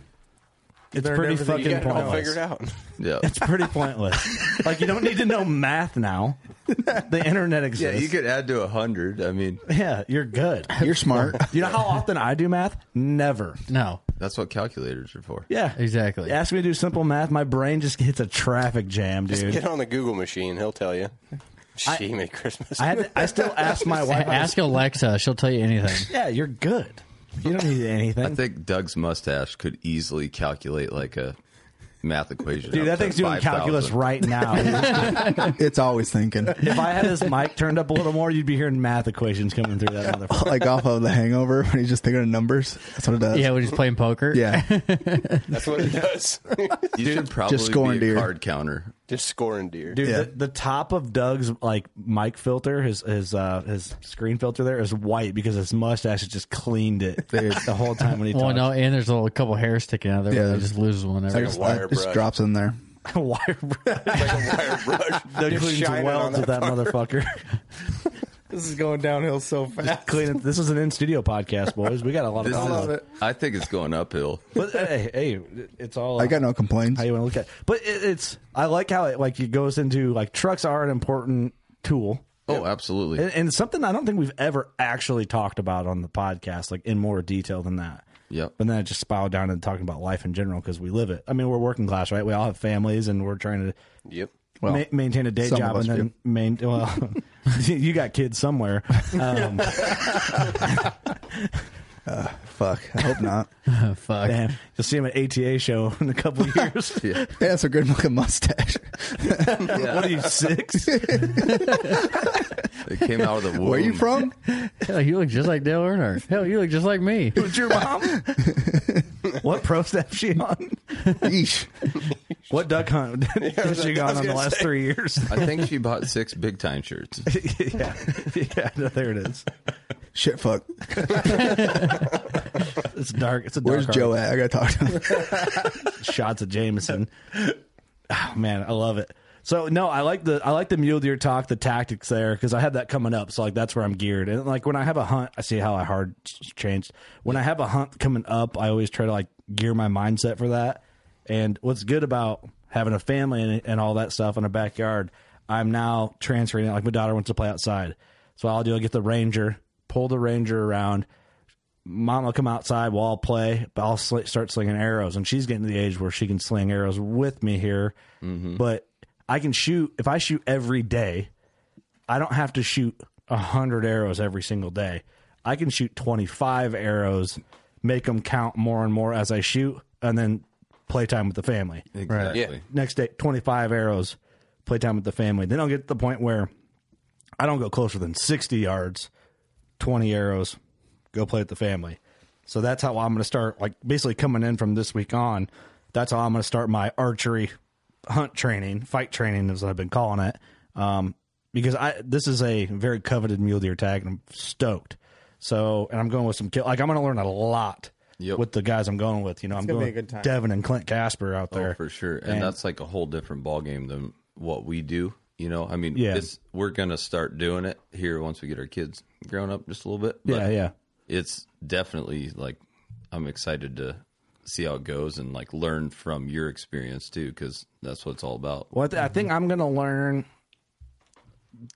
it's learned pretty everything you fucking gotta know. I'll pointless. figure it out. Yeah. It's pretty pointless. like you don't need to know math now. The internet Yeah, exists. you could add to a hundred. I mean, Yeah, you're good. You're smart. You know how often I do math? Never. no, that's what calculators are for. Yeah, Exactly. Ask me to do simple math, my brain just hits a traffic jam, dude. Get on the Google machine. He'll tell you. She made Christmas. I had to, I still ask my wife. I was- ask Alexa, she'll tell you anything. yeah, you're good. You don't need anything. I think Doug's mustache could easily calculate like a math equation. Dude, up that to thing's doing 5,000. calculus right now. it's always thinking. if I had his mic turned up a little more, you'd be hearing math equations coming through that motherfucker. Like off of the hangover when he's just thinking of numbers. That's what it does. yeah, when he's playing poker. Yeah. That's what it does. You should probably scoring be a deer. card counter. Just scoring deer. Dude, Yeah. the, the top of Doug's like mic filter, his his uh, his screen filter there is white because his mustache has just cleaned it the whole time when he Well, talks. no, and there's a little couple hairs sticking out of there. Yeah, Yeah, he there's- just loses one every. Just- wire that just brush. drops in there. wire brush. Wire brush. Doug Just cleans shining on welds with that motherfucker. This is going downhill so fast. Cleaning. This is an in studio podcast, boys. We got a lot of. This content. is- it. I think it's going uphill. But hey, hey, it's all. I got no complaints. how you want to look at. It. But it, it's. I like how it like it goes into like trucks are an important tool. Oh, absolutely. And, and something I don't think we've ever actually talked about on the podcast, like in more detail than that. Yep. But then I just spiraled down and talking about life in general because we live it. I mean, we're working class, right? We all have families, and we're trying to Yep. Well, ma- maintain a day some job of and us then main. Well, you got kids somewhere. Um, Fuck. I hope not. Fuck. damn, you'll see him at ATA show in a couple of years. Yeah, that's a good looking mustache. What are you six? It came out of the womb. Where you from? Hell, you look just like Dale Earnhardt. Hell, you look just like me. Who's your mom? what pro step she on? Yeesh. What duck hunt has she gone was on the gonna last say. three years? I think she bought six big time shirts. yeah, yeah. No, there it is. Shit, fuck. It's dark. It's a dark. Where's Joe art. at? I gotta talk to him. Shots of Jameson. Oh, man, I love it. So no, I like the I like the mule deer talk, the tactics there because I have that coming up. So like that's where I'm geared. And like when I have a hunt, I see how I hard s- changed. When I have a hunt coming up, I always try to like gear my mindset for that. And what's good about having a family and, and all that stuff in a backyard, I'm now transferring it. Like my daughter wants to play outside, so I'll do I get the ranger, pull the ranger around, mom will come outside while I'll play, but I'll sl- start slinging arrows. And she's getting to the age where she can sling arrows with me here. But I can shoot, if I shoot every day, I don't have to shoot 100 arrows every single day. I can shoot 25 arrows, make them count more and more as I shoot, and then play time with the family. Exactly. Yeah. Next day, 25 arrows, play time with the family. Then I'll get to the point where I don't go closer than 60 yards, 20 arrows, go play with the family. So that's how I'm going to start, like basically coming in from this week on. That's how I'm going to start my archery hunt training, fight training, as I've been calling it, um, because I this is a very coveted mule deer tag, and I'm stoked. So, and I'm going with some kill. Like I'm going to learn a lot Yep. with the guys I'm going with. You know, I'm gonna going be a good time. Devin and Clint Casper out there. Oh, for sure. And, And- that's like a whole different ballgame than what we do. You know, I mean, Yeah. it's, we're going to start doing it here once we get our kids grown up just a little bit. yeah, yeah. It's definitely like, I'm excited to see how it goes and like learn from your experience too, because that's what it's all about. Well, I, th- I think I'm going to learn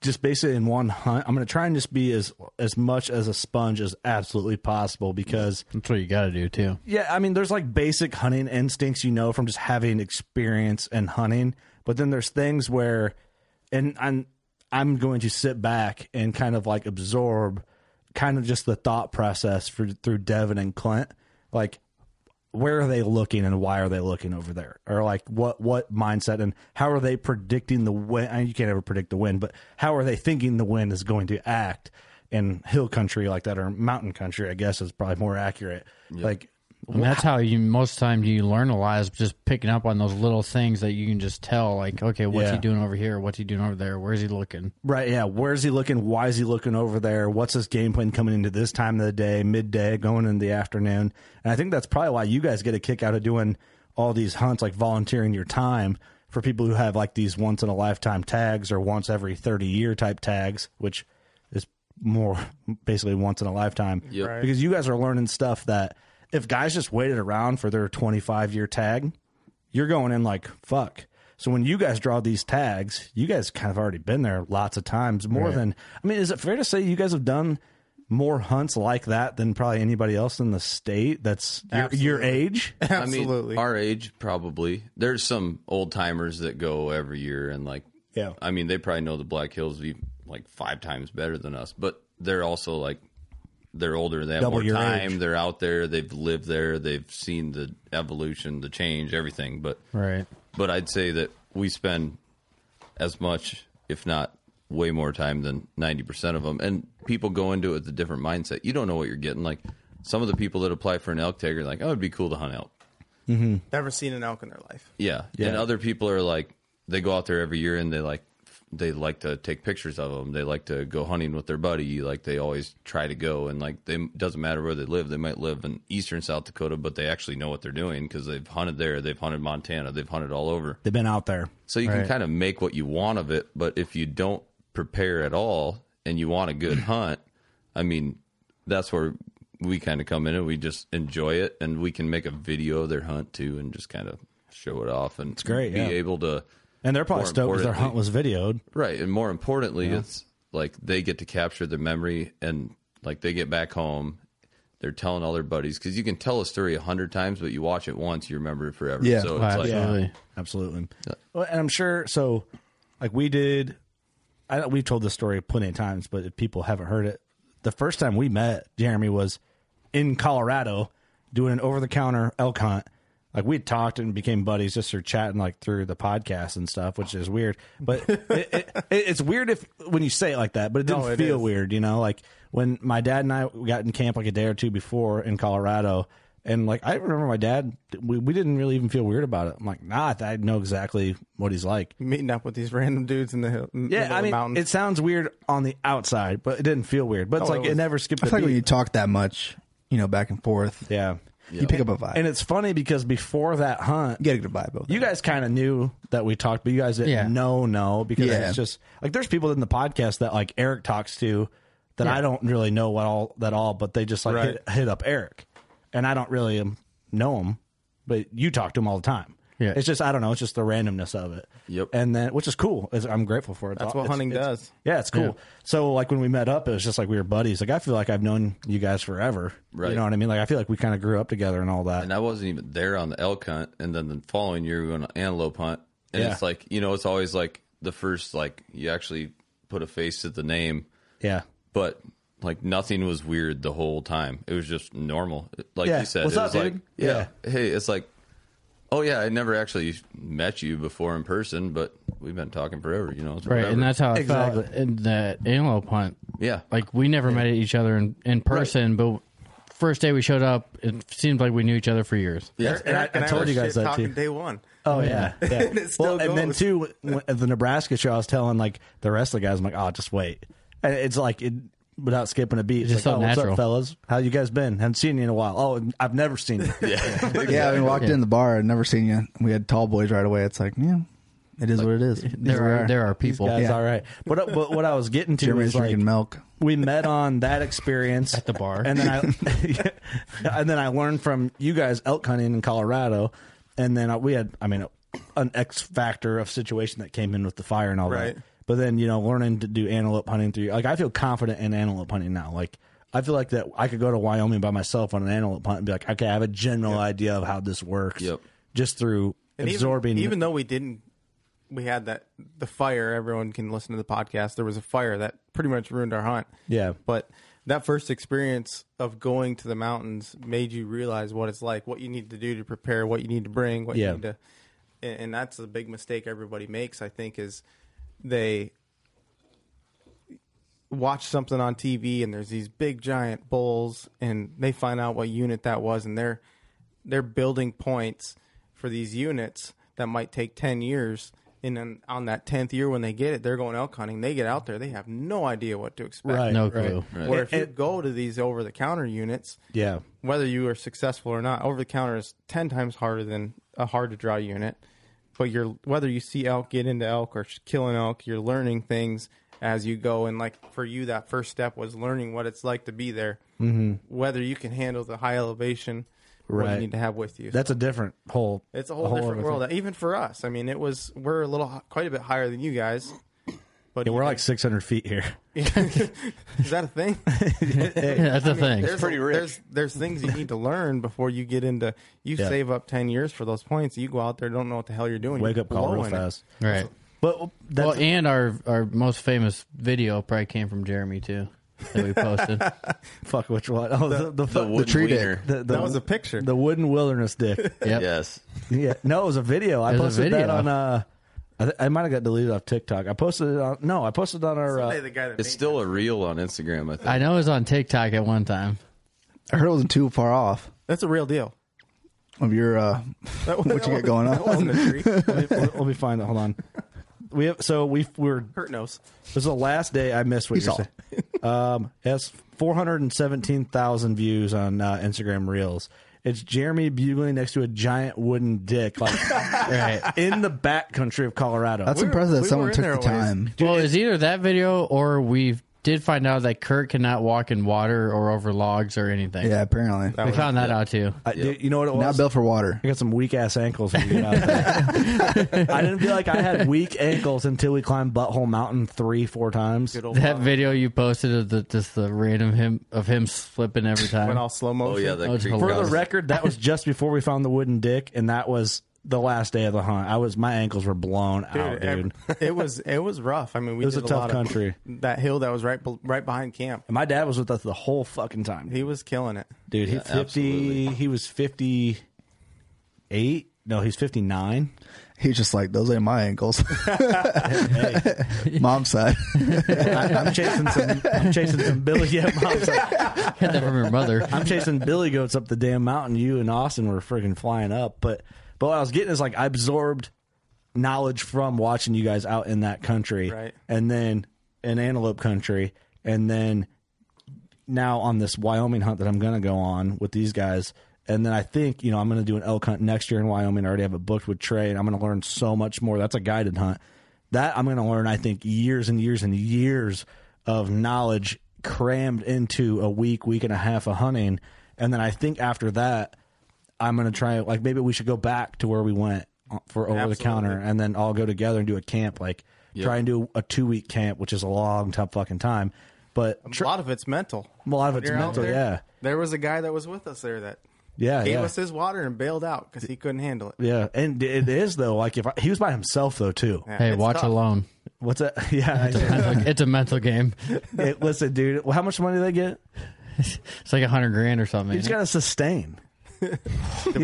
just basically in one hunt. I'm going to try and just be as as much as a sponge as absolutely possible because That's what you got to do too. yeah, I mean, there's like basic hunting instincts you know from just having experience in hunting, but then there's things where, and I'm I'm going to sit back and kind of like absorb, kind of just the thought process for through Devin and Clint, like where are they looking and why are they looking over there, or like what what mindset and how are they predicting the wind? I mean, you can't ever predict the wind, but how are they thinking the wind is going to act? In hill country like that, or mountain country, I guess is probably more accurate. Like I mean, that's how you most time you learn a lot is just picking up on those little things that you can just tell. Like, okay, what's Yeah. he doing over here? What's he doing over there? Where's he looking? Right, yeah. Where's he looking? Why is he looking over there? What's his game plan coming into this time of the day, midday, going in the afternoon? And I think that's probably why you guys get a kick out of doing all these hunts, like volunteering your time for people who have like these once in a lifetime tags or once every 30 year type tags, which is more basically once in a lifetime. Right. Because you guys are learning stuff that if guys just waited around for their 25 year tag, you're going in like fuck. So when you guys draw these tags, you guys kind of already been there lots of times more than I mean, is it fair to say you guys have done more hunts like that than probably anybody else in the state that's your, your age? Absolutely. I mean, our age probably. There's some old timers that go every year, and like, Yeah. I mean, they probably know the Black Hills e- like five times better than us, but they're also like, they're older. They have Double more your time. age. They're out there. They've lived there. They've seen the evolution, the change, everything. But Right. but I'd say that we spend as much, if not way more time than 90% of them. And people go into it with a different mindset. You don't know what you're getting. Like some of the people that apply for an elk tag are like, oh, it'd be cool to hunt elk. Never seen an elk in their life. Yeah. And other people are like, they go out there every year and they like, they like to take pictures of them. They like to go hunting with their buddy. Like they always try to go and like they doesn't matter where they live. They might live in eastern South Dakota, but they actually know what they're doing because they've hunted there. They've hunted Montana. They've hunted all over. They've been out there. So you can kind of make what you want of it, but if you don't prepare at all and you want a good hunt, I mean, that's where we kind of come in and we just enjoy it and we can make a video of their hunt too and just kind of show it off and it's great, be yeah. able to And they're probably More stoked because their hunt was videoed. Right, and more importantly, it's like they get to capture the memory, and like they get back home, they're telling all their buddies because you can tell a story a hundred times, but you watch it once, you remember it forever. Yeah. so it's like, Absolutely. Absolutely. Well, And I'm sure so like we did I we've told this story plenty of times, but if people haven't heard it, the first time we met Jeremy was in Colorado doing an over the counter elk hunt. Like we had talked and became buddies just through chatting like through the podcast and stuff, which is weird. But it, it, it, it's weird if when you say it like that, but it didn't it feel is. weird, you know. Like when my dad and I got in camp like a day or two before in Colorado, and like I remember my dad, we, we didn't really even feel weird about it. I'm like, nah, I know exactly what he's like. Meeting up with these random dudes in the hill, Yeah, I mean, mountains. it sounds weird on the outside, but it didn't feel weird. But it's No, like Oh, it it, was- never skipped I a feel like when you beat. talk that much, you know, back and forth, yeah, you pick up a vibe. and it's funny because before that hunt, you get a good vibe. Over you guys kind of knew that we talked, but you guys didn't Yeah. know, no, because Yeah. it's just like there's people in the podcast that like Eric talks to that I don't really know what all that all, but they just like hit, hit up Eric, and I don't really um, know him, but you talk to him all the time. Yeah. it's just I don't know, it's just the randomness of it. Yep. and then which is cool. It's- I'm grateful for it. That's what It's- hunting it's- does. Yeah, it's cool. So like when we met up, it was just like we were buddies. Like I feel like I've known you guys forever. Right. You know what I mean? Like I feel like we kind of grew up together and all that. and I wasn't even there on the elk hunt. And then the following year, we went on an antelope hunt. And Yeah. it's like, you know, it's always like the first, like, you actually put a face to the name, yeah. but like nothing was weird the whole time. It was just normal. Like Yeah. you said, What's it up, was like, dude? yeah, hey, it's like, oh, yeah, I never actually met you before in person, but we've been talking forever, you know? It's Right. whatever. And that's how I felt Exactly. in the antelope hunt. yeah. Like we never met each other in, in person, but first day we showed up, it seemed like we knew each other for years. Eric and I, I told was you guys shit that talking too. Day one. Oh yeah, yeah. And it still well, and then goes. too w- at the Nebraska show, I was telling like the rest of the guys, I'm like, oh, just wait. And it's like it, without skipping a beat, it's just like, oh, so what's up, natural. fellas? How you guys been? Haven't seen you in a while. Oh, I've never seen you. yeah, Yeah, we walked in the bar. I'd never seen you. We had tall boys right away. It's like, yeah, it is what it is. There are there are people. guys, all right. But, uh, but what I was getting to Jeremy's was like drinking milk. we met on that experience at the bar. and then I and then I learned from you guys elk hunting in Colorado, and then I, we had I mean an X factor of situation that came in with the fire and all Right. that. But then you know learning to do antelope hunting through like I feel confident in antelope hunting now like. I feel like that I could go to Wyoming by myself on an antelope hunt and be like, okay, I have a general idea of how this works. Yep. Just through And absorbing. Even, even though we didn't, we had that the fire. Everyone can listen to the podcast. There was a fire that pretty much ruined our hunt. Yeah. But that first experience of going to the mountains made you realize what it's like, what you need to do to prepare, what you need to bring, what Yeah. you need to. And, and that's the big mistake everybody makes. I think is they watch something on TV and there's these big giant bulls and they find out what unit that was and they're they're building points for these units that might take 10 years and then on that 10th year when they get it they're going elk hunting they get out there they have no idea what to expect right, No right. clue. where if you go to these over the counter units Yeah. whether you are successful or not, over the counter is ten times harder than a hard to draw unit. But you're whether you see elk, get into elk, or sh- kill an elk, you're learning things as you go. And like for you, that first step was learning what it's like to be there. Mm-hmm. Whether you can handle the high elevation, what Right. you need to have with you. That's a different whole. it's a whole, different other world. thing. Even for us, I mean, it was we're a little h- quite a bit higher than you guys. But Yeah, we're even- like 600 feet here. is that a thing? Yeah, that's the thing. There's pretty a- rich. There's, there's things you need to learn before you get into. You Yeah. save up ten years for those points. You go out there, don't know what the hell you're doing. Wake you're up call real blowing it. fast. Right. But that's, Well, and our our most famous video probably came from Jeremy too that we posted. fuck which one? Oh, the, the, The fuck- wooden tree wiener. dick. the, the, That was a picture. the wooden wilderness dick. Yep. Yes. yeah, no, it was a video. I It was a posted that video. on. Uh, I, th- I might have got deleted off TikTok. I posted it on. No, I posted it on our. Someday Uh, the guy that It's made still a reel on Instagram, I think. I know it was on TikTok at one time. I heard it wasn't too far off that's a real deal. of your uh, That was- what you got going That wasn't on. a tree. let, me, let me find it. Hold on. We have so we we were. Kurt knows. This is the last day I missed what you saw. said. Um, it has four hundred and seventeen thousand views on uh, Instagram Reels. It's Jeremy bugling next to a giant wooden dick, like Right. in the back country of Colorado. That's We were- impressive that we were someone in took there the a time. ways. well, it's either that video or we did find out that Kurt cannot walk in water or over logs or anything. Yeah, apparently. we found that out too. I, dude, you know what it was? Not built for water. I got some weak ass ankles. When you get out there. I didn't feel like I had weak ankles until we climbed Butthole Mountain three, four times. Good old That Bob. video you posted of the just the random him of him slipping every time. went all slow Oh motion. yeah, that Oh, it's creek for For the house. record, that was just before we found the wooden dick, and that was the last day of the hunt. I was my ankles were blown out, dude. ev- it was it was rough. I mean, we It was did a tough lot of- country. that hill that was right be- right behind camp. And my dad was with us the whole fucking time, He was killing it. dude. he fifty. absolutely. He was fifty eight. No, he's fifty nine. He's just like, those ain't my ankles. Mom's side. I'm chasing some. I'm chasing some Billy. Yeah, mom's like, Get that from your mother. I'm chasing billy goats up the damn mountain. You and Austin were freaking flying up, but but what I was getting is like I absorbed knowledge from watching you guys out in that country, Right. And then in antelope country, and then now on this Wyoming hunt that I'm gonna go on with these guys. And then I think you know I'm going to do an elk hunt next year in Wyoming. I already have it booked with Trey, and I'm going to learn so much more. That's a guided hunt. That I'm going to learn. I think years and years and years of knowledge crammed into a week, week and a half of hunting. And then I think after that, I'm going to try. Like maybe we should go back to where we went for over the counter, and then all go together and do a camp. Like try and do a two week camp, which is a long time fucking time. But A lot of it's mental. A lot of When it's you're out mental, there, yeah. There was a guy that was with us there that yeah, gave yeah. us his water and bailed out because he couldn't handle it. Yeah, and it is though. Like if I, he was by himself though too. Yeah, Hey, it's watch tough. alone. What's that? Yeah, Mental- it's a mental game. I- it- listen, dude. Well, how much money do they get? It's like a hundred grand or something. You just gotta sustain. you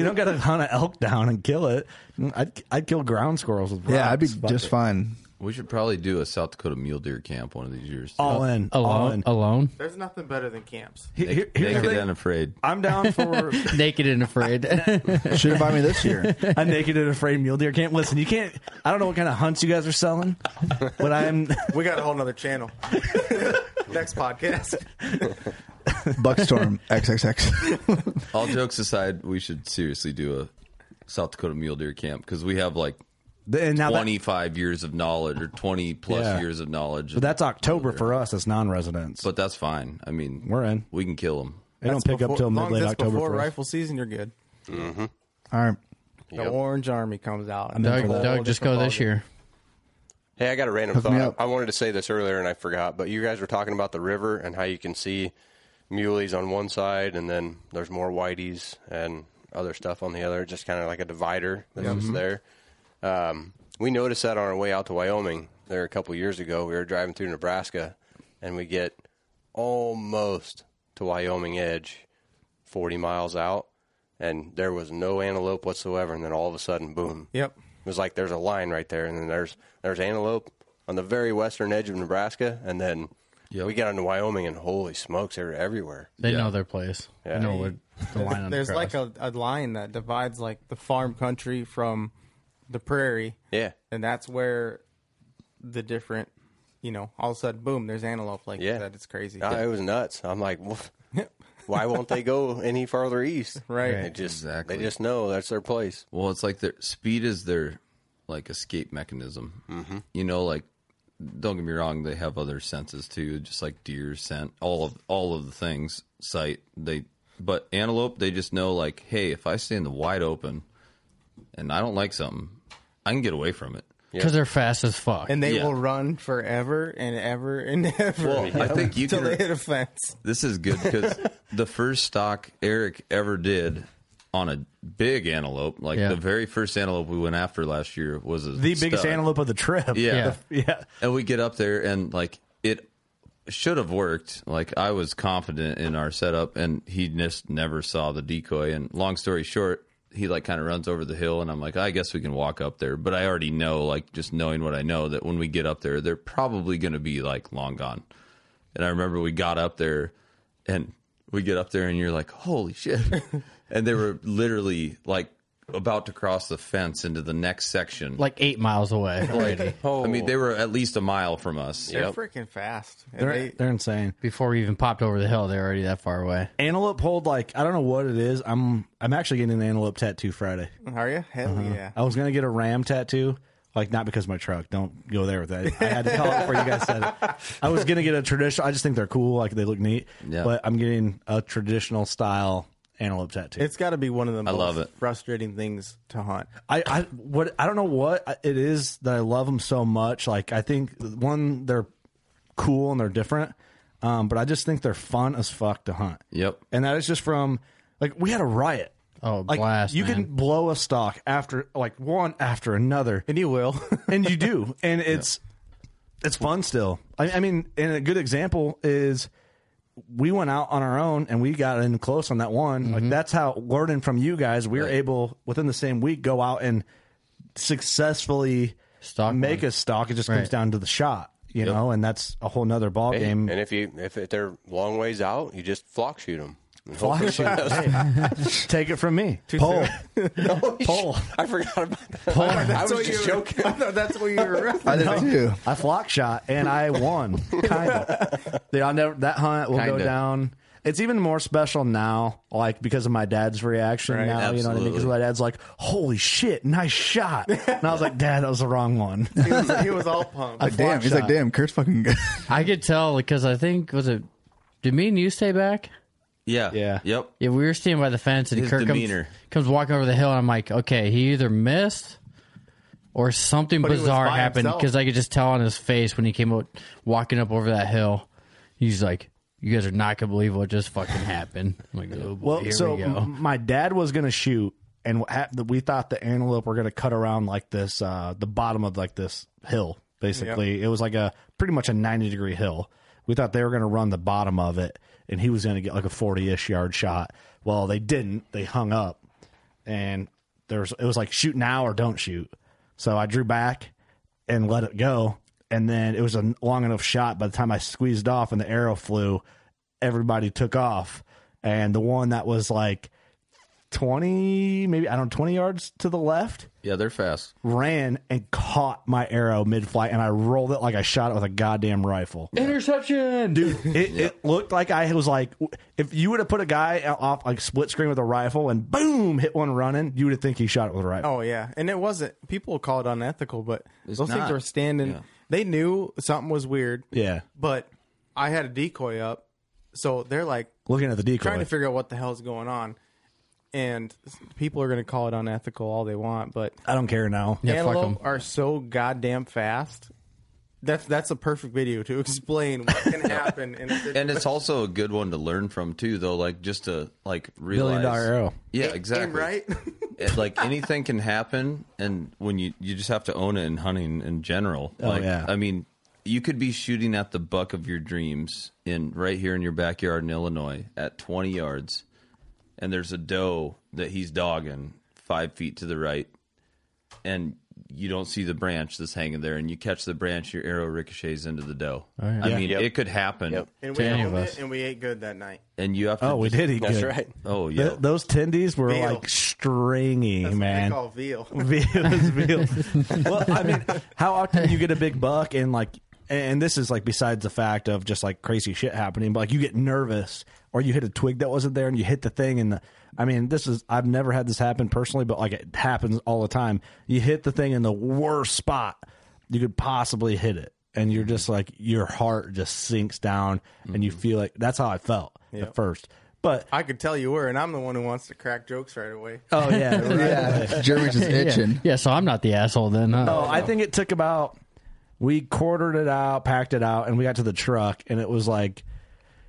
don't gotta hunt an elk down and kill it. I'd I'd kill ground squirrels with. yeah, rocks. I'd be Fuck just it. fine We should probably do a South Dakota mule deer camp one of these years. All in. All Alone? in. Alone? There's nothing better than camps. Here- here- here's the Naked thing. and afraid. I'm down for Naked and afraid. Should have bought me this year. a naked and afraid mule deer camp. Listen, you can't. I don't know what kind of hunts you guys are selling, but I'm. We got a whole nother channel. Next podcast. Buckstorm XXX. All jokes aside, we should seriously do a South Dakota mule deer camp because we have like And now that- 25 years of knowledge or 20 plus Yeah. years of knowledge. but that's October for us. That's non-residents. But that's fine. I mean, We're in. We can kill them. they don't pick up till mid late October. Before For us. rifle season, you're good. Mm-hmm. All right. The Orange Army comes out. and it's Doug, a whole Doug, just different go this ballgame. year. Hey, I got a random Hook me thought. up. I wanted to say this earlier and I forgot, but you guys were talking about the river and how you can see muleys on one side and then there's more whiteys and other stuff on the other, just kind of like a divider that's Mm-hmm. just there. Um, we noticed that on our way out to Wyoming there a couple years ago. We were driving through Nebraska and we get almost to Wyoming Edge, 40 miles out, and there was no antelope whatsoever. And then all of a sudden, boom. Yep. It was like there's a line right there, and then there's there's antelope on the very western edge of Nebraska, and then we got into Wyoming, and holy smokes, they're everywhere. They know their place. Yeah. They know what the line on There's the like a, a line that divides like the farm country from the prairie, Yeah, and that's where the different, you know, all of a sudden, boom, there's antelope like Yeah. that. It's crazy. Ah, it was nuts. I'm like, "Wha- why won't they go any farther east? Right. They just Exactly. they just know that's their place. Well, it's like their speed is their like escape mechanism. Mm-hmm. You know, like don't get me wrong, they have other senses too, just like deer scent, all of all of the things sight. They but antelope, they just know like, hey, if I stay in the wide open and I don't like something, I can get away from it. Because they're fast as fuck. And they Yeah. will run forever and ever and ever. Well, I think you until can- they hit a fence. This is good because the first stock Eric ever did on a big antelope, like Yeah. the very first antelope we went after last year was a the biggest stud. antelope of the trip. Yeah. yeah. And we get up there and like it should have worked. Like I was confident in our setup and he just never saw the decoy. And long story short, he like kind of runs over the hill and I'm like, I guess we can walk up there. But I already know, like just knowing what I know, that when we get up there, they're probably going to be like long gone. And I remember we got up there and we get up there and you're like, holy shit. and they were literally like about to cross the fence into the next section. like eight miles away already I mean, they were at least a mile from us. They're freaking fast. And They're, they- they're insane. before we even popped over the hill. They're already that far away. Antelope hold like I don't know what it is. I'm I'm actually getting an antelope tattoo Friday. are you? Hell yeah. I was gonna get a ram tattoo, like not because of my truck. Don't go there with that. I had to call it before you guys said it. I was gonna get a traditional. I just think they're cool. Like they look neat. Yeah. But I'm getting a traditional style antelope tattoo. It's got to be one of the most love it. frustrating things to hunt. I, I what I don't know what it is that I love them so much. Like I think one they're cool and they're different, um, but I just think they're fun as fuck to hunt. Yep. and that is just from like we had a riot. Oh, like, blast, You can man. blow a stock after like one after another, And you will. and you do, and it's it's fun still. I, I mean, and a good example is we went out on our own and we got in close on that one. Mm-hmm. Like that's how learning from you guys, we were able within the same week go out and successfully Stock make one. a stock. It just comes Right. down to the shot, you know, and that's a whole nother ball Hey, game. And if you if it- they're long ways out, you just flock shoot them. Block shot. Hey, take it from me. Poll. Poll. I forgot about that. I was just joking. I thought that's what you were I did too. I flock shot and I won. kind of. I'll never that hunt will go Kinda. down. It's even more special now, like because of my dad's reaction now. You know what I mean? Because absolutely. my dad's like, "Holy shit, nice shot!" And I was like, "Dad, that was the wrong one." He was, he was all pumped. Like, damn. He's like, shot. damn, Kurt's fucking good. I could tell because I think was it. Did me and you stay back? Yeah. Yeah. Yep. Yeah, we were standing by the fence, and His Kirk comes, demeanor. comes walking over the hill, and I'm like, okay, he either missed or something But he was bizarre by happened himself. because I could just tell on his face when he came out walking up over that hill. He's like, you guys are not gonna believe what just fucking happened. I'm like, oh, boy, Well, here so we go. m- my dad was going to shoot, and what hap- we thought the antelope were going to cut around like this, uh, the bottom of like this hill. Basically, it was like a pretty much a ninety degree hill. We thought they were going to run the bottom of it, and he was going to get like a forty ish yard shot. Well, they didn't. They hung up, and there's it was like shoot now or don't shoot. So I drew back, and let it go. And then it was a long enough shot. By the time I squeezed off and the arrow flew, everybody took off. And the one that was like 20, maybe, I don't know, 20 yards to the left Yeah, they're fast. ran and caught my arrow mid flight and I rolled it like I shot it with a goddamn rifle. Interception, dude. It, it looked like I was like, if you would have put a guy off like split screen with a rifle and boom, hit one running, you would have think he shot it with a rifle. Oh yeah, and it wasn't. People call it unethical, but It's those not. things were standing. Yeah. They knew something was weird. Yeah. But I had a decoy up, so they're like Looking at the decoy. trying to figure out what the hell's going on. And people are going to call it unethical all they want, but I don't care now. Yeah, fuck 'em. antelope are so goddamn fast. That's that's a perfect video to explain what can happen. in a And it's situation. also a good one to learn from too, though. Like just to like realize Billion dollar arrow. Yeah, exactly. right. It- like anything can happen, and when you you just have to own it in hunting in general. like, Oh, yeah. I mean, you could be shooting at the buck of your dreams in right here in your backyard in Illinois at 20 yards, and there's a doe that he's dogging five feet to the right, and you don't see the branch that's hanging there, and you catch the branch, your arrow ricochets into the doe. Oh, I mean, Yep. it could happen. Yep. and we To any of owned us. it, and we ate good that night. and you have to. Oh, we just- did. He That's good. right. Oh yeah, Th- those tendies were Veal. like stringy, That's man. what they call veal. Veal is veal. well, I mean, how often do you get a big buck and like, and this is like besides the fact of just like crazy shit happening, but like you get nervous or you hit a twig that wasn't there and you hit the thing and the, I mean, this is I've never had this happen personally, but like it happens all the time. You hit the thing in the worst spot you could possibly hit it, and you're just like your heart just sinks down and you feel like that's how I felt at first. But I could tell you were, and I'm the one who wants to crack jokes right away. oh yeah, Yeah, Jeremy's just itching. Yeah, so I'm not the asshole then. huh? Oh, I think it took about we quartered it out, packed it out, and we got to the truck, and it was like,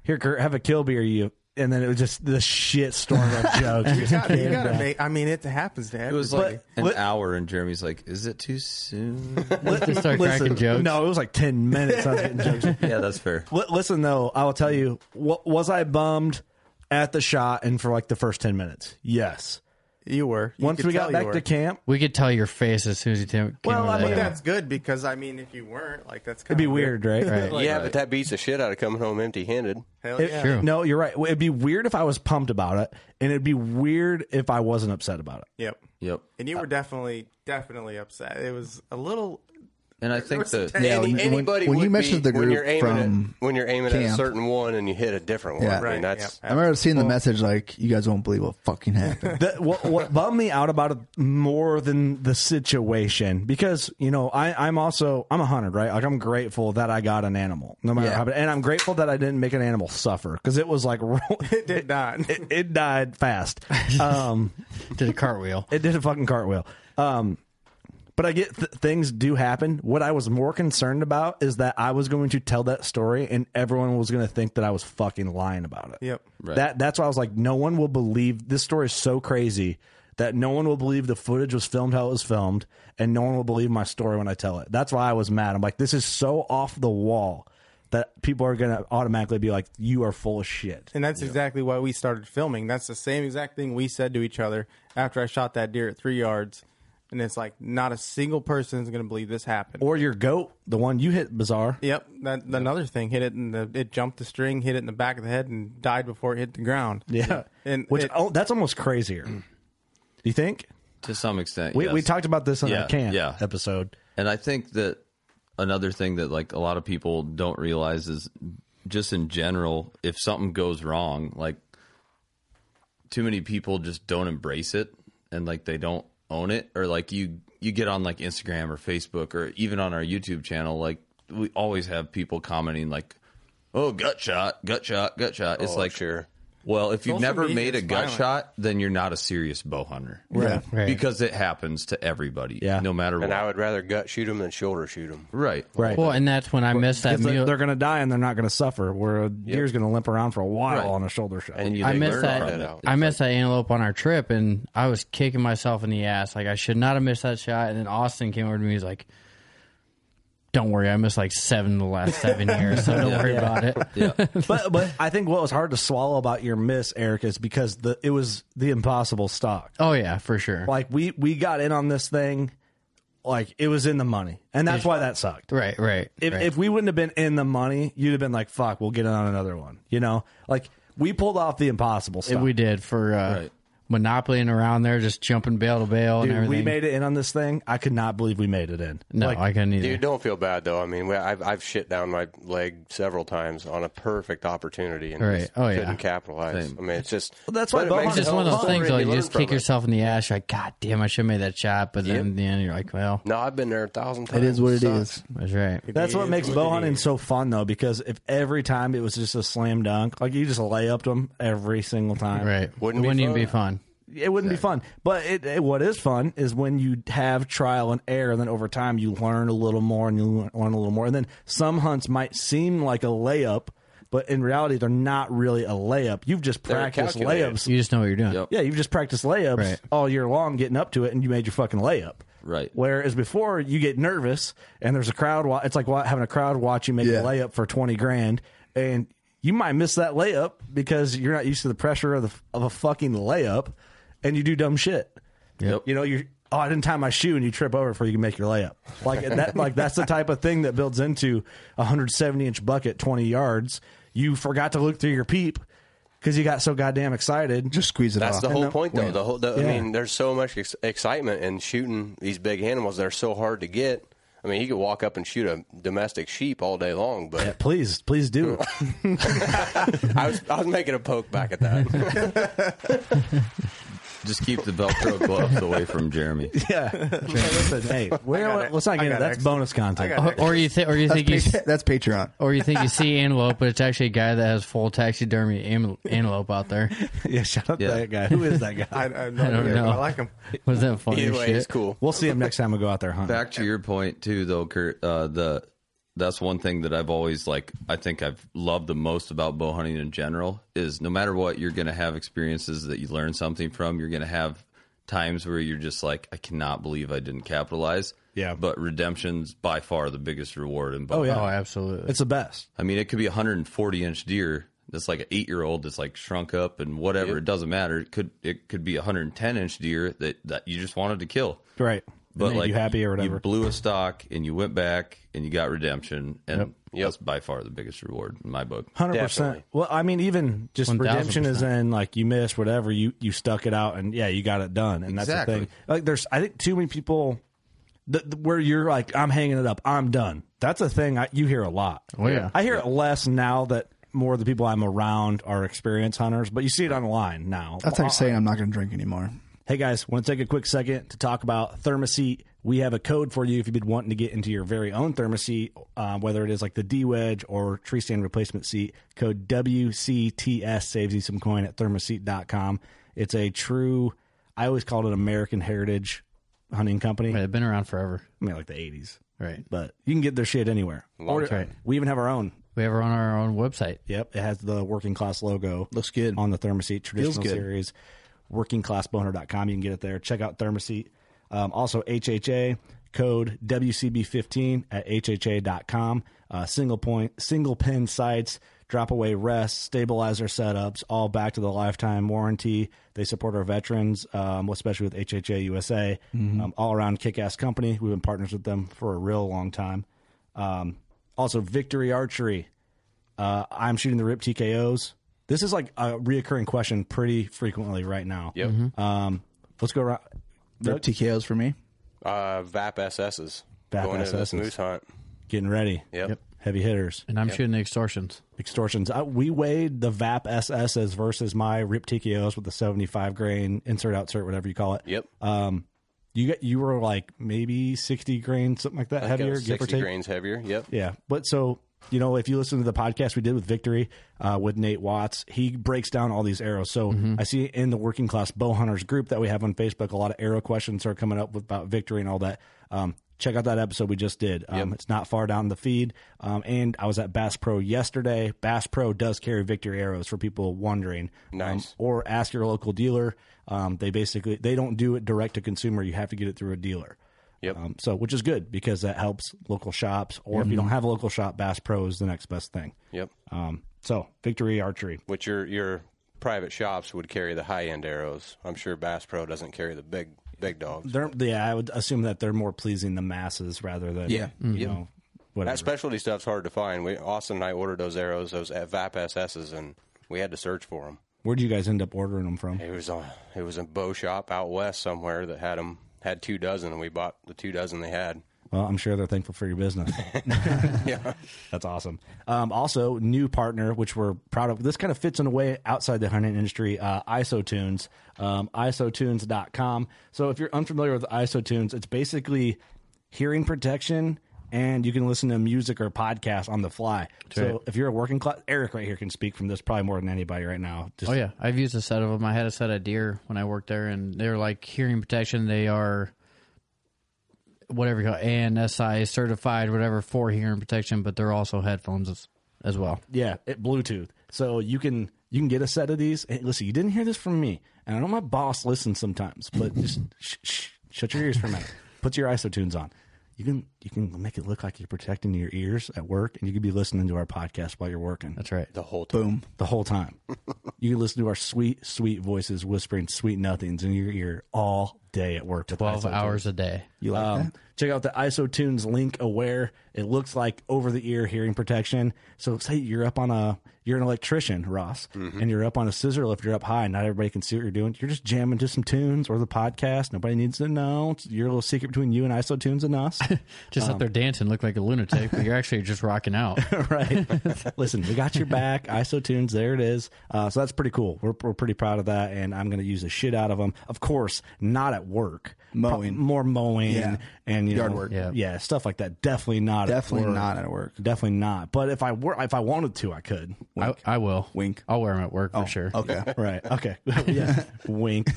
"Here, Kurt, have a kill beer, you." And then it was just the shit storm of jokes. You Just gotta, you came gotta back. make. I mean, it happens to It everybody. was like an But- hour, and Jeremy's like, "Is it too soon?" Let's just start cracking jokes. No, it was like ten minutes. I was getting jokes. yeah, that's fair. Li- Listen though, I will tell you, wa- was I bummed at the shot and for like the first ten minutes? Yes. you were. You Once could we tell got you back were. to camp, we could tell your face as soon as you came came Well, over I that But mean, hill. that's good because I mean, if you weren't, like that's it'd be weird, right? Right. yeah, but that beats the shit out of coming home empty-handed. Hell It- yeah. True. No, you're right. It'd be weird if I was pumped about it, and it'd be weird if I wasn't upset about it. Yep. Yep. And you were definitely, definitely upset. It was a little. And I think there the was some Yeah, tension. when- Any- anybody when you would messaged be- the when you're group aiming from at, when you're aiming at a camp. certain one and you hit a different one. Yeah. I mean, Right, that's I remember seeing the message like, "You guys won't believe what fucking happened." the, what, what bummed me out about it more than the situation because you know I, I'm also I'm a hunter right like I'm grateful that I got an animal no matter Yeah. how bad- and I'm grateful that I didn't make an animal suffer because it was like roll- It did not. it, it died fast um Did a cartwheel. it did a fucking cartwheel um but I get th- things do happen what I was more concerned about is that I was going to tell that story and everyone was going to think that I was fucking lying about it yep. that that's why I was like, no one will believe this story is so crazy that no one will believe the footage was filmed how it was filmed, and no one will believe my story when I tell it. That's why I was mad. I'm like, this is so off the wall that people are gonna automatically be like, you are full of shit. And that's exactly why we started filming. That's the same exact thing we said to each other after I shot that deer at three yards. And it's like not a single person is going to believe this happened. Or your goat, the one you hit bizarre. Yep, that another thing hit it in the it jumped the string, hit it in the back of the head, and died before it hit the ground. Yeah, and which it- oh, that's almost crazier. Do you think? to some extent. We, we yes. talked about this in Yeah, our camp yeah. episode. and I think that another thing that like a lot of people don't realize is just in general, if something goes wrong, like too many people just don't embrace it and like they don't own it or like you you get on like Instagram or Facebook or even on our YouTube channel like we always have people commenting like oh gut shot gut shot gut shot it's Oh, like sure. well if you've Social never media made a is gut violent. shot then you're not a serious bow hunter Yeah. Right. because it happens to everybody Yeah. no matter what And I would rather gut shoot them than shoulder shoot them. right Right. well, and that's when I missed that Because they- mule. they're going to die and they're not going to suffer. Where a deer's going to limp around for a while Right. on a shoulder shot. and you I like, missed learn that. from it. I missed that antelope on our trip, and I was kicking myself in the ass. Like I should not have missed that shot. And then Austin came over to me. He's like, "Don't worry, I missed like seven in the last seven years, so don't worry about it." but but I think what was hard to swallow about your miss, Eric, is because the it was the impossible stock. Oh yeah, for sure. Like we we got in on this thing like it was in the money, and that's why that sucked. Right, right. If, right. if we wouldn't have been in the money, you'd have been like, "Fuck, we'll get on another one." You know, like we pulled off the impossible stuff. we did for uh, Right. monopolying around there, just jumping bail to bail and Dude, everything. we made it in on this thing. I could not believe we made it in. no, I couldn't either. Dude, don't feel bad though. I mean, we- I've I've shit down my leg several times on a perfect opportunity and Right. just oh, yeah. couldn't capitalize. I mean, it's just Well, that's why but it Bubba- makes It's just it one of those hell things of a though. You lot easier to just learn kick from it. yourself in the ass. You're like, God damn, I should have made that shot. But then in the end, you're like, well, No, I've been there a thousand times. It is what it Sucks. is. that's right. That's what is makes what bow it hunting is. so fun though, because if every time it was just a slam dunk, like you just lay up to them every single time. Right. Wouldn't it be wouldn't even fun. be fun. It wouldn't be fun. But it, it, what is fun is when you have trial and error, and then over time you learn a little more and you learn a little more. And then some hunts might seem like a layup, but in reality they're not really a layup. You've just They're practiced calculated. layups. You just know what you're doing. Yep. Yeah, you've just practiced layups Right. all year long getting up to it, and you made your fucking layup. Right. Whereas before, you get nervous, and there's a crowd. wa- It's like wa- having a crowd watch you make Yeah. a layup for twenty grand, and you might miss that layup because you're not used to the pressure of the of a fucking layup, and you do dumb shit. Yep. You know you. Oh, I didn't tie my shoe, and you trip over before you can make your layup. Like that, like that's the type of thing that builds into a 170 inch bucket, 20 yards. You forgot to look through your peep because you got so goddamn excited. Just squeeze it That's off. the And whole point, though. The whole, the, Yeah. I mean, there's so much ex- excitement in shooting these big animals. They're so hard to get. I mean, you could walk up and shoot a domestic sheep all day long, but Please, please do. I was I was making a poke back at that. Just keep the Velcro gloves away from Jeremy. Yeah. Listen, hey, we got don't- it. let's not I get into got that's it. bonus I content. got it. Or you think, or you That's, think you, Pat- that's Patreon. or you think you see antelope, but it's actually a guy that has full taxidermy am- antelope out there. yeah, shout out Yeah. to that guy. Who is that guy? I, I, don't I don't know. I like him. Was that funny Either way, shit? it's cool. We'll see him next time we go out there hunting. Back to your point too, though, Kurt. Uh, the that's one thing that I've always like. I think I've loved the most about bow hunting in general is no matter what, you're going to have experiences that you learn something from. You're going to have times where you're just like, I cannot believe I didn't capitalize. Yeah. But redemption's by far the biggest reward in bow. Oh, yeah. Oh, absolutely. It's the best. I mean, it could be a 140 inch deer that's like an eight year old that's like shrunk up and whatever. It doesn't matter. It could it could be a 110 inch deer that that you just wanted to kill Right. but made like you happy or whatever. you blew a stock and you went back and you got redemption, and that's by far the biggest reward in my book. Hundred percent. Definitely. Well, I mean, even just 1000%. redemption is in like you missed whatever you you stuck it out and yeah, you got it done, and that's Exactly. the thing. Like, there's I think too many people that that- where you're like, I'm hanging it up, I'm done. That's a thing I, you hear a lot. Oh, yeah. I hear it less now that more of the people I'm around are experienced hunters, but you see it online now. That's like saying I'm not going to drink anymore. Hey guys, want to take a quick second to talk about Thermoseat. We have a code for you if you've been wanting to get into your very own Thermoseat, uh, whether it is like the D Wedge or tree stand replacement seat. Code WCTS saves you some coin at thermoseat.com. It's a true, I always called it American heritage hunting company. But it's been around forever. I mean, like the 80s, Right. but you can get their shit anywhere. Order- time. We even have our own. We have our own, our own website. Yep, it has the working class logo Looks good. on the Thermoset traditional good. series. Workingclassboner.com. You can get it there. Check out Thermoset. Um, also, HHA code WCB15 at HHA.com. Uh, single point, single pin sights, drop away rests, stabilizer setups, all back to the lifetime warranty. They support our veterans, um, especially with HHA USA. Mm-hmm. Um, all around kick ass company. We've been partners with them for a real long time. Um, also, Victory Archery. Uh, I'm shooting the RIP TKOs. This is like a reoccurring question pretty frequently right now. Yep. Um, let's go around. They're TKOs for me. Uh, VAP SS's VAP going into this SS's. moose hunt. Getting ready. Yep. Yep. Heavy hitters. And I'm shooting the extortions. Extortions. Uh, we weighed the VAP SSs versus my RIP TKOs with the 75 grain insert, outsert, whatever you call it. Yep. You got, you were like maybe 60 grain, something like that, I think it heavier, was give or 60 take. grains heavier. Yep. Yeah. But so, you know, if you listen to the podcast we did with Victory uh, with Nate Watts, he breaks down all these arrows. So I see in the working class bow hunters group that we have on Facebook, a lot of arrow questions are coming up about Victory and all that. Um, check out that episode we just did. Um, It's not far down the feed. Um, and I was at Bass Pro yesterday. Bass Pro does carry Victory arrows for people wondering. Um, Nice. or ask your local dealer. Um, they basically they don't do it direct to consumer. You have to get it through a dealer. Yep. Um, so, which is good because that helps local shops, or Mm-hmm. if you don't have a local shop, Bass Pro is the next best thing. Yep. Um, so, Victory Archery. Which your your private shops would carry the high end arrows. I'm sure Bass Pro doesn't carry the big big dogs. They're, yeah, I would assume that they're more pleasing the masses rather than Yeah. Mm-hmm. you Yep. know whatever. That specialty stuff's hard to find. We Austin and I ordered those arrows, those at VAP SS's, and we had to search for them. Where'd you guys end up ordering them from? It was on. It was a bow shop out west somewhere that had them. Had two dozen, and we bought the two dozen they had. Well, I'm sure they're thankful for your business. Yeah, That's awesome. Um, also, new partner, which we're proud of. This kind of fits in a way outside the hunting industry, uh, ISOTunes, um, isotunes.com. So if you're unfamiliar with ISOTunes, it's basically hearing protection and you can listen to music or podcasts on the fly. So if you're a working class, Eric right here can speak from this probably more than anybody right now. Just, Oh yeah, I've used a set of them. I had a set of deer when I worked there, and they're like hearing protection. They are whatever you call ANSI certified, whatever for hearing protection, but they're also headphones as, as well. Yeah, it Bluetooth. So you can you can get a set of these. And listen, you didn't hear this from me, and I know my boss listens sometimes, but just sh- sh- shut your ears for a minute. Put your ISO tunes on. You can you can make it look like you're protecting your ears at work, and you can be listening to our podcast while you're working. That's right. the whole time. Boom. the whole time. you can listen to our sweet sweet voices whispering sweet nothings in your ear all day at work. with Twelve ISO tunes. hours a day. You like Um, that? check out the IsoTunes Link Aware. It looks like over the ear hearing protection. So say you're up on a you're an electrician, Ross, Mm-hmm. and you're up on a scissor lift. You're up high. Not everybody can see what you're doing. You're just jamming to some tunes or the podcast. Nobody needs to know. It's your little secret between you and IsoTunes and us, Just out there dancing, look like a lunatic, but you're actually just rocking out. right? Listen, we got your back. IsoTunes, there it is. Uh, so that's pretty cool. We're, we're pretty proud of that, and I'm going to use the shit out of them. Of course, not at work. Mowing. Pro- more mowing, Yeah. and you Yard know, work. yeah, stuff like that. Definitely not. at Definitely work. not at work. Definitely not. But if I were, if I wanted to, I could. I, I will. Wink. Oh, I'll wear them at work for sure. Okay. Right. Okay. yeah. Wink.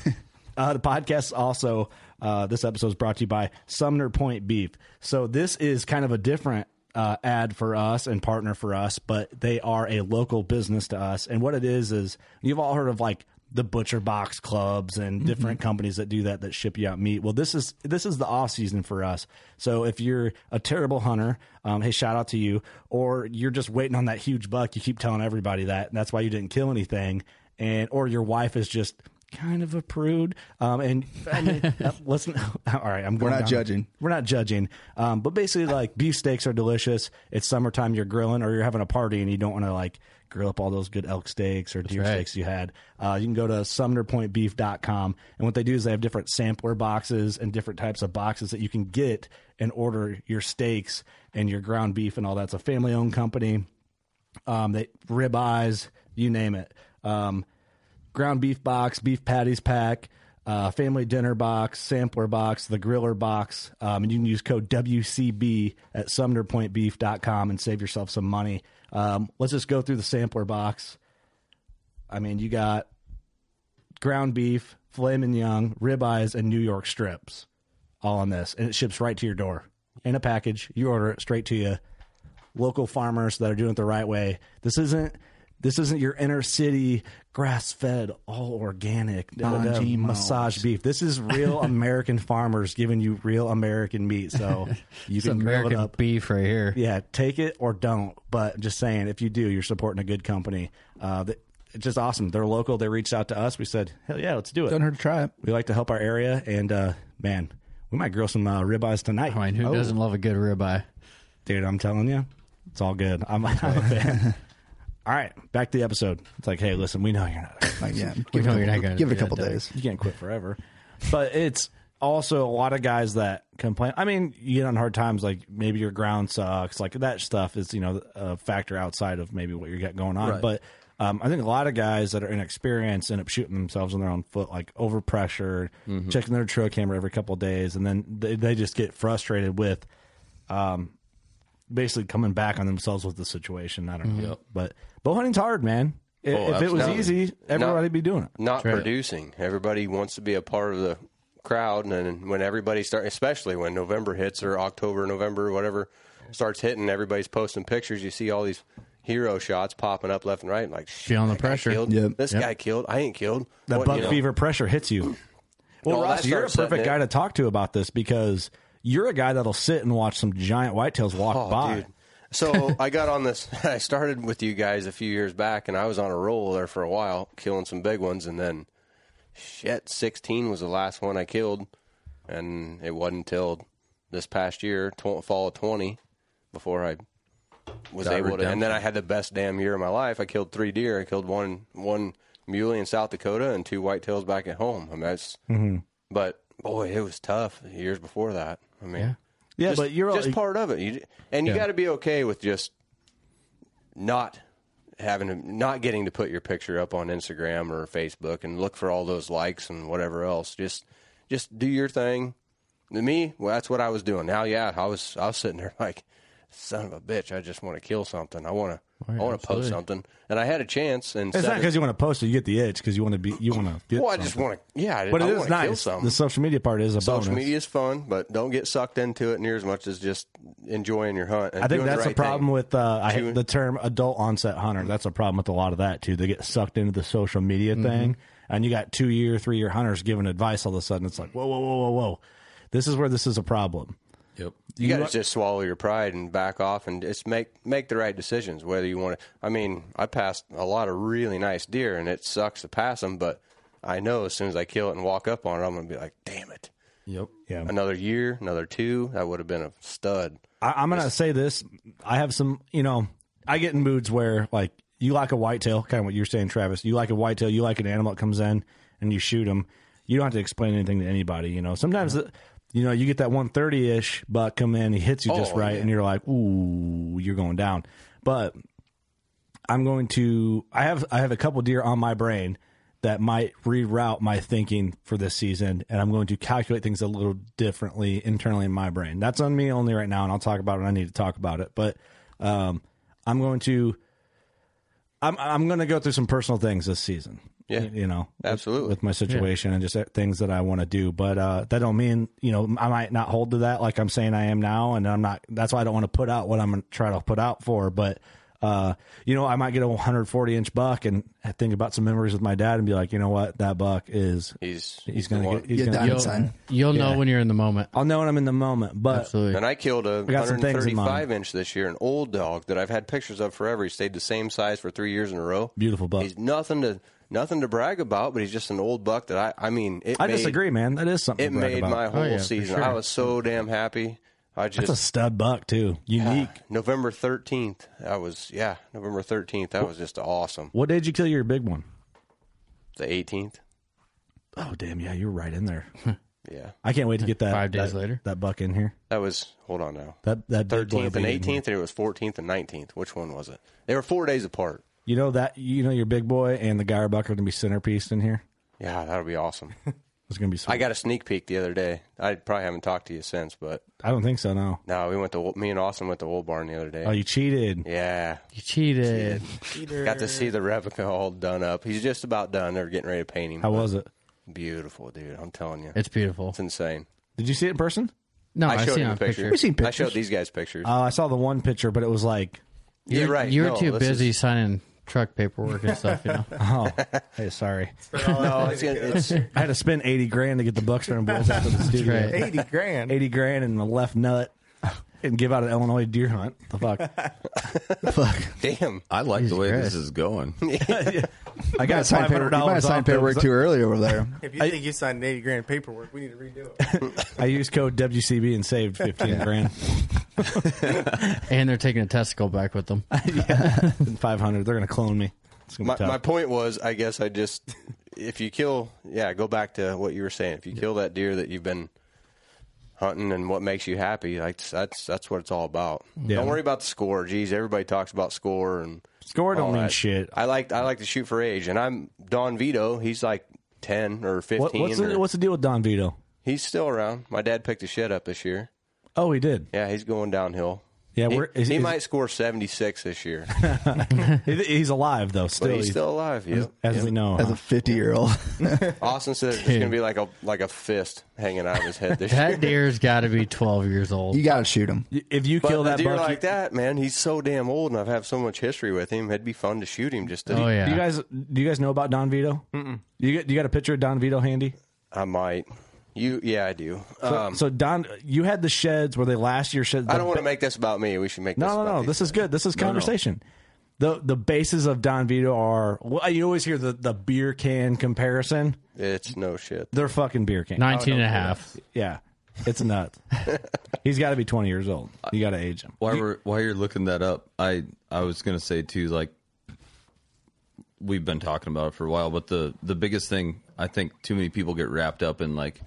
Uh, the podcast also, uh, this episode is brought to you by Sumner Point Beef. So this is kind of a different uh, ad for us and partner for us, but they are a local business to us. And what it is is you've all heard of like the butcher box clubs and different companies that do that that ship you out meat. Well, this is this is the off season for us. So if you're a terrible hunter, um, hey, shout out to you, or you're just waiting on that huge buck. You keep telling everybody that, and that's why you didn't kill anything, and or your wife is just kind of a prude. Um, and I mean, uh, listen, all right, I'm going not down- judging. We're not judging. Um, but basically, like beef steaks are delicious. It's summertime. You're grilling, or you're having a party, and you don't want to like grill up all those good elk steaks or deer right. steaks you had. Uh, you can go to sumnerpointbeef.com, and what they do is they have different sampler boxes and different types of boxes that you can get and order your steaks and your ground beef and all that. It's a family-owned company um, they rib eyes, you name it. Um, ground beef box, beef patties pack, uh, family dinner box, sampler box, the griller box. Um, and you can use code WCB at sumnerpointbeef.com and save yourself some money. Um, let's just go through the sampler box. I mean, you got ground beef, filet mignon, rib eyes, and New York strips all on this. And it ships right to your door in a package. You order it straight to you local farmers that are doing it the right way. This isn't this isn't your inner city grass fed, all organic, uh, uh, Non-GMOs. massage beef. This is real American farmers giving you real American meat. So you It's can grill it American up. beef right here. Yeah, take it or don't. But just saying, if you do, you're supporting a good company. Uh, that, it's just awesome. They're local. They reached out to us. We said, hell yeah, let's do it. Don't hurt to try it. We like to help our area, and uh, man, we might grill some uh, ribeyes tonight. Oh. I mean, who doesn't love a good ribeye? Dude, I'm telling you, it's all good. I'm, I'm a fan. all right, back to the episode. It's like, hey, listen, we know you're not. Like, yeah. We Give, know you're not going to give it a couple days. You can't quit forever. But it's also a lot of guys that complain. I mean, you get on hard times, like maybe your ground sucks, like that stuff is you know a factor outside of maybe what you got going on. But um, I think a lot of guys that are inexperienced end up shooting themselves in their own foot, like over pressure, Mm-hmm. checking their trail camera every couple of days, and then they, they just get frustrated with um, basically coming back on themselves with the situation. I don't know, but bow hunting's hard, man. I- Oh, if it was absolutely. easy, everybody'd No. be doing it. not producing. Everybody wants to be a part of the crowd, and then when everybody starts, especially when November hits or October, November, whatever starts hitting, everybody's posting pictures. You see all these hero shots popping up left and right, like Feeling the that guy pressure. Killed. Yep. This guy killed. I ain't killed. That What, buck you know? fever pressure hits you. Well, No, Ross, that you're a starts setting perfect in. guy to talk to about this because you're a guy that'll sit and watch some giant whitetails walk Oh, by. dude. So I got on this. I started with you guys a few years back, and I was on a roll there for a while, killing some big ones, and then shit, sixteen was the last one I killed. and it wasn't until this past year, tw- fall of twenty, before I was Got able to. And then redemption. I had the best damn year of my life. I killed three deer. I killed one one muley in South Dakota and two whitetails back at home. I mean, that's. Mm-hmm. But boy, it was tough the years before that. I mean, Yeah, just, but you're all- just part of it, you, and you got to be okay with just not having to, not getting to put your picture up on Instagram or Facebook and look for all those likes and whatever else. Just just do your thing. To me, well, that's what I was doing. Now, yeah, I was I was sitting there like, son of a bitch, I just want to kill something. I want to I want to post something, and I had a chance. And It's said not it- because you want to post it; you get the itch because you want to be. You want to. well, I just want to yeah, I, But I it wanna is Kill nice. something. The social media part is a Social bonus. media is fun, but don't get sucked into it near as much as just enjoying your hunt. And I think doing the that's right a problem thing. with uh, I hate Doing- the term adult onset hunter. That's a problem with a lot of that too. They get sucked into the social media Mm-hmm. thing, and you got two year, three year hunters giving advice. All of a sudden, it's like whoa, whoa, whoa, whoa, whoa. This is where this is a problem. Yep. you got to just swallow your pride and back off and just make make the right decisions. Whether you want to, I mean, I passed a lot of really nice deer, and it sucks to pass them, but I know as soon as I kill it and walk up on it, I'm going to be like, damn it, Yep. Yeah, another year, another two, that would have been a stud. I, I'm gonna say this. I have some, you know, I get in moods where like you like a whitetail, kind of what you're saying, Travis. You like a whitetail. You like an animal that comes in and you shoot them. You don't have to explain anything to anybody. You know, sometimes. The, you know, you get that 130 ish buck come in, he hits you just Oh, right, yeah. and you're like, ooh, you're going down. But I'm going to I have I have a couple deer on my brain that might reroute my thinking for this season and I'm going to calculate things a little differently internally in my brain. That's on me only right now and I'll talk about it when I need to talk about it. But um I'm going to I'm I'm going to go through some personal things this season. Yeah. You know. with- Absolutely. With my situation and just uh, things that I want to do, but uh that don't mean, you know, I might not hold to that like I'm saying I am now and I'm not that's why I don't want to put out what I'm going to try to put out for, but uh, you know, I might get a 140 inch buck and think about some memories with my dad and be like, you know what, that buck is He's he's gonna the get one. he's Yeah, gonna. diamond get- sign. You'll know when you're in the moment. I'll know when I'm in the moment, Uh, but Absolutely. And I killed a got some things in mind. 135 inch this year, an old dog that I've had pictures of forever. He stayed the same size for three years in a row. beautiful buck. He's nothing to nothing to brag about, but he's just an old buck that I. I mean, it I made, disagree, man. That is something. It to brag made about. Oh, my whole yeah, for season. sure. I was so damn happy. I just That's a stud buck too. Unique. November thirteenth. I was yeah, November thirteenth. That was just awesome. What did you kill your big one? The eighteenth. Oh damn! Yeah, you're right in there. Yeah, I can't wait to get that Five days that- later. That buck in here. that was. Hold on now. That that big boy Thirteenth and being in here. eighteenth, and it was fourteenth and nineteenth. Which one was it? They were four days apart. You know that you know your big boy and the guy buck are gonna be centerpieced in here. Yeah, that'll be awesome. It's gonna be. Sweet. I got a sneak peek the other day. I probably haven't talked to you since, but I don't think so. No. no, we went to me and Austin went to Old Barn the other day. Oh, you cheated. yeah, you cheated. got to see the replica all done up. He's just about done. They're getting ready to paint him. How was it? Beautiful, dude. I'm telling you, it's, It's beautiful. insane. Did you see it in person? No, I I, showed see him on a picture. picture. Oh, seen I showed pictures. these guys pictures. Uh, I saw the one picture, but it was like, You're, right. You're No, too this busy is- signing truck paperwork and stuff. You know. oh, hey, sorry. Oh, no, it's, gonna- it's I had to spend eighty grand to get the Buckstone Bulls out of the studio. right. Eighty grand. Eighty grand and the left nut, and give out an Illinois deer hunt. The fuck! damn. I like the way Christ. this is going. I got Sign five hundred paperwork. You might have dollars signed off. paperwork too early over there. If you think you signed eighty grand paperwork, we need to redo it. I used code WCB and saved fifteen grand and they're taking a testicle back with them. and five hundred. They're gonna clone me. It's gonna My, be tough. my point was, I guess I just if you kill, yeah, go back to what you were saying. If you kill that deer that you've been hunting and what makes you happy, like that's that's what it's all about. Don't worry about the score. Geez, everybody talks about score and Score don't all mean that. shit. I like I like to shoot for age, and I'm Don Vito. He's like ten or What, fifteen. what's or- the, what's the deal with Don Vito? he's still around. My dad picked his shit up this year. Oh, he did. Yeah, he's going downhill. Yeah, He, we're, is, he is- might score 76 this year, he- he's alive though. Still, but he's He- still alive. Yeah. as we know. As huh? a 50 year old, Austin said it's going to be like a like a fist hanging out of his head this year. That deer's got to be 12 years old. you got to shoot him. if you But kill a that deer buck, you- like that, man, he's so damn old, and I've had so much history with him. It'd be fun to shoot him. Just to, oh yeah. Do you guys do you guys know about Don Vito? Mm-mm. You got you got a picture of Don Vito handy? I might. You, yeah, I do. Um, so Don, you had the sheds where they last year shed. I don't want to make this about me. We should make No, this no, about no. these This is guys. good. This is conversation. the the bases of Don Vito are. Well, you always hear the the beer can comparison. It's no shit. They're fucking beer cans. 19 and a half. Yeah, it's nuts. He's got to be twenty years old. You got to age him. While we're while you're looking that up, I I was gonna say too, like we've been talking about it for a while, but the the biggest thing I think too many people get wrapped up in like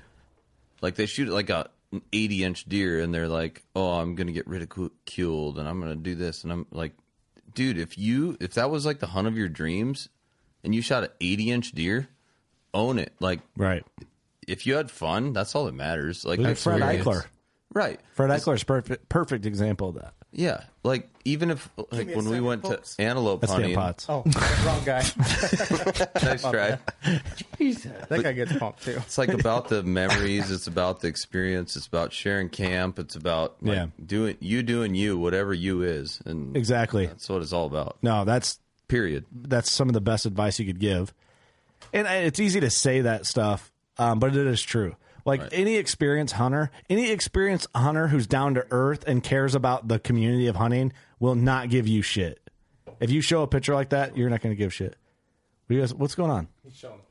like they shoot like a an 80 inch deer and they're like, oh, I'm gonna get ridiculed and I'm gonna do this and I'm like, dude, if you if that was like the hunt of your dreams and you shot an 80 inch deer, own it. Like Right. if you had fun, that's all that matters. Like Look at Fred experience. Eichler. Right. Fred Eichler's perfect perfect example of that. Yeah, like even if like me a when we second, went folks. to antelope That's the hunting, pots. Oh, wrong guy. nice try. that guy gets pumped too. It's like about the memories. It's about the experience. It's about sharing camp. It's about like, Yeah. doing you doing you whatever you is, and Exactly. that's what it's all about. No, that's Period. that's some of the best advice you could give. And I- it's easy to say that stuff, um, but it is true. Like any experienced hunter, any experienced hunter who's down to earth and cares about the community of hunting will not give you shit. If you show a picture like that, you're not going to give shit. What do you guys- What's going on?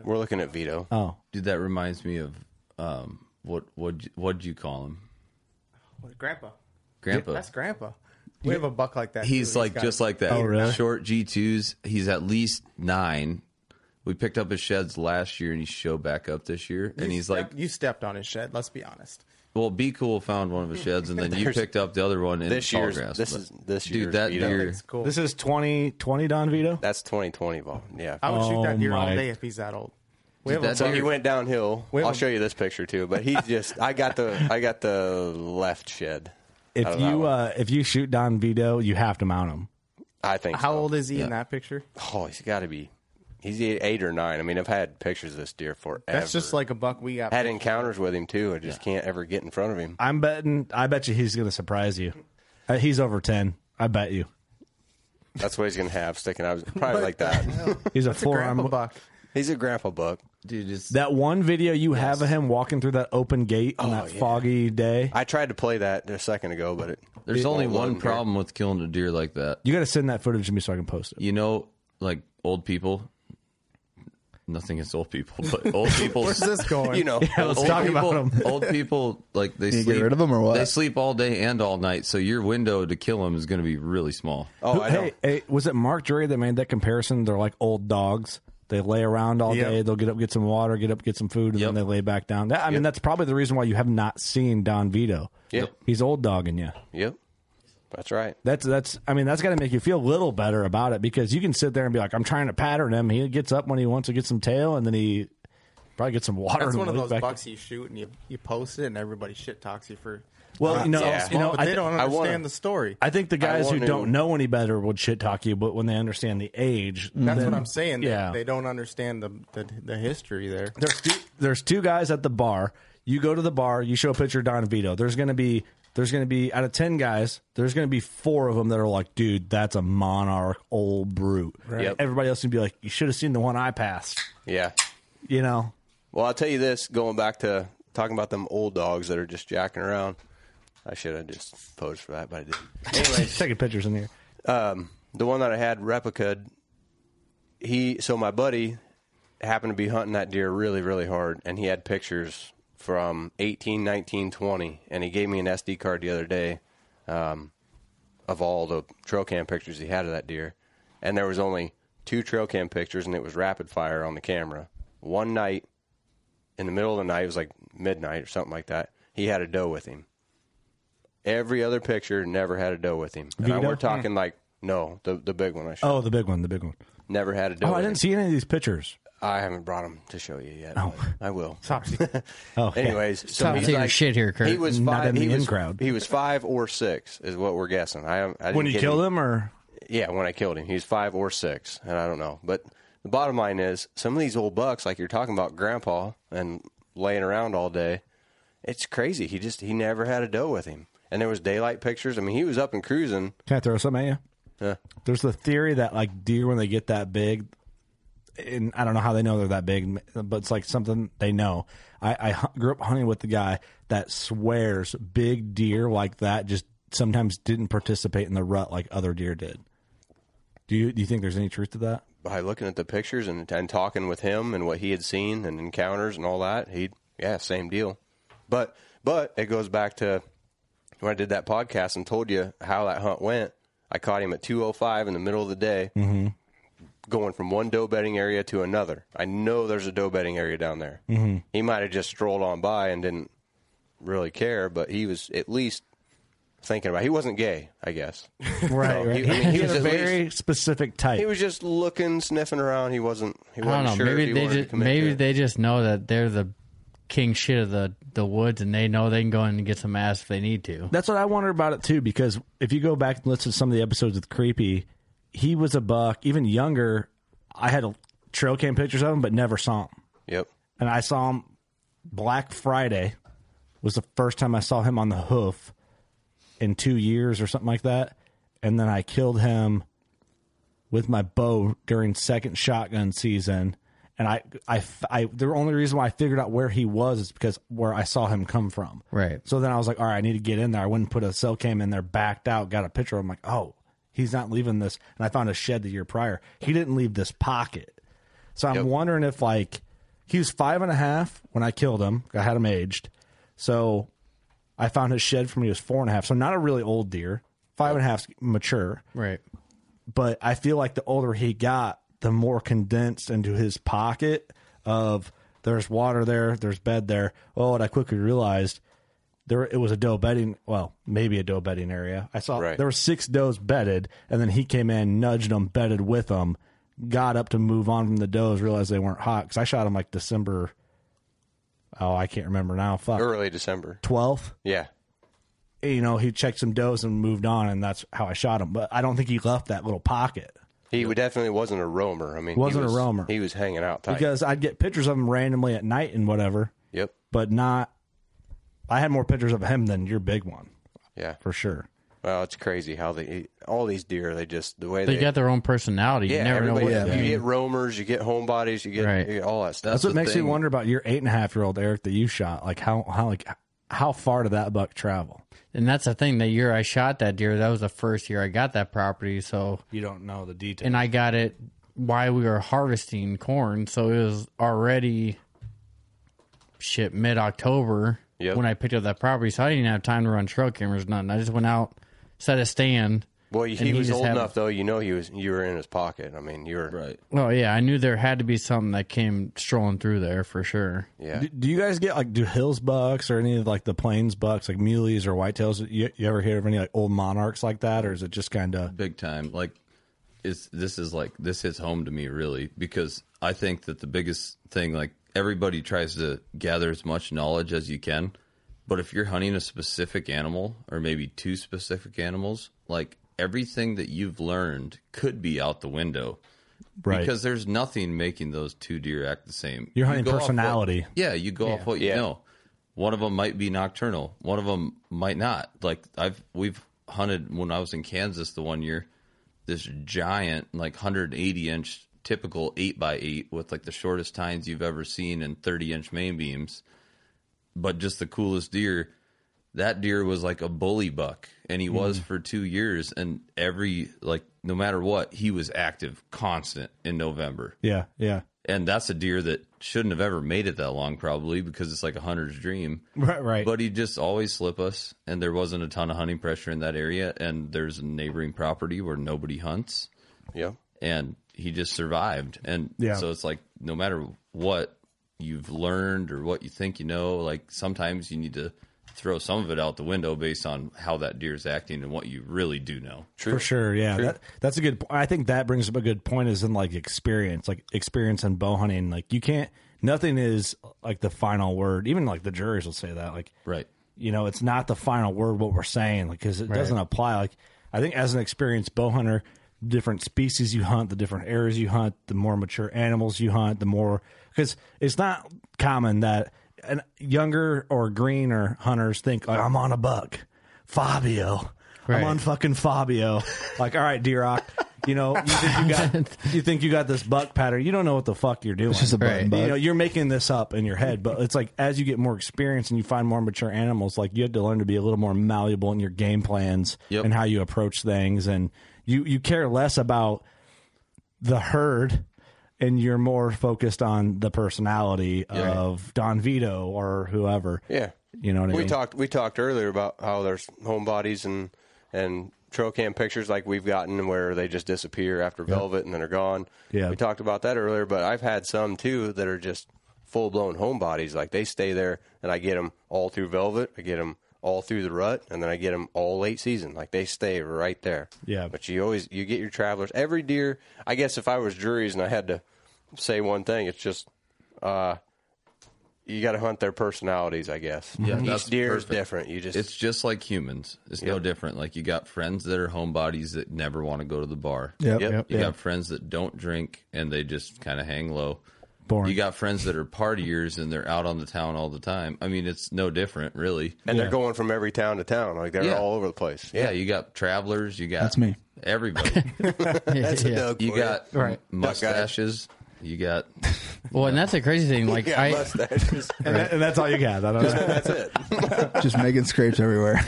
We're looking at Vito. Oh, Dude, that reminds me of um, what what what'd you call him, Grandpa. Grandpa? That's Grandpa. We have a buck like that. he's too. like got- just like that. Oh, really? Short G twos. He's at least nine. We picked up his sheds last year, and he showed back up this year, and You he's like stepped- you stepped on his shed. Let's be honest. Well, Be Cool found one of his sheds, and then you There's- picked up the other one in This tall year's- grass. this But, is- this dude. year's That Vito. deer, It's cool. this is 20, 20 Don Vito. That's 2020 ball. Yeah. I would shoot Oh, that deer all my- day if he's that old. We Dude, have a that so buck- he deer- went downhill. have I'll a- show you this picture too. But he's just. I got the. I got the left shed. out If of that you one. uh, if you shoot Don Vito, you have to mount him. I think. How so. old is he in that picture? Oh, he's got to be. He's eight eight or nine. I mean, I've had pictures of this deer forever. That's just like a buck we got. had encounters with him too. I just can't ever get in front of him. I'm betting. I bet you he's going to surprise you. Uh, he's over ten. I bet you. That's what he's gonna have sticking out. Probably like that. He's a It's a grandpa forearm. buck. he's a grandpa buck. dude, it's That one video you have of him walking through that open gate on that yeah. foggy day. I tried to play that a second ago, but it, there's only won't load one here. problem with killing a deer like that. You got to send that footage to me so I can post it. You know, like old people. Nothing against old people, but old people. Where's this going? You know, let's old talk about people, 'em. Old people, like they You sleep. get rid of 'em or what? They sleep all day and all night, so your window to kill them is going to be really small. oh, I know. hey, hey, was it Mark Drury that made that comparison? They're like old dogs. They lay around all Yep. day. They'll get up, get some water, get up, get some food, and then Yep. they lay back down. That, I mean, that's probably the reason why you have not seen Don Vito. Yep. he's old dogging you. Yep, that's right. That's that's. I mean, that's got to make you feel a little better about it because you can sit there and be like, "I'm trying to pattern him. He gets up when he wants to get some tail, and then he probably gets some water." That's and one of lays those back- bucks you shoot and you, you post it and everybody shit talks you for. Well, you know, Yeah. you know, but I, they thi- don't I understand wanna- the story. I think the guys who want to- don't know any better would shit talk you, but when they understand the age, That's then- what I'm saying. They, yeah. they don't understand the, the the history there. There's two, there's two guys at the bar. You go to the bar, you show a picture of Don Vito. There's gonna be there's gonna be out of ten guys, there's gonna be four of them that are like, dude, that's a monarch old brute. Yep. Everybody else would be like, you should have seen the one I passed. Yeah. You know, Well, I'll tell you this. Going back to talking about them old dogs that are just jacking around. I should have just posed for that, but I didn't. taking pictures in here. the one that I had replica, he so my buddy happened to be hunting that deer really really hard, and he had pictures from 18, 19, 20, and he gave me an SD card the other day um, of all the trail cam pictures he had of that deer, and there was only two trail cam pictures, and it was rapid fire on the camera. One night, in the middle of the night, it was like midnight or something like that. He had a doe with him. Every other picture never had a doe with him. And I- Vito? we're talking like no, the the big one I showed. Oh, the big one, the big one. Never had a doe. Oh, I with didn't him. see any of these pictures. I haven't brought him to show you yet. Oh. but I will. Oh, yeah. Anyways, so Top he's tier like, shit here, Kurt. He was Not five. in he the was in-crowd. He was five or six, is what we're guessing. I, I didn't when you get killed him, or Yeah, when I killed him, he was five or six, and I don't know. But the bottom line is, some of these old bucks, like you're talking about, Grandpa, and laying around all day, it's crazy. He just he never had a doe with him, and there was daylight pictures. I mean, he was up and cruising. Can I throw something at you? Yeah. There's the theory that like deer when they get that big, and I don't know how they know they're that big, but it's like something they know. I, I hu- grew up hunting with the guy that swears big deer like that just sometimes didn't participate in the rut like other deer did. Do you do you think there's any truth to that? by looking at the pictures and, and talking with him and what he had seen and encounters and all that, he yeah, same deal. But but it goes back to when I did that podcast and told you how that hunt went. I caught him at two oh five in the middle of the day, Mm-hmm. going from one doe bedding area to another. I know there's a doe bedding area down there. Mm-hmm. He might have just strolled on by and didn't really care, but he was at least thinking about. He wasn't gay, I guess. Right. He, I mean, he was a at least- very specific type. he was just looking, sniffing around. He wasn't. He I don't wasn't know. sure if maybe he they wanted to just commit maybe to it. they just know that they're the king shit of the the woods, and they know they can go in and get some ass if they need to. That's what I wonder about it too, because if you go back and listen to some of the episodes with Creepy, he was a buck, even younger. I had a trail cam pictures of him, but never saw him. Yep. And I saw him Black Friday was the first time I saw him on the hoof in two years or something like that. And then I killed him with my bow during second shotgun season. And I, I, I, the only reason why I figured out where he was is because where I saw him come from. Right. So then I was like, all right, I need to get in there. I went and put a cell cam in there, backed out, got a picture. I'm like, oh, he's not leaving this. And I found a shed the year prior. He didn't leave this pocket. So I'm wondering if like he was five and a half when I killed him. I had him aged. So I found his shed from when he was four and a half. So not a really old deer. Five and a half's mature Right. but I feel like the older he got, the more condensed into his pocket of there's water there, there's bed there. Oh, and I quickly realized there it was a doe bedding. Well, maybe a doe bedding area. I saw Right. there were six does bedded, and then he came in, nudged them, bedded with them, got up to move on from the does, realized they weren't hot because I shot him like December. Oh, I can't remember now. Uh, Fuck, Early December. twelfth Yeah. you know, he checked some does and moved on, and that's how I shot him. But I don't think he left that little pocket He definitely wasn't a roamer. I mean, he Wasn't a was- roamer. He was hanging out tight. because I'd get pictures of him randomly at night and whatever, yep. but not. I had more pictures of him than your big one Yeah. for sure. Well, it's crazy how they all these deer. They just the way They, they, got their own personality. Yeah. you never know everybody. what. you get roamers. You get homebodies. You get, Right. you get all that stuff. That's, what The makes thing- me wonder about your eight and a half year old Eric that you shot. Like how how like how far did that buck travel? And that's the thing. The year I shot that deer, that was the first year I got that property. So You don't know the details. and I got it while we were harvesting corn, so it was already shit mid October Yep. when I picked up that property. So I didn't have time to run trail cameras, nothing. I just went out, set a stand. Well, he, and he was just old had- enough though. You know, he was. You were in his pocket. I mean, you were. Right. Well, yeah, I knew there had to be something that came strolling through there for sure. Yeah. do, do you guys get like do hills bucks or any of like the plains bucks like muleys or whitetails? You, you ever hear of any like old monarchs like that, or is it just kind of big time. Like, is this is like this hits home to me really because I think that the biggest thing, like everybody tries to gather as much knowledge as you can, but if you're hunting a specific animal or maybe two specific animals, like everything that you've learned could be out the window right? because there's nothing making those two deer act the same. You're You hunting go off what- personality. yeah, you go off what you Yeah. know. One of them might be nocturnal. One of them might not. Like I've we've hunted when I was in Kansas the one year. This giant, like 180 inch typical eight by eight with like the shortest tines you've ever seen and 30 inch main beams, but just the coolest deer that deer was like a bully buck and he was Hmm. for two years and every like no matter what he was active constant in november yeah, yeah, and that's a deer that shouldn't have ever made it that long probably because it's like a hunter's dream right, right. but he just always slip us and there wasn't a ton of hunting pressure in that area and there's a neighboring property where nobody hunts Yeah. and he just survived. And Yeah. so it's like no matter what you've learned or what you think you know, like sometimes you need to throw some of it out the window based on how that deer's acting and what you really do know. For sure, yeah. That, that's a good. po- I think that brings up a good point. Is in like experience, like experience in bow hunting. Like you can't. Nothing is like the final word. Even like the juries will say that. Like Right. you know, it's not the final word what we're saying because it doesn't apply. Like I think as an experienced bow hunter, different species you hunt, the different areas you hunt, the more mature animals you hunt, the more because it's not common that an younger or greener hunters think like, I'm on a buck, Fabio. I'm Right. on fucking Fabio. Like, all right, D Rock, you know, you think you got you think you got this buck pattern. You don't know what the fuck you're doing. It's just a button Right. buck. you know, you're making this up in your head, but it's like as you get more experience and you find more mature animals, like you have to learn to be a little more malleable in your game plans Yep. and how you approach things. And you you care less about the herd and you're more focused on the personality of Don Vito or whoever. Yeah. You know what I We mean? talked we talked earlier about how there's homebodies and and trail cam pictures like we've gotten where they just disappear after velvet and then are gone. Yeah. We talked about that earlier, but I've had some too that are just full blown homebodies. Like they stay there and I get them all through velvet, I get them all through the rut, and then I get them all late season. Like they stay right there. Yeah. But you always you get your travelers every deer. I guess if I was juries and I had to say one thing, it's just uh you got to hunt their personalities, I guess. Yeah, that's each deer perfect. is different. You just It's just like humans. It's no Yep. different. Like you got friends that are homebodies that never want to go to the bar. Yep. Yep. You got friends that don't drink and they just kind of hang low. Boring. You got friends that are partiers and they're out on the town all the time. I mean, it's no different, really. and they're going from every town to town, like they're Yeah. all over the place. Yeah, you got travelers. You got That's me. Everybody. that's a Yeah. Doug. You for you. got Right. mustaches. You got Well, and that's the crazy thing. Like yeah, I, mustaches. And, that- and that's all you got. I don't know. that's it. Just making scrapes everywhere.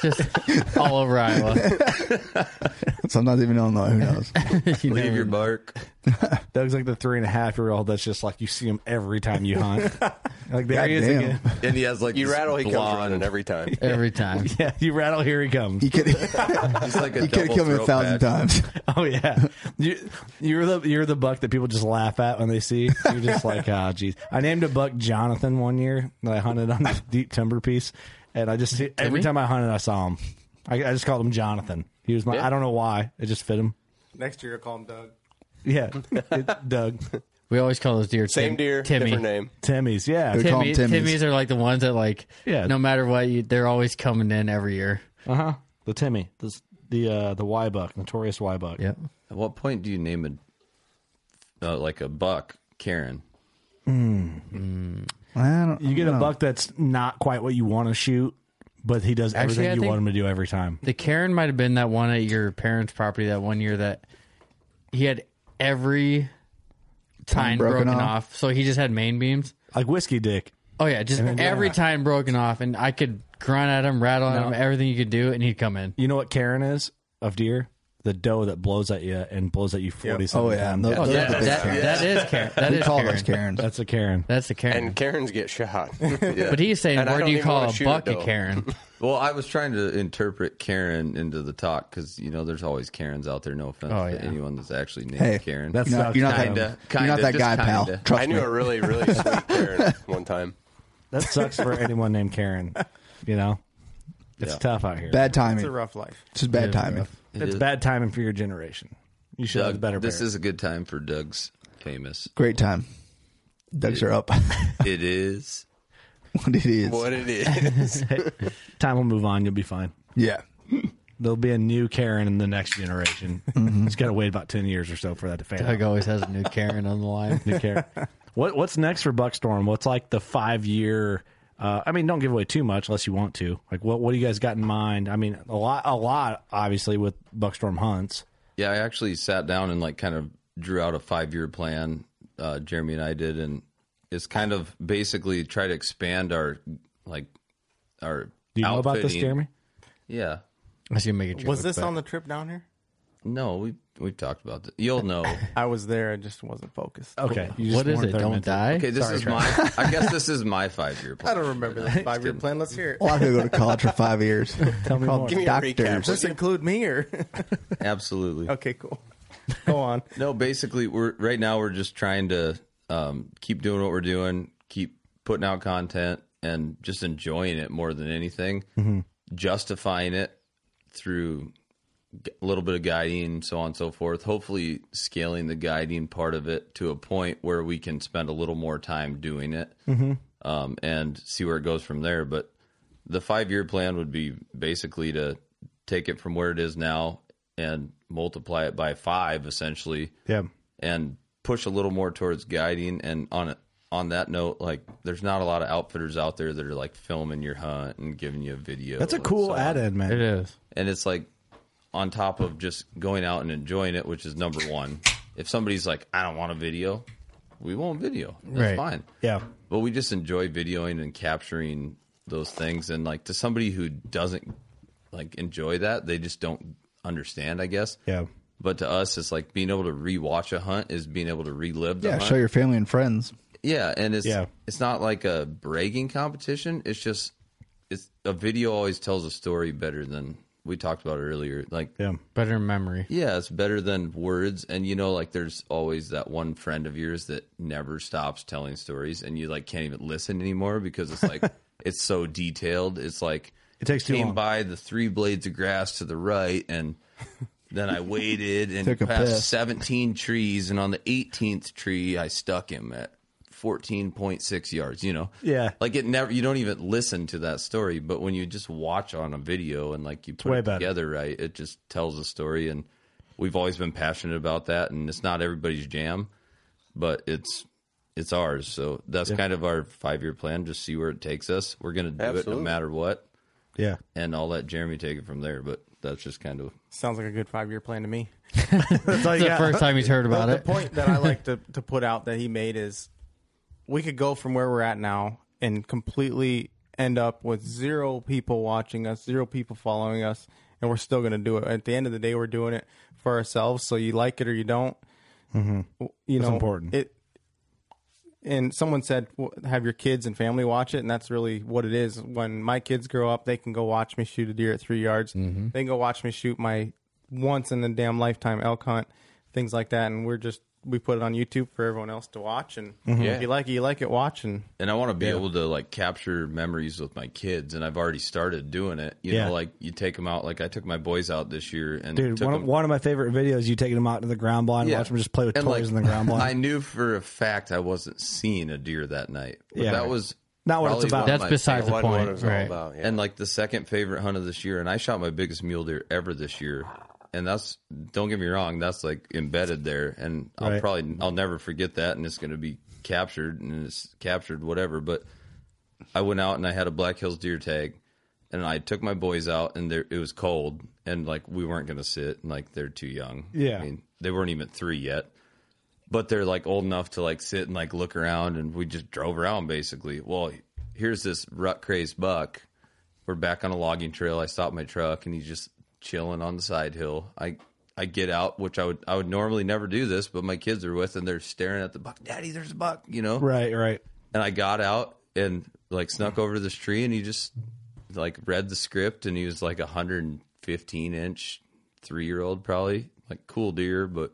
just all over Iowa. Sometimes even Illinois. Who knows? You leave know, your bark. Doug's like the three and a half year old that's just like you see him every time you hunt. like there he is damn. again. And he has like You this rattle, he comes blonde- running every time. every time. Yeah, you rattle. Here he comes. You could He's like a you could double kill me a throat thousand patch. times. Oh yeah, you, you're the you're the buck that people just laugh at when they see. You're just like, ah, geez. I named a buck Jonathan one year that I hunted on this deep timber piece, and I just see, every we? time I hunted, I saw him. I, I just called him Jonathan. He was my. I don't know why. It just fit him. Next year, I'll call him Doug. Yeah, it- Doug, We always call those deer Same Tim- deer, Timmy. different name. Timmy's. Yeah, We call 'em Timmy, Timmies. Timmy's. are like the ones that like, Yeah. no matter what, you, they're always coming in every year. uh huh. The Timmy, the the uh, the Y buck, notorious Y buck. Yep. At what point do you name a uh, like a buck Karen? I don't, You get a buck that's not quite what you want to shoot, but he does Actually, everything I you think- want him to do every time. The Karen might have been that one at your parents' property that one year that he had every time broken, broken off. off. So he just had main beams. Like whiskey dick. Oh yeah, just every time broken off, and I could grunt at him, rattle at him, everything you could do, and he'd come in. You know what Karen is of deer? The doe that blows at you and blows at you forty seven Oh, yeah. times. Those- Oh, those that, are the big that, Karens. that is Karen. That we is call Karen. those Karens. That's a Karen. That's the Karen. And Karens get shot. Yeah. but he's saying, And I where don't do you even call wanna a shoot buck it, a though. Karen? Well, I was trying to interpret Karen into the talk because you know there's always Karens out there. No offense Oh, yeah. to anyone that's actually named Hey, Karen. that's You're not, you're not that, Kinda, you're not kinda, that just guy, pal. kinda. Trust I knew me. a really, really sweet Karen one time. That sucks for anyone named Karen. You know? It's Yeah. tough out here. Bad It's a timing. rough life. It's just bad Yeah, timing. It it's is- bad timing for your generation. You should have Doug, a better this parent. is a good time for Doug's famous. Great time. Ducks are up. It is. what it is. What it is. time will move on, you'll be fine. Yeah. There'll be a new Karen in the next generation. Mm-hmm. It's gotta wait about ten years or so for that to fade. Doug out. always has a new Karen on the line. New Karen. what what's next for Buckstorm? What's like the five year uh, I mean, don't give away too much unless you want to. Like, what what do you guys got in mind? I mean, a lot, a lot, obviously, with Buckstorm hunts. Yeah, I actually sat down and like kind of drew out a five year plan. Uh, Jeremy and I did, and it's kind of basically try to expand our like our. Do you know about this, Jeremy? Yeah. I was gonna make a joke. Was this but- on the trip down here? No, we we've talked about this. You'll know. I was there. I just wasn't focused. Okay. You just What is weren't it? there Don't mentally. die. Okay, this is my. I guess this is my five year plan. I don't remember the five year kidding. plan. Let's Oh, hear it. Well, I could go to college for five years. Tell me more. Give me a recap. Doctors. Does this include me or? Absolutely. okay, cool. Go on. No, basically, we're right now we're just trying to um, keep doing what we're doing, keep putting out content, and just enjoying it more than anything. Justifying it through g- a little bit of guiding, so on and so forth. Hopefully, scaling the guiding part of it to a point where we can spend a little more time doing it um, and see where it goes from there. But the five year plan would be basically to take it from where it is now and multiply it by five, essentially Yeah. and push a little more towards guiding. And on on that note, like there's not a lot of outfitters out there that are like filming your hunt and giving you a video. That's a and cool so on. add-in, man. It is. And it's like on top of just going out and enjoying it, which is number one. If somebody's like, I don't want a video, we won't video. That's Right. fine. Yeah. But we just enjoy videoing and capturing those things. And like to somebody who doesn't like enjoy that, they just don't understand, I guess. Yeah. But to us, it's like being able to rewatch a hunt is being able to relive the Yeah, hunt. show your family and friends. Yeah, and it's Yeah. it's not like a bragging competition. It's just it's a video always tells a story better than we talked about earlier. Like Yeah. Better memory. yeah, it's better than words. And you know, like there's always that one friend of yours that never stops telling stories, and you like can't even listen anymore because it's like it's so detailed. It's like It takes too came long. by the three blades of grass to the right, and then I waited and Took a passed piss. seventeen trees, and on the eighteenth tree, I stuck him at fourteen point six yards. You know, Yeah. like it never. You don't even listen to that story, but when you just watch on a video and like you put way it better. together right, it just tells a story, and we've always been passionate about that. And it's not everybody's jam, but it's it's ours. So that's kind of our five year plan. Just see where it takes us. We're gonna do it no Absolutely. matter what, Yeah. and I'll let Jeremy take it from there. But that's just kind of Sounds like a good five year plan to me. That's all It's you the got. first time he's heard about the, it. The point that I like to, to put out that he made is we could go from where we're at now and completely end up with zero people watching us, zero people following us, and we're still going to do it. At the end of the day, we're doing it for ourselves. So you like it or you don't. W- You That's know, important. It. And someone said, w- "Have your kids and family watch it," and that's really what it is. When my kids grow up, they can go watch me shoot a deer at three yards. They can go watch me shoot my once in a damn lifetime elk hunt, things like that. And we're just we put it on YouTube for everyone else to watch. And if you like it, you like it. Watch and and I want to be able to like capture memories with my kids, and I've already started doing it. You Yeah. know, like you take them out. Like I took my boys out this year, and Dude, took one, 'em- of- one of my favorite videos, you taking them out to the ground blind, watch them just play with And, toys like, in the ground blind. I knew for a fact I wasn't seeing a deer that night. But Yeah. that was Not what it's probably about. one of That's my besides the Wasn't what point. it was all Right. about. Yeah. and like the second favorite hunt of this year, and I shot my biggest mule deer ever this year. And that's don't get me wrong, that's like embedded there, and I'll Right. probably I'll never forget that, and it's going to be captured and it's captured whatever. But I went out and I had a Black Hills deer tag, and I took my boys out, and there, it was cold, and like we weren't going to sit, and like they're too young. Yeah. I mean, they weren't even three yet but they're like old enough to like sit and like look around and we just drove around basically well here's this rut crazed buck we're back on a logging trail i stopped my truck and he's just chilling on the side hill i i get out which i would i would normally never do this but my kids are with and they're staring at the buck daddy there's a buck you know right, right. and I got out and like snuck over to this tree and he just like read the script and he was like a 115 inch three year old probably like cool deer but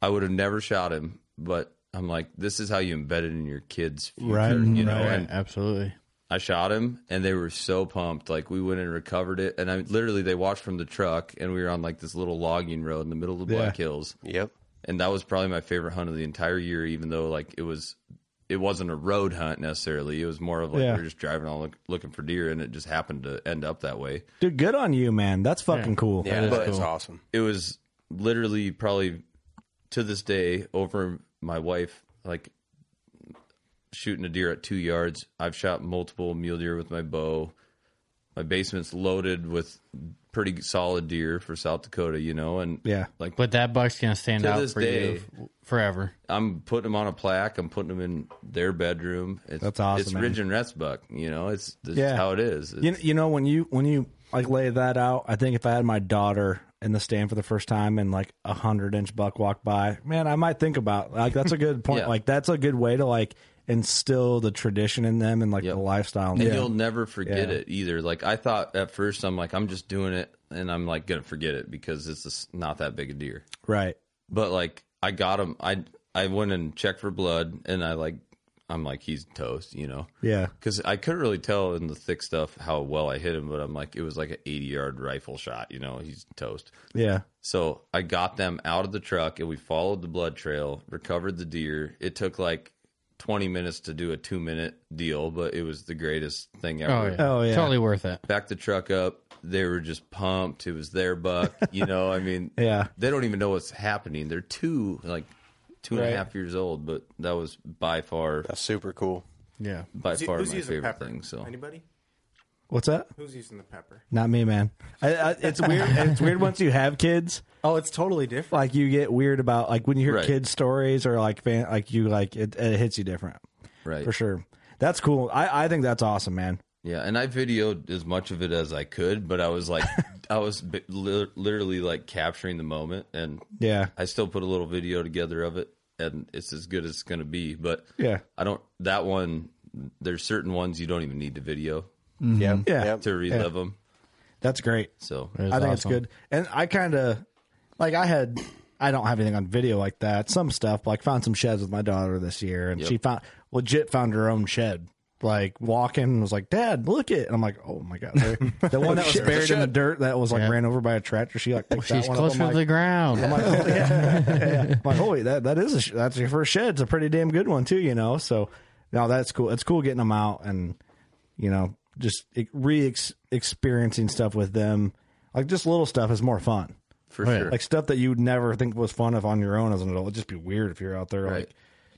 I would have never shot him but I'm like this is how you embed it in your kids future, Right, you know right. and Absolutely. I shot him and they were so pumped. Like we went and recovered it. And I literally, they watched from the truck and we were on like this little logging road in the middle of the Black Hills. Yep. And that was probably my favorite hunt of the entire year, even though like it was, it wasn't a road hunt necessarily. It was more of like Yeah. we were just driving on look, looking for deer and it just happened to end up that way. Dude, good on you, man. That's fucking cool. Yeah, but it's awesome. It was literally probably to this day over my wife, like shooting a deer at two yards. I've shot multiple mule deer with my bow. My basement's loaded with pretty solid deer for South Dakota, you know, and Yeah. like But that buck's gonna stand To out this for day- you f- forever. I'm putting them on a plaque. I'm putting them in their bedroom. It's, That's awesome, It's man. Ridge and Rest buck, you know. It's, it's Yeah. how it is. It's, You, you know when you when you like lay that out, I think if I had my daughter in the stand for the first time and like a hundred inch buck walked by, man, I might think about like that's a good point. Yeah. Like that's a good way to like instill the tradition in them and like Yep. the lifestyle. and you'll never forget Yeah. it either. Like I thought at first, I'm like I'm just doing it, and I'm like gonna forget it because it's just not that big a deer. right. But like I got him. I I went and checked for blood, and I like I'm like he's toast, you know. Yeah. Because I couldn't really tell in the thick stuff how well I hit him, but I'm like it was like an 80 yard rifle shot, you know. He's toast. Yeah. So I got them out of the truck and we followed the blood trail, recovered the deer. It took like 20 minutes to do a two minute deal, but it was the greatest thing ever. Oh yeah. Oh, yeah. Totally worth it. Back the truck up. They were just pumped. It was their buck. You know, I mean, Yeah. they don't even know what's happening. They're two, like two and a half years old, but that was by far, That's super cool. Yeah. by far my who's using favorite pepper? thing. So anybody What's that? who's using the pepper? Not me, man. I, I, it's weird. it's weird once you have kids. Oh, it's totally different. Like you get weird about like when you hear Right. kids stories or like fan, like you like it, it hits you different. right. for sure. That's cool. I, I think that's awesome, man. Yeah, and I videoed as much of it as I could, but I was like, I was bi- li- literally like capturing the moment, and Yeah. I still put a little video together of it, and it's as good as it's gonna be. But Yeah. I don't that one. There's certain ones you don't even need to video Yeah. Yeah. to relive them. That's great. So I think it's good. And I kind of like I had I don't have anything on video like that. Some stuff like found some sheds with my daughter this year, and she found legit found her own shed. Like walking and was like, Dad, look it. And I'm like, Oh my god, the one that was buried in the dirt that was like ran over by a tractor. She like picked She's that one up. closer I'm to like, the ground. I'm like, holy, yeah, yeah, yeah. I'm like, holy, that that is a sh- that's your first shed. It's a pretty damn good one too, you know. So no, that's cool. It's cool getting them out and you know just re experiencing stuff with them. Like just little stuff is more fun. for sure. Like stuff that you'd never think was fun if on your own as an adult. It'd just be weird if you're out there Right. like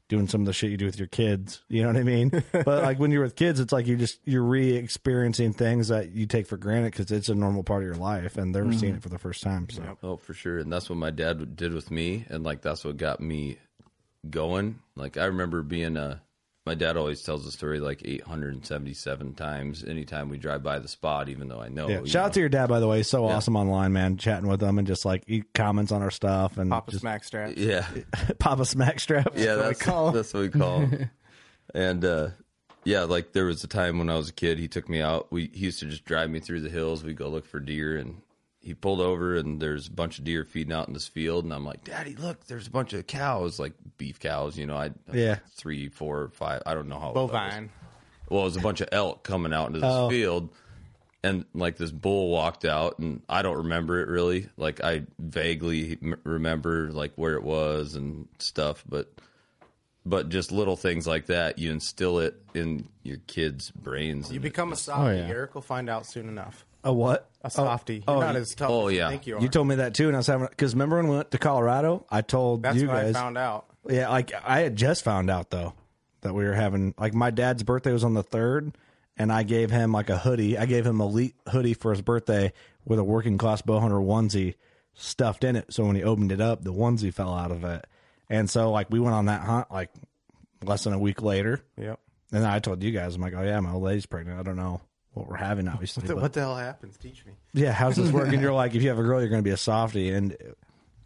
doing some of the shit you do with your kids. You know what I mean? but like when you're with kids, it's like you just you're re-experiencing things that you take for granted because it's a normal part of your life, and they're seeing it for the first time. So Oh, for sure. And that's what my dad did with me. And like, that's what got me going. Like, I remember being, uh, my dad always tells the story like 877 times anytime we drive by the spot, even though I know. Oh, Yeah. you Shout out know. to your dad, by the way. He's so awesome online, man. Chatting with him and just like he comments on our stuff and Papa just Smack Strap. Yeah. Papa Smackstrap. Yeah. That's, that's what we call him. and, uh, yeah, like there was a time when I was a kid, he took me out. We he used to just drive me through the hills. We'd go look for deer, and he pulled over, and there's a bunch of deer feeding out in this field. And I'm like, Daddy, look, there's a bunch of cows, like beef cows. You know, I Yeah. three, four, five. I don't know how Oh, old I was. Bovine. well, it was a bunch of elk coming out into this Oh. field, and like this bull walked out, and I don't remember it really. Like I vaguely m- remember like where it was and stuff, but but just little things like that, you instill it in your kids' brains. You and- become a softy. yeah. Eric will find out soon enough. A what? A softy. You're not as tough oh, as yeah. Oh, you think you are. You told me that too, and I was having because remember when we went to Colorado, I told That's you what guys. I found out. Yeah, like I had just found out though that we were having like my dad's birthday was on the third, and I gave him like a hoodie. I gave him a elite hoodie for his birthday with a working class bow hunter onesie stuffed in it. So when he opened it up, the onesie fell out of it, and so like we went on that hunt like less than a week later, Yep. and then I told you guys I'm like, oh yeah, my old lady's pregnant. I don't know what we're having obviously. What the, but- what the hell happens? Teach me. yeah, how's this working? You're like, if you have a girl, you're going to be a softie, and it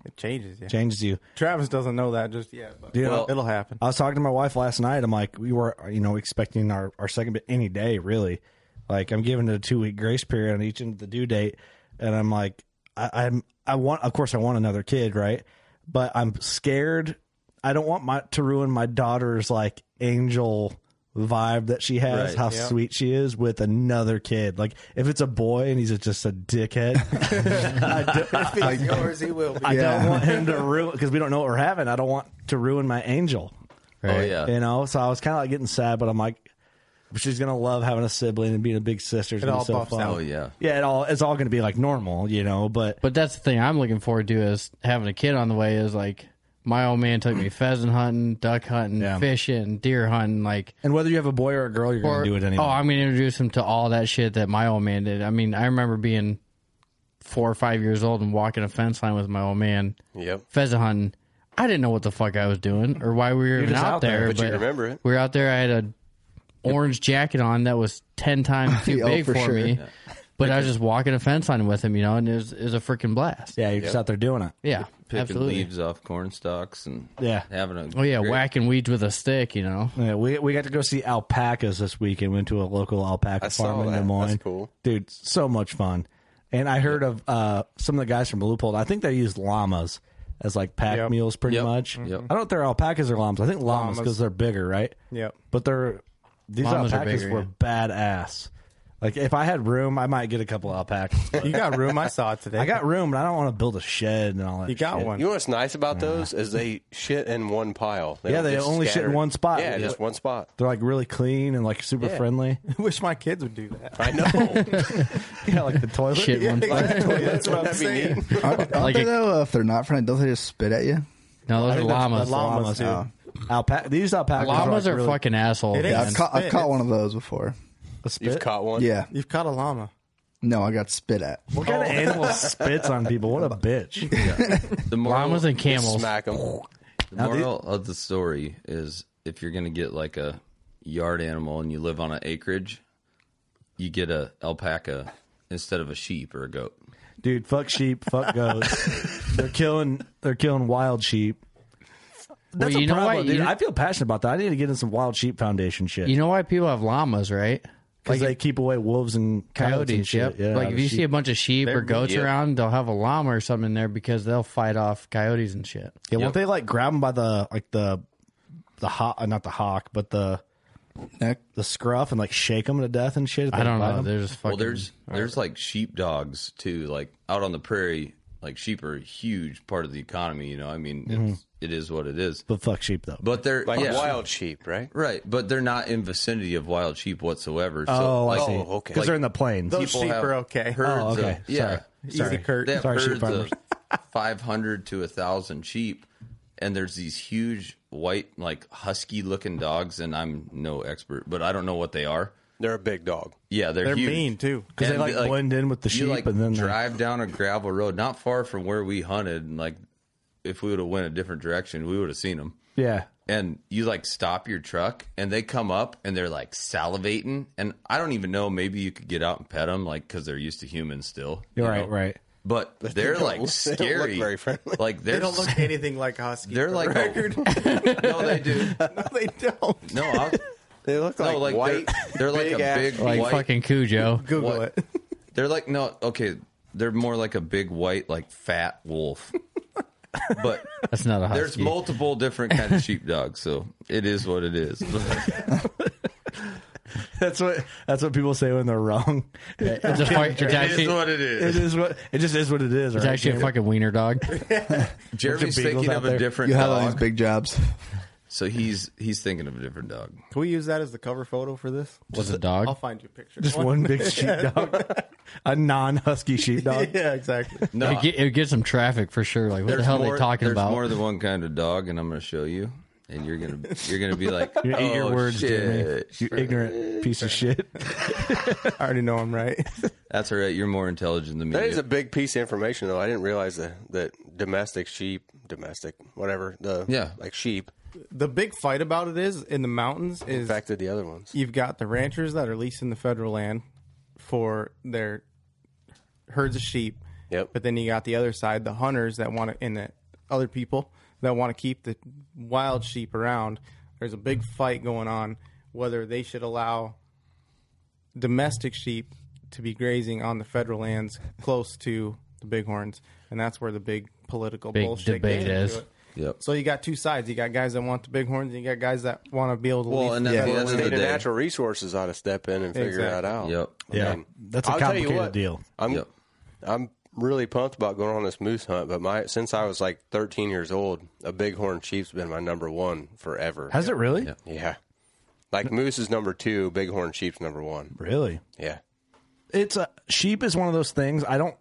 It changes. Yeah. changes you. Travis doesn't know that just yet, but Dude, well, I- it'll happen. I was talking to my wife last night. I'm like, we were, you know, expecting our, our second bit any day, really. Like, I'm giving it a two week grace period on each end of the due date. And I'm like, I, I'm, I want, of course, I want another kid, right? But I'm scared. I don't want my, to ruin my daughter's like angel vibe that she has, Right. how Yep. sweet she is with another kid. Like, if it's a boy and he's just a dickhead, I don't- If he's yours, he will be. I don't want him to ruin because we don't know what we're having. I don't want to ruin my angel, oh yeah, you know. So I was kind of like getting sad, but I'm like, she's gonna love having a sibling and being a big sister. It's It gonna all be so buffs fun. out. oh yeah. Yeah, it all it's all gonna be like normal, you know. But But that's the thing I'm looking forward to is having a kid on the way. Is like my old man took me pheasant hunting, duck hunting, Yeah. fishing, deer hunting. Like, and whether you have a boy or a girl, you're or- gonna do it anyway. Oh, I'm gonna introduce him to all that shit that my old man did. I mean, I remember being four or five years old and walking a fence line with my old man Yep. pheasant hunting. I didn't know what the fuck I was doing or why we were even just out, out there, there. but you remember it. We were out there. I had a orange jacket on that was ten times too Yeah, big for, for sure. me. But I was just walking a fence line with him, you know, and it was, it was a freaking blast. yeah, you're just out there doing it. Yeah, Picking absolutely. leaves off corn stalks and Yeah. having a Oh yeah, great- whacking weeds with a stick, you know. Yeah, we we got to go see alpacas this weekend. Went to a local alpaca I farm saw in that. Des Moines. That's cool. dude. So much fun. And I heard of uh, some of the guys from Loophole. I think they use llamas as like pack Yep. mules, pretty Yep. much. Mhm. Yep. I don't know if they're alpacas or llamas. I think llamas Llamas. because they're bigger, right? Yep. But they're these Llamas are alpacas bigger, were badass. Like if I had room, I might get a couple alpacas. but You got room. I saw it today. I got room, but I don't want to build a shed and all that. You got shit. one. You know what's nice about those is they shit in one pile. Yeah, don't they get only shit in scattered. one spot. Yeah, Yeah. just one spot. They're like really clean and like super Yeah. friendly. I wish my kids would do that. I know. yeah, like the toilet. Shit one That's what I'm That'd be saying. neat. Aren't, aren't Like they a- though? If they're not friendly, don't they just spit at you? No, those are llamas. llamas, Llamas, dude. Alpaca. These alpacas Llamas are, like are really- fucking assholes. It is. man. Yeah, I've, caught, I've spit. caught one of those before. a spit. You've caught one. Yeah, You've caught a llama. no, I got spit at. What kind of animal spits on people? What a bitch! The moral, Llamas and camels. Smack them. The moral of the story is if you're going to get like a yard animal and you live on an acreage, you get a alpaca instead of a sheep or a goat. dude. Fuck sheep, fuck goats. they're killing. They're killing wild sheep. That's Well, you a know problem, what? dude. You- I feel passionate about that. I need to get in some wild sheep foundation shit You know why people have llamas, right? because they keep away wolves and coyotes. and Coyotes, shit. yep. Yeah, like if the you see a sheep- bunch of sheep or goats yeah. around, they'll have a llama or something in there because they'll fight off coyotes and shit. yeah, won't they like grab them by the like the the ho- uh, not the hawk, but the Neck. the scruff and like shake them to death and shit. if I they don't bite know. 'em? They're just fucking. Well, there's there's like sheep dogs too. Like out on the prairie, like sheep are a huge part of the economy. You know, I mean, Mm-hmm. it's, it is what it is. But fuck sheep though. But they're Like yeah, wild sheep, right? right? But they're not in vicinity of wild sheep whatsoever. So, oh, I like, see. oh, okay. Because they're in the plains. Those people sheep have are okay. Herds Oh, okay. Of, yeah, Easy, Kurt. They have Sorry, sheep herds of 500 to 1,000 sheep, and there's these huge white, like husky looking dogs, and I'm no expert, but I don't know what they are. They're a big dog. Yeah, they're, They're huge. mean too. Because they like, And, blend in with the you sheep like and then they- drive down a gravel road not far from where we hunted, and like if we would have went a different direction, we would have seen them. yeah. And you like stop your truck, and they come up and they're like salivating, and I don't even know. Maybe you could get out and pet them, like because they're used to humans still. you Right, know? right. But they're like they scary. don't look very friendly. Like they're They don't look anything like husky. They're for like the a- record. no, they do. no, they don't. No, I'll, They look like, no, like white. They're, they're like a ass- big like white. fucking Cujo. Google What? it. They're like no, okay. They're more like a big white, like fat wolf. But That's not a husky. there's multiple different kind of sheepdogs, so it is what it is. That's what that's what people say when they're wrong. it It's, a fu- it's actually, is what it is. is what it just is what it is. it's right? actually a fucking wiener dog. Jeremy's beagles thinking out of there. a different You have all dog, these big jobs. so he's he's thinking of a different dog. Can we use that as the cover photo for this? Was a dog? I'll find you a picture. just one big sheepdog, a non-husky sheepdog. yeah, exactly. No, It, get, it gets some traffic for sure. Like what the there's hell are more, they talking there's about? more than one kind of dog, and I'm going to show you, and you're gonna you're gonna be like, You oh eat your words, Jeremy. shit. You ignorant piece of shit. I already know I'm right. That's all right. You're more intelligent than me. That is a big piece of information, though. I didn't realize that that domestic sheep, domestic whatever the Yeah. like sheep The big fight about it is in the mountains is affected the other ones. you've got the ranchers that are leasing the federal land for their herds of sheep. Yep. But then you got the other side, the hunters that want to, and the other people that want to keep the wild sheep around. There's a big fight going on whether they should allow domestic sheep to be grazing on the federal lands close to the bighorns, and that's where the big political Big bullshit debate gets into is. it. Yep. So you got two sides. You got guys that want the bighorns, and you got guys that want to be able to. Well, lease and the at the federal end lands. of the State of day- Natural Resources ought to step in and figure that out. Yep. Yeah, I mean, that's a Um, I'll tell you complicated what, deal. I'm Yep. I'm really pumped about going on this moose hunt, but my since I was like 13 years old, a bighorn sheep's been my number one forever. Has it really? yeah, like moose is number two, bighorn sheep's number one. Really? Yeah, It's a sheep is one of those things. I don't.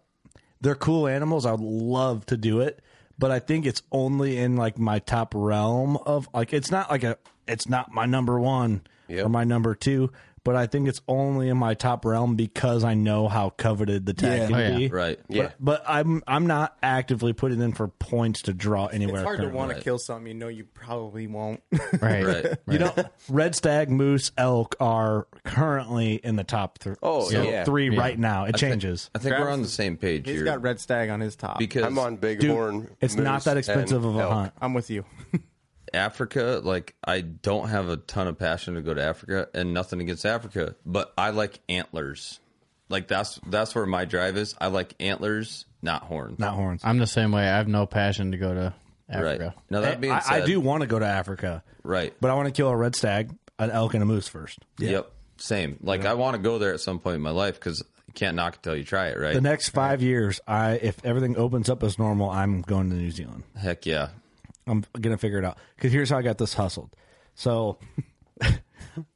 They're cool animals. I would love to do it, but I think it's only in like my top realm of like. It's not like a. It's not my number one or my number two. But I think it's only in my top realm because I know how coveted the tag Yeah. can Oh, yeah. be. Right. But, Yeah. but I'm I'm not actively putting in for points to draw anywhere. It's hard to currently. want to kill something you know you probably won't. right. Right. You know, red stag, moose, elk are currently in the top three. Oh, yeah. three Yeah. right now. It changes. I think we're on the same page He's here. got red stag on his top. because I'm on Dude, bighorn. it's not moose, that expensive and of a elk. hunt. I'm with you. Africa, like I don't have a ton of passion to go to Africa and nothing against Africa, but I like antlers. Like that's that's where my drive is. I like antlers, not horns. Not horns. I'm the same way. I have no passion to go to right. Africa. Now that being I, said, I do want to go to Africa, Right. but I want to kill a red stag, an elk, and a moose first. Yep. Same. Like I want to go there at some point in my life because you can't knock it till you try it. Right. The next five years, I if everything opens up as normal, I'm going to New Zealand. Heck yeah. I'm gonna figure it out because here's how I got this hustled. So,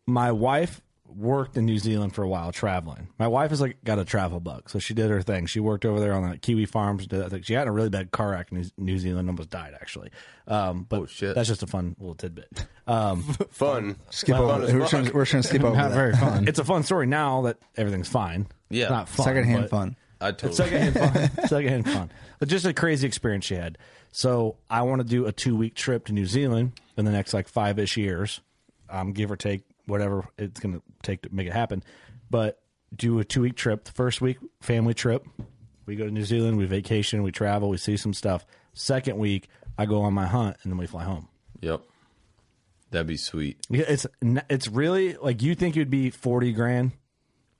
my wife worked in New Zealand for a while traveling. My wife is like got a travel bug, so she did her thing. She worked over there on the kiwi farms. Did that thing. She had in a really bad car accident in New Zealand, almost died actually. Um, but shit. that's just a fun little tidbit. Um, Fun. Skip over. We're just gonna- we're just going to skip over Not that. very fun. it's a fun story now that everything's fine. Yeah. it's not fun. Secondhand but- fun. I totally. Secondhand fun. Secondhand fun. But just a crazy experience she had. So I want to do a two week trip to New Zealand in the next like five ish years, um, give or take whatever it's going to take to make it happen. But do a two week trip. The first week, family trip. We go to New Zealand, we vacation, we travel, we see some stuff. Second week, I go on my hunt and then we fly home. Yep. That'd be sweet. Yeah, It's n- it's really like you think it'd be 40 grand.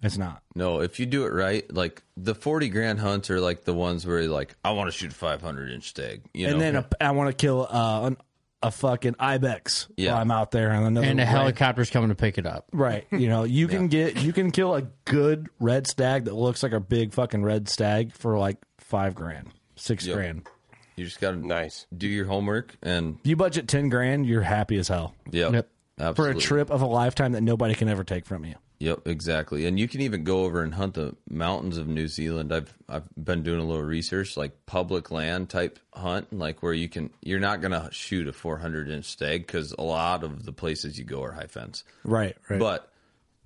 It's not. No, if you do it right, like the 40 grand hunts are like the ones where you're like, I want to shoot a 500 inch stag. You know? and then a, I want to kill uh, an, a fucking ibex Yeah. while I'm out there on another and the range. helicopter's coming to pick it up. Right. You know, you can get you can kill a good red stag that looks like a big fucking red stag for like five grand, six Yep. grand. you just got to Nice. do your homework and, You budget ten grand, you're happy as hell. yep. Yep. For a absolutely. trip of a lifetime that nobody can ever take from you. Yep, exactly. And you can even go over and hunt the mountains of New Zealand. I've I've been doing a little research, like public land type hunt, like where you can you're not gonna shoot a 400 inch stag because a lot of the places you go are high fence, Right, right. but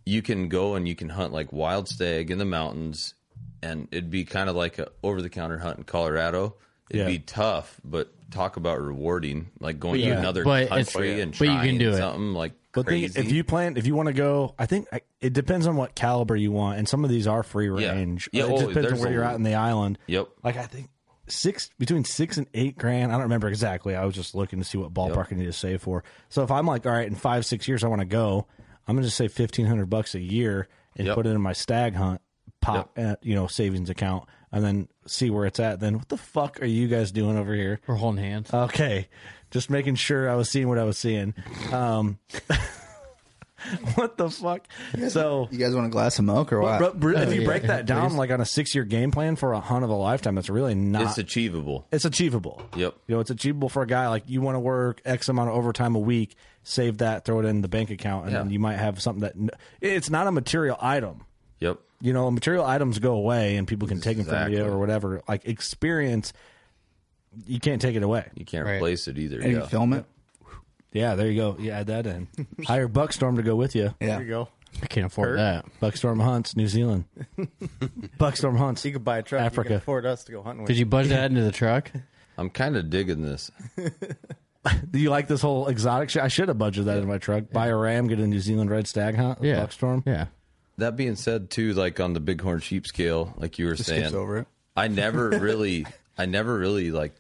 you can go and you can hunt like wild stag in the mountains, and it'd be kind of like a over the counter hunt in Colorado. It'd Yeah. be tough, but talk about rewarding, like going Yeah. to another But it's- country and but you trying can do it. something like But crazy. think, if you plan, if you want to go, I think I, it depends on what caliber you want, and some of these are free Yeah. range. Yeah, it oh, depends on there's where a- you're at in the island. Yep. Like I think six between six and eight grand. I don't remember exactly. I was just looking to see what ballpark I need to save for. So if I'm like, all right, in five six years I want to go, I'm gonna just save fifteen hundred bucks a year and Yep. put it in my stag hunt pop, uh, you know, savings account, and then see where it's at. Then what the fuck are you guys doing over here? We're holding hands. Okay. Just making sure I was seeing what I was seeing. Um, what the fuck? So, You guys want a glass of milk or what? but if you break that down, like on a six year game plan for a hunt of a lifetime, that's really not. it's achievable. it's achievable. Yep. You know, it's achievable for a guy like you want to work X amount of overtime a week, save that, throw it in the bank account, and then Yeah. you might have something that n- it's not a material item Yep. you know, material items go away and people can take them from you Exactly. or whatever. Like experience, you can't take it away. You can't replace it either. and yeah. you film it. Yeah, there you go. You add that in. Hire Buckstorm to go with you. Yeah. There you go. I can't afford Kurt? that. Buckstorm hunts New Zealand. Buckstorm hunts. You could buy a truck. You Africa. can afford us to go hunting with. Did you budget that into the truck? I'm kind of digging this. Do you like this whole exotic shit? I should have budgeted that in my truck. Buy a ram, get a New Zealand red stag hunt. with Buckstorm. Yeah. That being said, too, like on the bighorn sheep scale, like you were Skips saying, over it. I never really, I never really like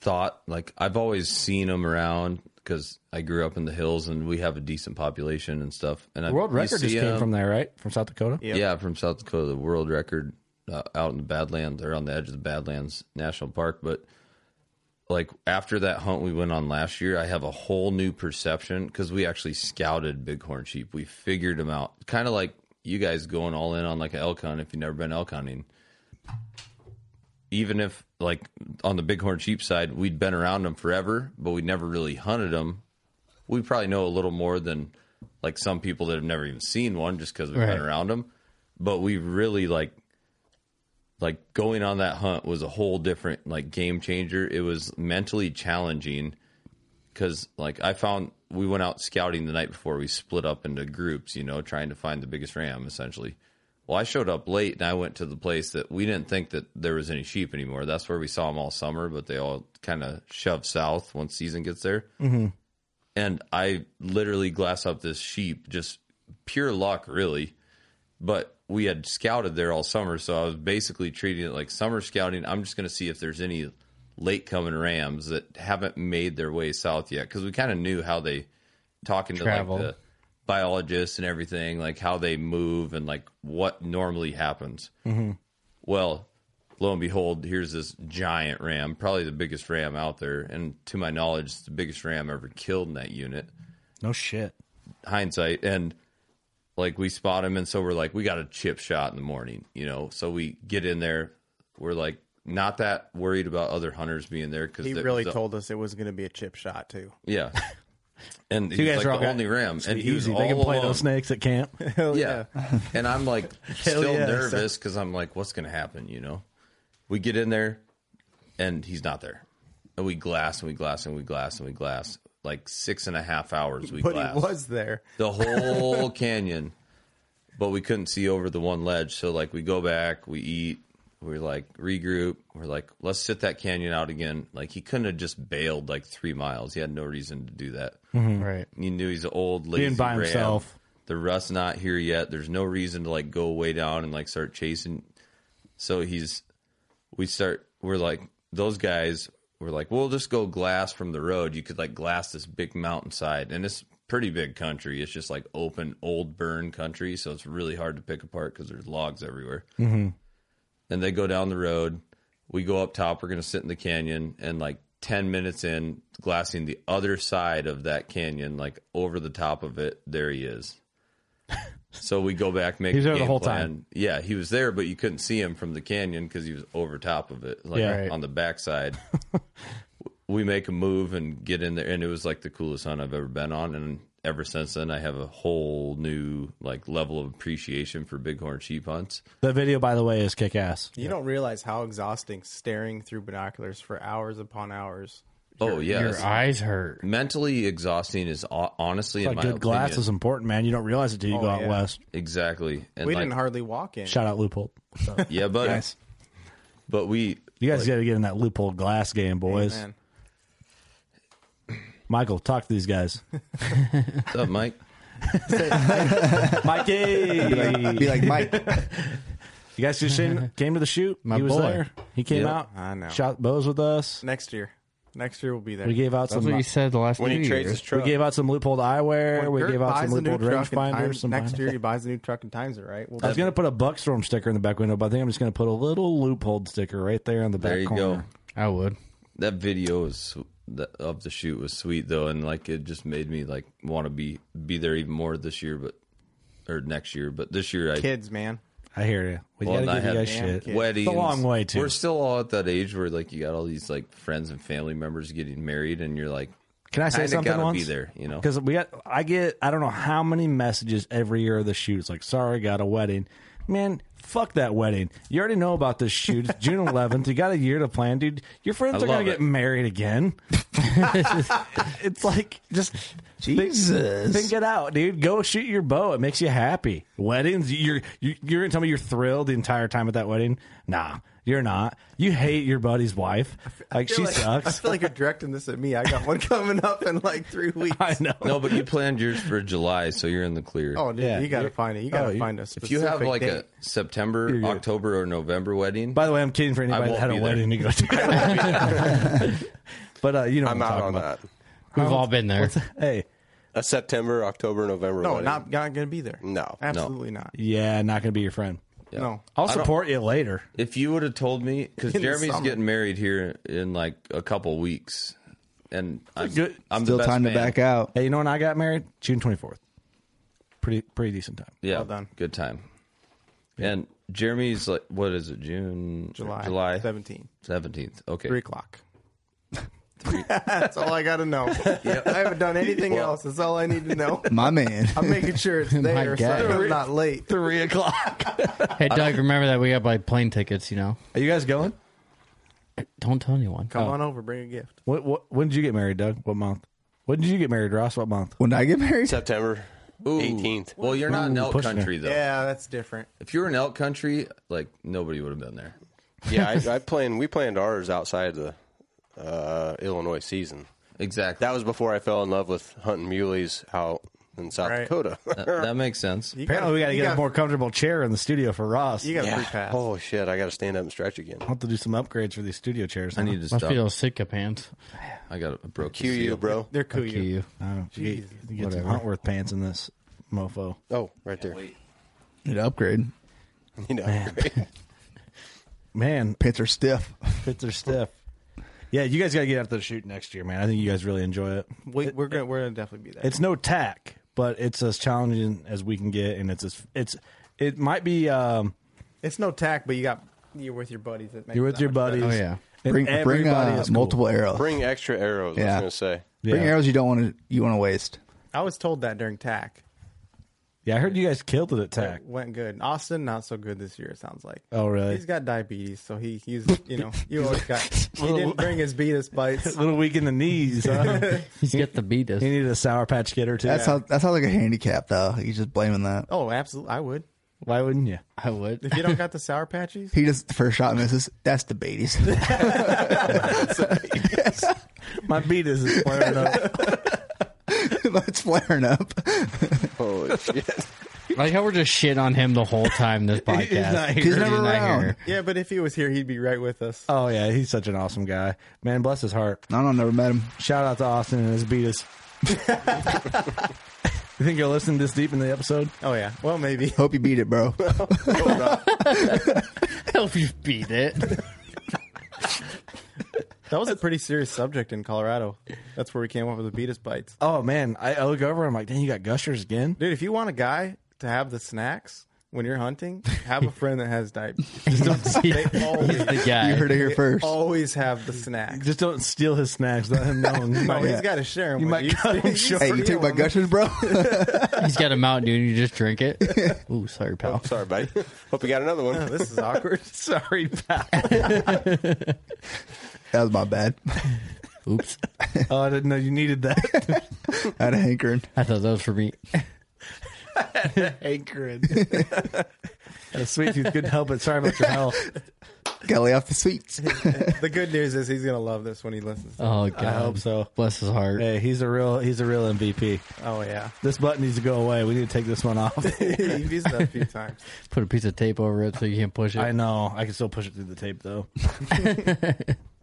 thought like I've always seen them around because I grew up in the hills and we have a decent population and stuff. And I, The world you record just see came 'em- from there, right? From South Dakota. yeah. from South Dakota, the world record uh, out in the Badlands or on the edge of the Badlands National Park. But like after that hunt we went on last year, I have a whole new perception because we actually scouted bighorn sheep. We figured them out, kind of like you guys going all in on like an elk hunt if you've never been elk hunting. Even if like on the bighorn sheep side, we'd been around them forever, but we never really hunted them. We probably know a little more than like some people that have never even seen one just because we've Right. been around them. But we really like like going on that hunt was a whole different like game changer. It was mentally challenging because like I found we went out scouting the night before. We split up into groups, you know, trying to find the biggest ram essentially. Well, I showed up late and I went to the place that we didn't think that there was any sheep anymore. That's where we saw them all summer, but they all kind of shove south once season gets there. Mm-hmm. And I literally glass up this sheep, just pure luck, really but we had scouted there all summer, so I was basically treating it like summer scouting. I'm just going to see if there's any late coming rams that haven't made their way south yet because we kind of knew how they talking Travel. to like the biologists and everything, like how they move and like what normally happens. Well, lo and behold, here's this giant ram, probably the biggest ram out there, and to my knowledge, it's the biggest ram ever killed in that unit No Oh, shit. hindsight and like we spot him and so we're like we got a chip shot in the morning you know so we get in there we're like not that worried about other hunters being there because He really told us it was going to be a chip shot too. yeah and You he guys was are all like the got- only ram and he was Easy. all They can play alone. those snakes at camp. yeah. and I'm like still yeah. nervous because I'm like, what's going to happen? You know, we get in there and he's not there. And we glass and we glass and we glass and we glass like six and a half hours. We But glass he was there. the whole canyon, but we couldn't see over the one ledge. So like we go back, we eat, we're like regroup, we're like let's sit that canyon out again. Like he couldn't have just bailed like three miles. He had no reason to do that. Right. He knew he's an old lazy Being by ram. himself. The rut's not here yet. There's no reason to like go way down and like start chasing. So he's, we start, we're like, those guys were like, we'll just go glass from the road. You could like glass this big mountainside and it's pretty big country. It's just like open old burn country. So it's really hard to pick apart because there's logs everywhere and they go down the road. We go up top. We're going to sit in the canyon, and like ten minutes in, glassing the other side of that canyon, like over the top of it. There he is. So we go back, make He's a there the game whole plan. time. Yeah, he was there, but you couldn't see him from the canyon because he was over top of it, like Yeah. Right. on the backside. we make a move and get in there, and it was like the coolest hunt I've ever been on. And ever since then, I have a whole new like level of appreciation for bighorn sheep hunts. The video, by the way, is kick ass. You don't realize how exhausting staring through binoculars for hours upon hours. Oh yeah, Your it's- eyes hurt. mentally exhausting is ho- honestly in Like my good glass opinion- is important, man. You don't realize it till you go out yeah. west. exactly and we like, didn't hardly walk in. Shout out loophole. yeah but Nice. but we You guys got to get in that loophole glass game, boys. Man. Michael, talk to these guys. what's up mike Be Mikey, like, be like Mike. you guys just came, came to the shoot. My he was boy. there. He came Yep. out. I know. Shot bows with us. Next year. Next year we'll be there. We gave out That's some. what you said the last When few he trades years. his truck, We gave out some loophole eyewear. When we Kurt gave out buys some a new loophole truck and rangefinders. times- Some next year he buys a new truck and times it right. We'll I was gonna put a buck storm sticker in the back window, but I think I'm just gonna put a little loophole sticker right there on the back there you corner. go I would. that video is that of the shoot was sweet though and like it just made me like want to be be there even more this year but or next year but this year i kids, man. I hear you. We Well, and gotta I give you have guys damn shit. kids. weddings It's a long way, too. we're still all at that age where like you got all these like friends and family members getting married and you're like Can I say kinda something gotta once? be there you know Because we got, I get, I don't know how many messages every year of the shoot. It's like, sorry, got a wedding. Man, fuck that wedding. You already know about this shoot. It's June 11th. You got a year to plan, dude. Your friends I are gonna love get it. married again. it's like just Jesus. think it out, dude. Go shoot your bow. It makes you happy. Weddings, you're you, you're gonna tell me you're thrilled the entire time at that wedding? Nah, you're not. You hate your buddy's wife. Like she I sucks. feel like you're directing this at me. I got one coming up in like three weeks. I know. no but you planned yours for july so you're in the clear Oh, dude, Yeah. you got to find it. You got to find a if specific you have like date. a September, October, or November wedding, By the way, I'm kidding for I anybody that won't had a be there. wedding to go to. but uh, you know, what I'm I'm out talking on about. that. We've all been there. Hey, A September, October, November. No, wedding. not, not going to be there. No. Absolutely not. yeah, not gonna be your friend. No. I'll I don't- support you later. if you would have told me, because In the Jeremy's summer. getting married here in like a couple weeks, and I'm, good- I'm Still the best time man. to back out. Hey, you know when I got married? June 24th. Pretty pretty decent time. Yeah, Well done. good time. And Jeremy's like, what is it? June, July. July 17. seventeenth. Okay, 3 o'clock. That's all I got to know. I haven't done anything else. That's all I need to know. My man. I'm making sure it's there so God. that I'm not late. Three o'clock. Hey, Doug, remember that we got like plane tickets, you know? Are you guys going? Don't tell anyone. Come on over. Bring a gift. What, what when did you get married, Doug? What month? When did you get married, Ross? What month? When I get married, September Ooh. eighteenth. Well, you're not in elk pushing it. country though. Yeah, that's different. If you were in elk country, like nobody would have been there. yeah, I, I planned. We planned ours outside the uh, Illinois season. Exactly. That was before I fell in love with hunting muleys out in South Right. Dakota. That, that makes sense. You Apparently, we got to you get a more comfortable chair in the studio for Ross. You You got a free pass. Oh shit! I got to stand up and stretch again. have to do some upgrades for these studio chairs. I need to I stop. feel sick of pants. I got a broke Cue you, seal. bro. They're cool. Cue you. Oh, you Jesus. get, you get some Huntworth pants in this mofo. Oh, right there. need to upgrade. You know, Man, Pants are stiff. pits are stiff. Yeah, you guys got to get out to the shoot next year, man. I think you guys really enjoy it. We, we're gonna we're gonna definitely be there. It's no tack, but it's as challenging as we can get, and it's as, it's it might be um, It's no tack, but you got you're with your buddies. That makes you're it with that your much better. buddies. Oh, yeah. and Bring bring everybody uh, is cool. multiple arrows. Bring, bring extra arrows. Yeah. I was gonna say. Yeah. arrows you don't want to you want to waste. I was told that during tack. Yeah, I heard you guys killed it at tack. It went good. Austin not so good this year. It sounds like. Oh, really? He's got diabetes, so he he's you know you always got. He didn't bring his beatus bites. A little weak in the knees. Huh? He's got the beat us. you needed a sour patch kid or two. That's how that sounds like a handicap though. He's just blaming that. Oh, absolutely. I would. Why wouldn't you? I would. If you don't got the sour patches, He just first shot misses. That's the babies. My beat is flaring up. it's flaring up. Holy shit. Like how we're just shit on him the whole time this podcast. not here. He's never around. Yeah, but if he was here, he'd be right with us. Oh yeah, he's such an awesome guy. Man, bless his heart. I don't know, never met him. Shout out to Austin and his beatus. you think you'll listen this deep in the episode? Oh yeah. Well, maybe. Hope you beat it, bro. Help you beat it. That was a pretty serious subject in Colorado. That's where we came up with the beatus bites. Oh man, I, I look over. I'm like, dang, you got gushers again. Dude, if you want a guy to have the snacks when you're hunting, have a friend that has diapers. Just don't, they always, The guy. You heard it here first. always have the snacks. Just don't steal his snacks. Let him no, know. he's got to share them. You with might you. cut him short. Hey, you took my gushers, bro? He's got a Mountain Dew and you just drink it. Ooh, sorry, pal. Sorry, buddy. Hope you got another one. This is awkward. Sorry, pal. that was my bad. Oops. Oh, I didn't know you needed that. I had a hankering. I thought that was for me. Anchoring. a sweet tooth couldn't help it. Sorry about your health. Gotta lay off the sweets. the good news is he's gonna love this when he listens. Oh god. I hope so. Bless his heart. Hey, he's a real he's a real MVP. Oh yeah, This button needs to go away. We need to take this one off. he's used that a few times. Put a piece of tape over it so you can't push it. I know. I can still push it through the tape though.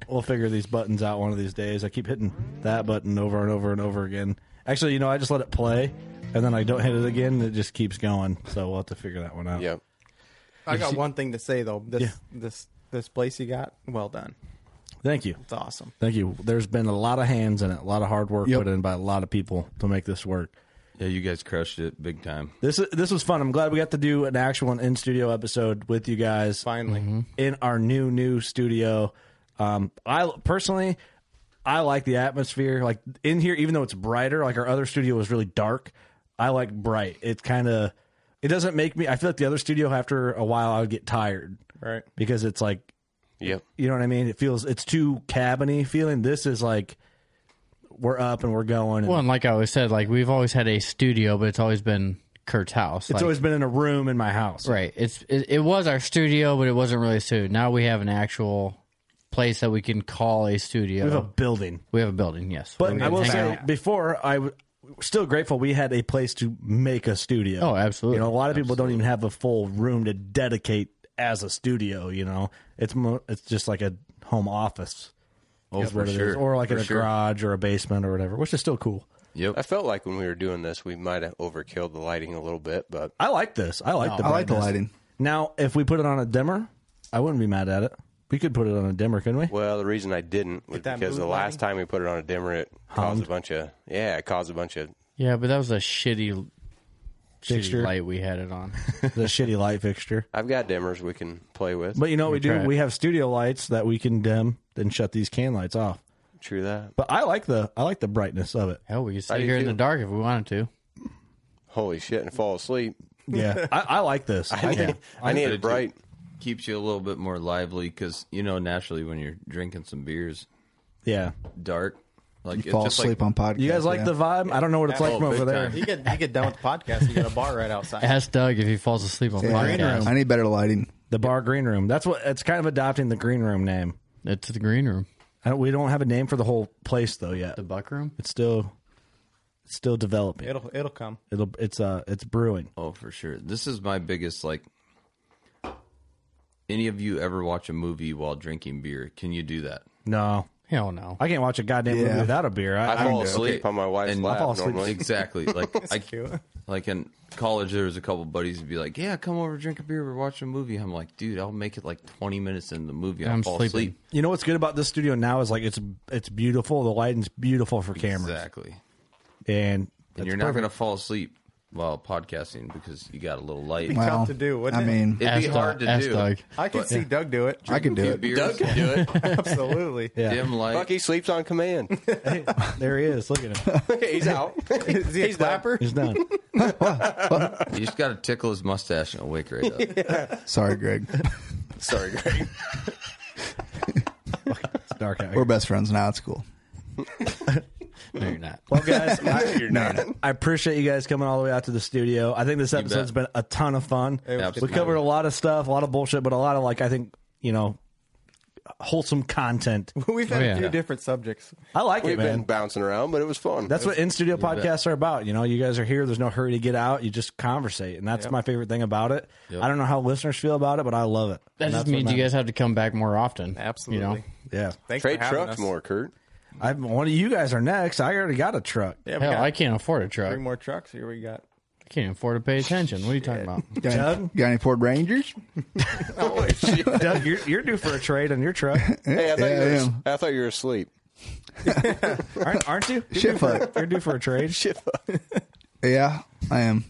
we'll figure these buttons out one of these days. I keep hitting that button over and over and over again. Actually, you know, I just let it play and then I don't hit it again. and It just keeps going. So we'll have to figure that one out. Yep. I got one thing to say though. This Yeah. this this place you got, well done. Thank you. It's awesome. Thank you. There's been a lot of hands in it, a lot of hard work put in by a lot of people to make this work. Yeah, you guys crushed it big time. This this was fun. I'm glad we got to do an actual in studio episode with you guys Finally, Mm-hmm. in our new new studio. Um, I personally, I like the atmosphere. Like in here, even though it's brighter, like our other studio was really dark. I like bright. It kind of it doesn't make me. I feel like the other studio after a while I would get tired right? because it's like Yep. you know what I mean. It feels it's too cabiny feeling. This is like we're up and we're going. and Well, and like I always said, like we've always had a studio, but it's always been Kurt's house. it's Like, always been in a room in my house. right. It's it, it was our studio, but it wasn't really a studio. Now we have an actual place that we can call a studio. We have a building. a building, yes. Where But we I can will hang say, out. before I w- still grateful we had a place to make a studio. Oh, absolutely. You know, a lot of people don't even have a full room to dedicate as a studio. You know, it's mo- it's just like a home office. Oh, is what it is. or like in a garage or a basement or whatever, which is still cool. I felt like when we were doing this, we might have overkilled the lighting a little bit, but I like this. I like the. I like the brightness. lighting. Now, if we put it on a dimmer, I wouldn't be mad at it. We could put it on a dimmer, couldn't we? well, the reason I didn't was that because mood the last time we put it on a dimmer, it caused a bunch of yeah, it caused a bunch of yeah, but that was a shitty, Fixture. shitty light we had it on. the shitty light fixture. I've got dimmers we can play with. But you know what we try do? it. We have studio lights that we can dim, then shut these can lights off. True that. But I like the I like the brightness of it. Hell, we could sit do here in too. the dark if we wanted to. Holy shit! And fall asleep. Yeah, I, I like this. I need, I need do it too. bright. Keeps you a little bit more lively because you know naturally when you're drinking some beers, Yeah, dark, like it's Fall just asleep like on podcast. you guys like yeah. the vibe? I don't know what it's like Oh, from over big there. time. You get you get done with the podcast. You got a bar right outside. Ask Doug if he falls asleep on the podcast. I need better lighting. The bar green room. That's what it's kind of adopting the green room name. It's the green room, I don't, we don't have a name for the whole place though yet. the buck room. It's still it's still developing. It'll it'll come. It'll it's uh it's brewing. Oh, for sure. This is my biggest like. Any of you ever watch a movie while drinking beer? Can you do that? No, Hell no. I can't watch a goddamn movie Yeah. without a beer. I, I I fall asleep on my wife's and- lap I fall asleep. normally. Exactly. Like I, like in college, there was a couple buddies who'd be like, "Yeah, come over, drink a beer, we're watching a movie." I'm like, "Dude, I'll make it like 20 minutes in the movie, I'll I'm fall sleeping. asleep." you know what's good about this studio now is like it's it's beautiful. The lighting's beautiful for cameras, Exactly. and And it's you're not perfect. going to fall asleep while podcasting because you got a little light. Tough Well, to do, wouldn't I it? mean, It'd Ask be hard Doug- to ask do. Doug. I could see Doug do it. I can do Few it. beers, Doug can do it. Absolutely. Dim light. Bucky sleeps on command. there he is. Look at him. He's out. Is he a clapper? He's done. You just got to tickle his mustache and it'll wake right up. Sorry, Greg. Sorry, Greg. It's dark out. We're best friends now. It's cool. No, you're not. Well, guys, I, I appreciate you guys coming all the way out to the studio. I think this episode's been bet. a ton of fun. was We good. covered a lot of stuff, a lot of bullshit, but a lot of like I think you know wholesome content. We've had Oh, yeah. a few Yeah. different subjects. I like We've it, man. been bouncing around, but it was fun. That's what in studio podcasts are about. You know, you guys are here. There's no hurry to get out. You just conversate, and that's my favorite thing about it. I don't know how listeners feel about it, but I love it. That And that's just what means you matters. guys have to come back more often. Absolutely. You know? Yeah, Thanks trade for having trucks us. more, Kurt. I one of you guys are next. I already got a truck. Yeah, we Hell, got I can't afford a truck. three more trucks. Here we got. I can't afford to pay attention. What are you talking about? Got any, got any Ford Rangers? Oh, shit. Doug, you're, you're due for a trade on your truck, hey, I Yeah, thought, I you am. were, I thought you were asleep. aren't, aren't you? You're Shit due for- fuck. You're due for a trade. Yeah, I am.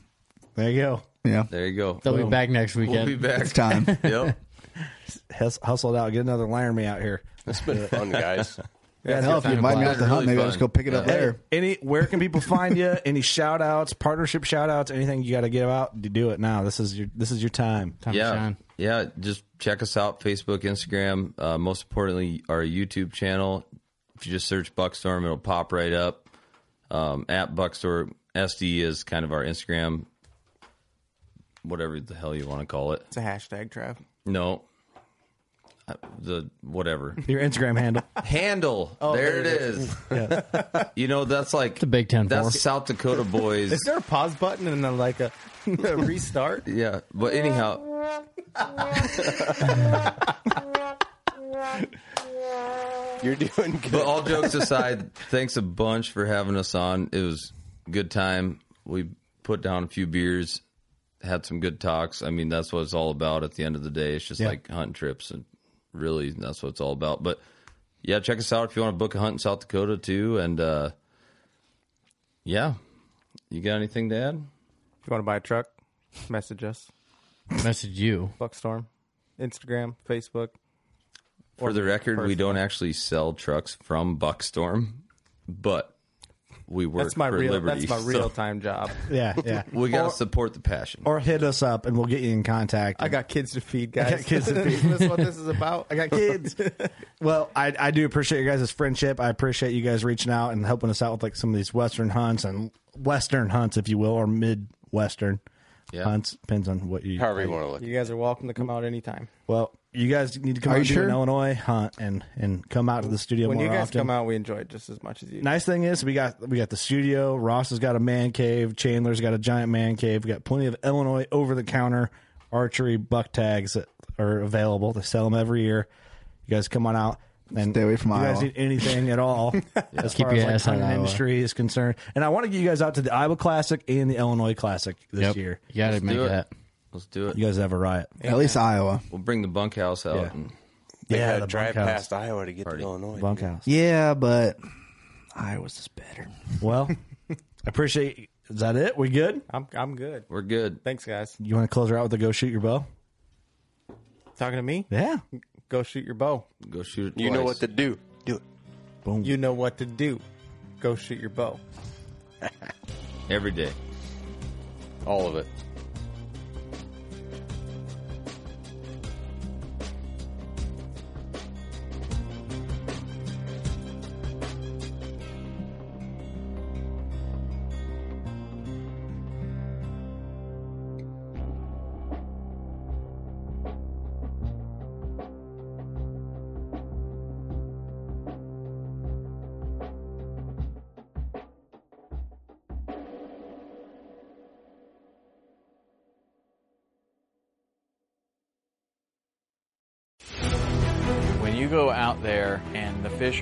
There you go. Yeah, There you go. They'll be back next We'll weekend. be back. it's time. Yep. Hus- Hustled out. Get another lion me out here. It's been fun, guys. Yeah, hell, if you kinda invite me fun. out to hunt, Really maybe I'll fun. just go pick it up Yeah. there. Any where can people find you? Any shout outs, partnership shout outs, anything you got to give out? Do it now. This is your this is your time. Time to yeah. shine. Yeah. Just check us out Facebook, Instagram. Uh, most importantly, our YouTube channel. If you just search Buckstorm, it'll pop right up. Um, at Buckstorm SD is kind of our Instagram, whatever the hell you want to call it. It's a hashtag, Trav. No, Uh, the whatever Your Instagram handle. handle. Oh, there, it is. you know that's like the Big Ten That's four. South Dakota boys. Is there a pause button and then like a, a restart? yeah, but anyhow, You're doing good. but all jokes aside, thanks a bunch for having us on. It was a good time. We put down a few beers, had some good talks. I mean, that's what it's all about at the end of the day. It's just like hunting trips and really that's what it's all about. But yeah, check us out if you want to book a hunt in South Dakota too and uh yeah. You got anything to add? If you want to buy a truck, message us. Message you. Buckstorm, Instagram, Facebook. For the record, we don't actually sell trucks from Buckstorm, but we work That's my for real. Liberty. that's my so real time job. Yeah, yeah. we gotta support the passion. Or hit us up and we'll get you in contact. I got kids to feed, guys. got kids to feed. That's what this is about. I got kids. well, I, I do appreciate your guys' friendship. I appreciate you guys reaching out and helping us out with like some of these Western hunts and Western hunts, if you will, or Midwestern Yeah. hunts. Depends on what you. However you want to look. You guys are welcome to come out anytime. Well, you guys need to come Are out you to sure? an Illinois hunt and and come out to the studio When more you guys often. come out, we enjoy it just as much as you. Nice thing is we got we got the studio. Ross has got a man cave. Chandler's got a giant man cave. We got plenty of Illinois over the counter archery buck tags that are available. They sell them every year. You guys come on out and Stay away from if you guys Iowa. need anything at all as Keep far as your like ass out of hunting Iowa. industry is concerned. And I want to get you guys out to the Iowa Classic and the Illinois Classic this Yep. year. You got to make do it. that. Let's do it. You guys have a riot. At least Iowa. We'll bring the bunkhouse out. Yeah. And Yeah, Gotta drive bunkhouse. past Iowa to get to Illinois. bunkhouse. Yeah, but Iowa's just better. Well, I appreciate. Is that it? We good? I'm I'm good. we're good. Thanks, guys. You want to close her out with a go shoot your bow? Talking to me? Yeah. Go shoot your bow. Go shoot it. You know what twice. to do. Do it. You know what to do. Go shoot your bow. every day. All of it. When you go out there and the fish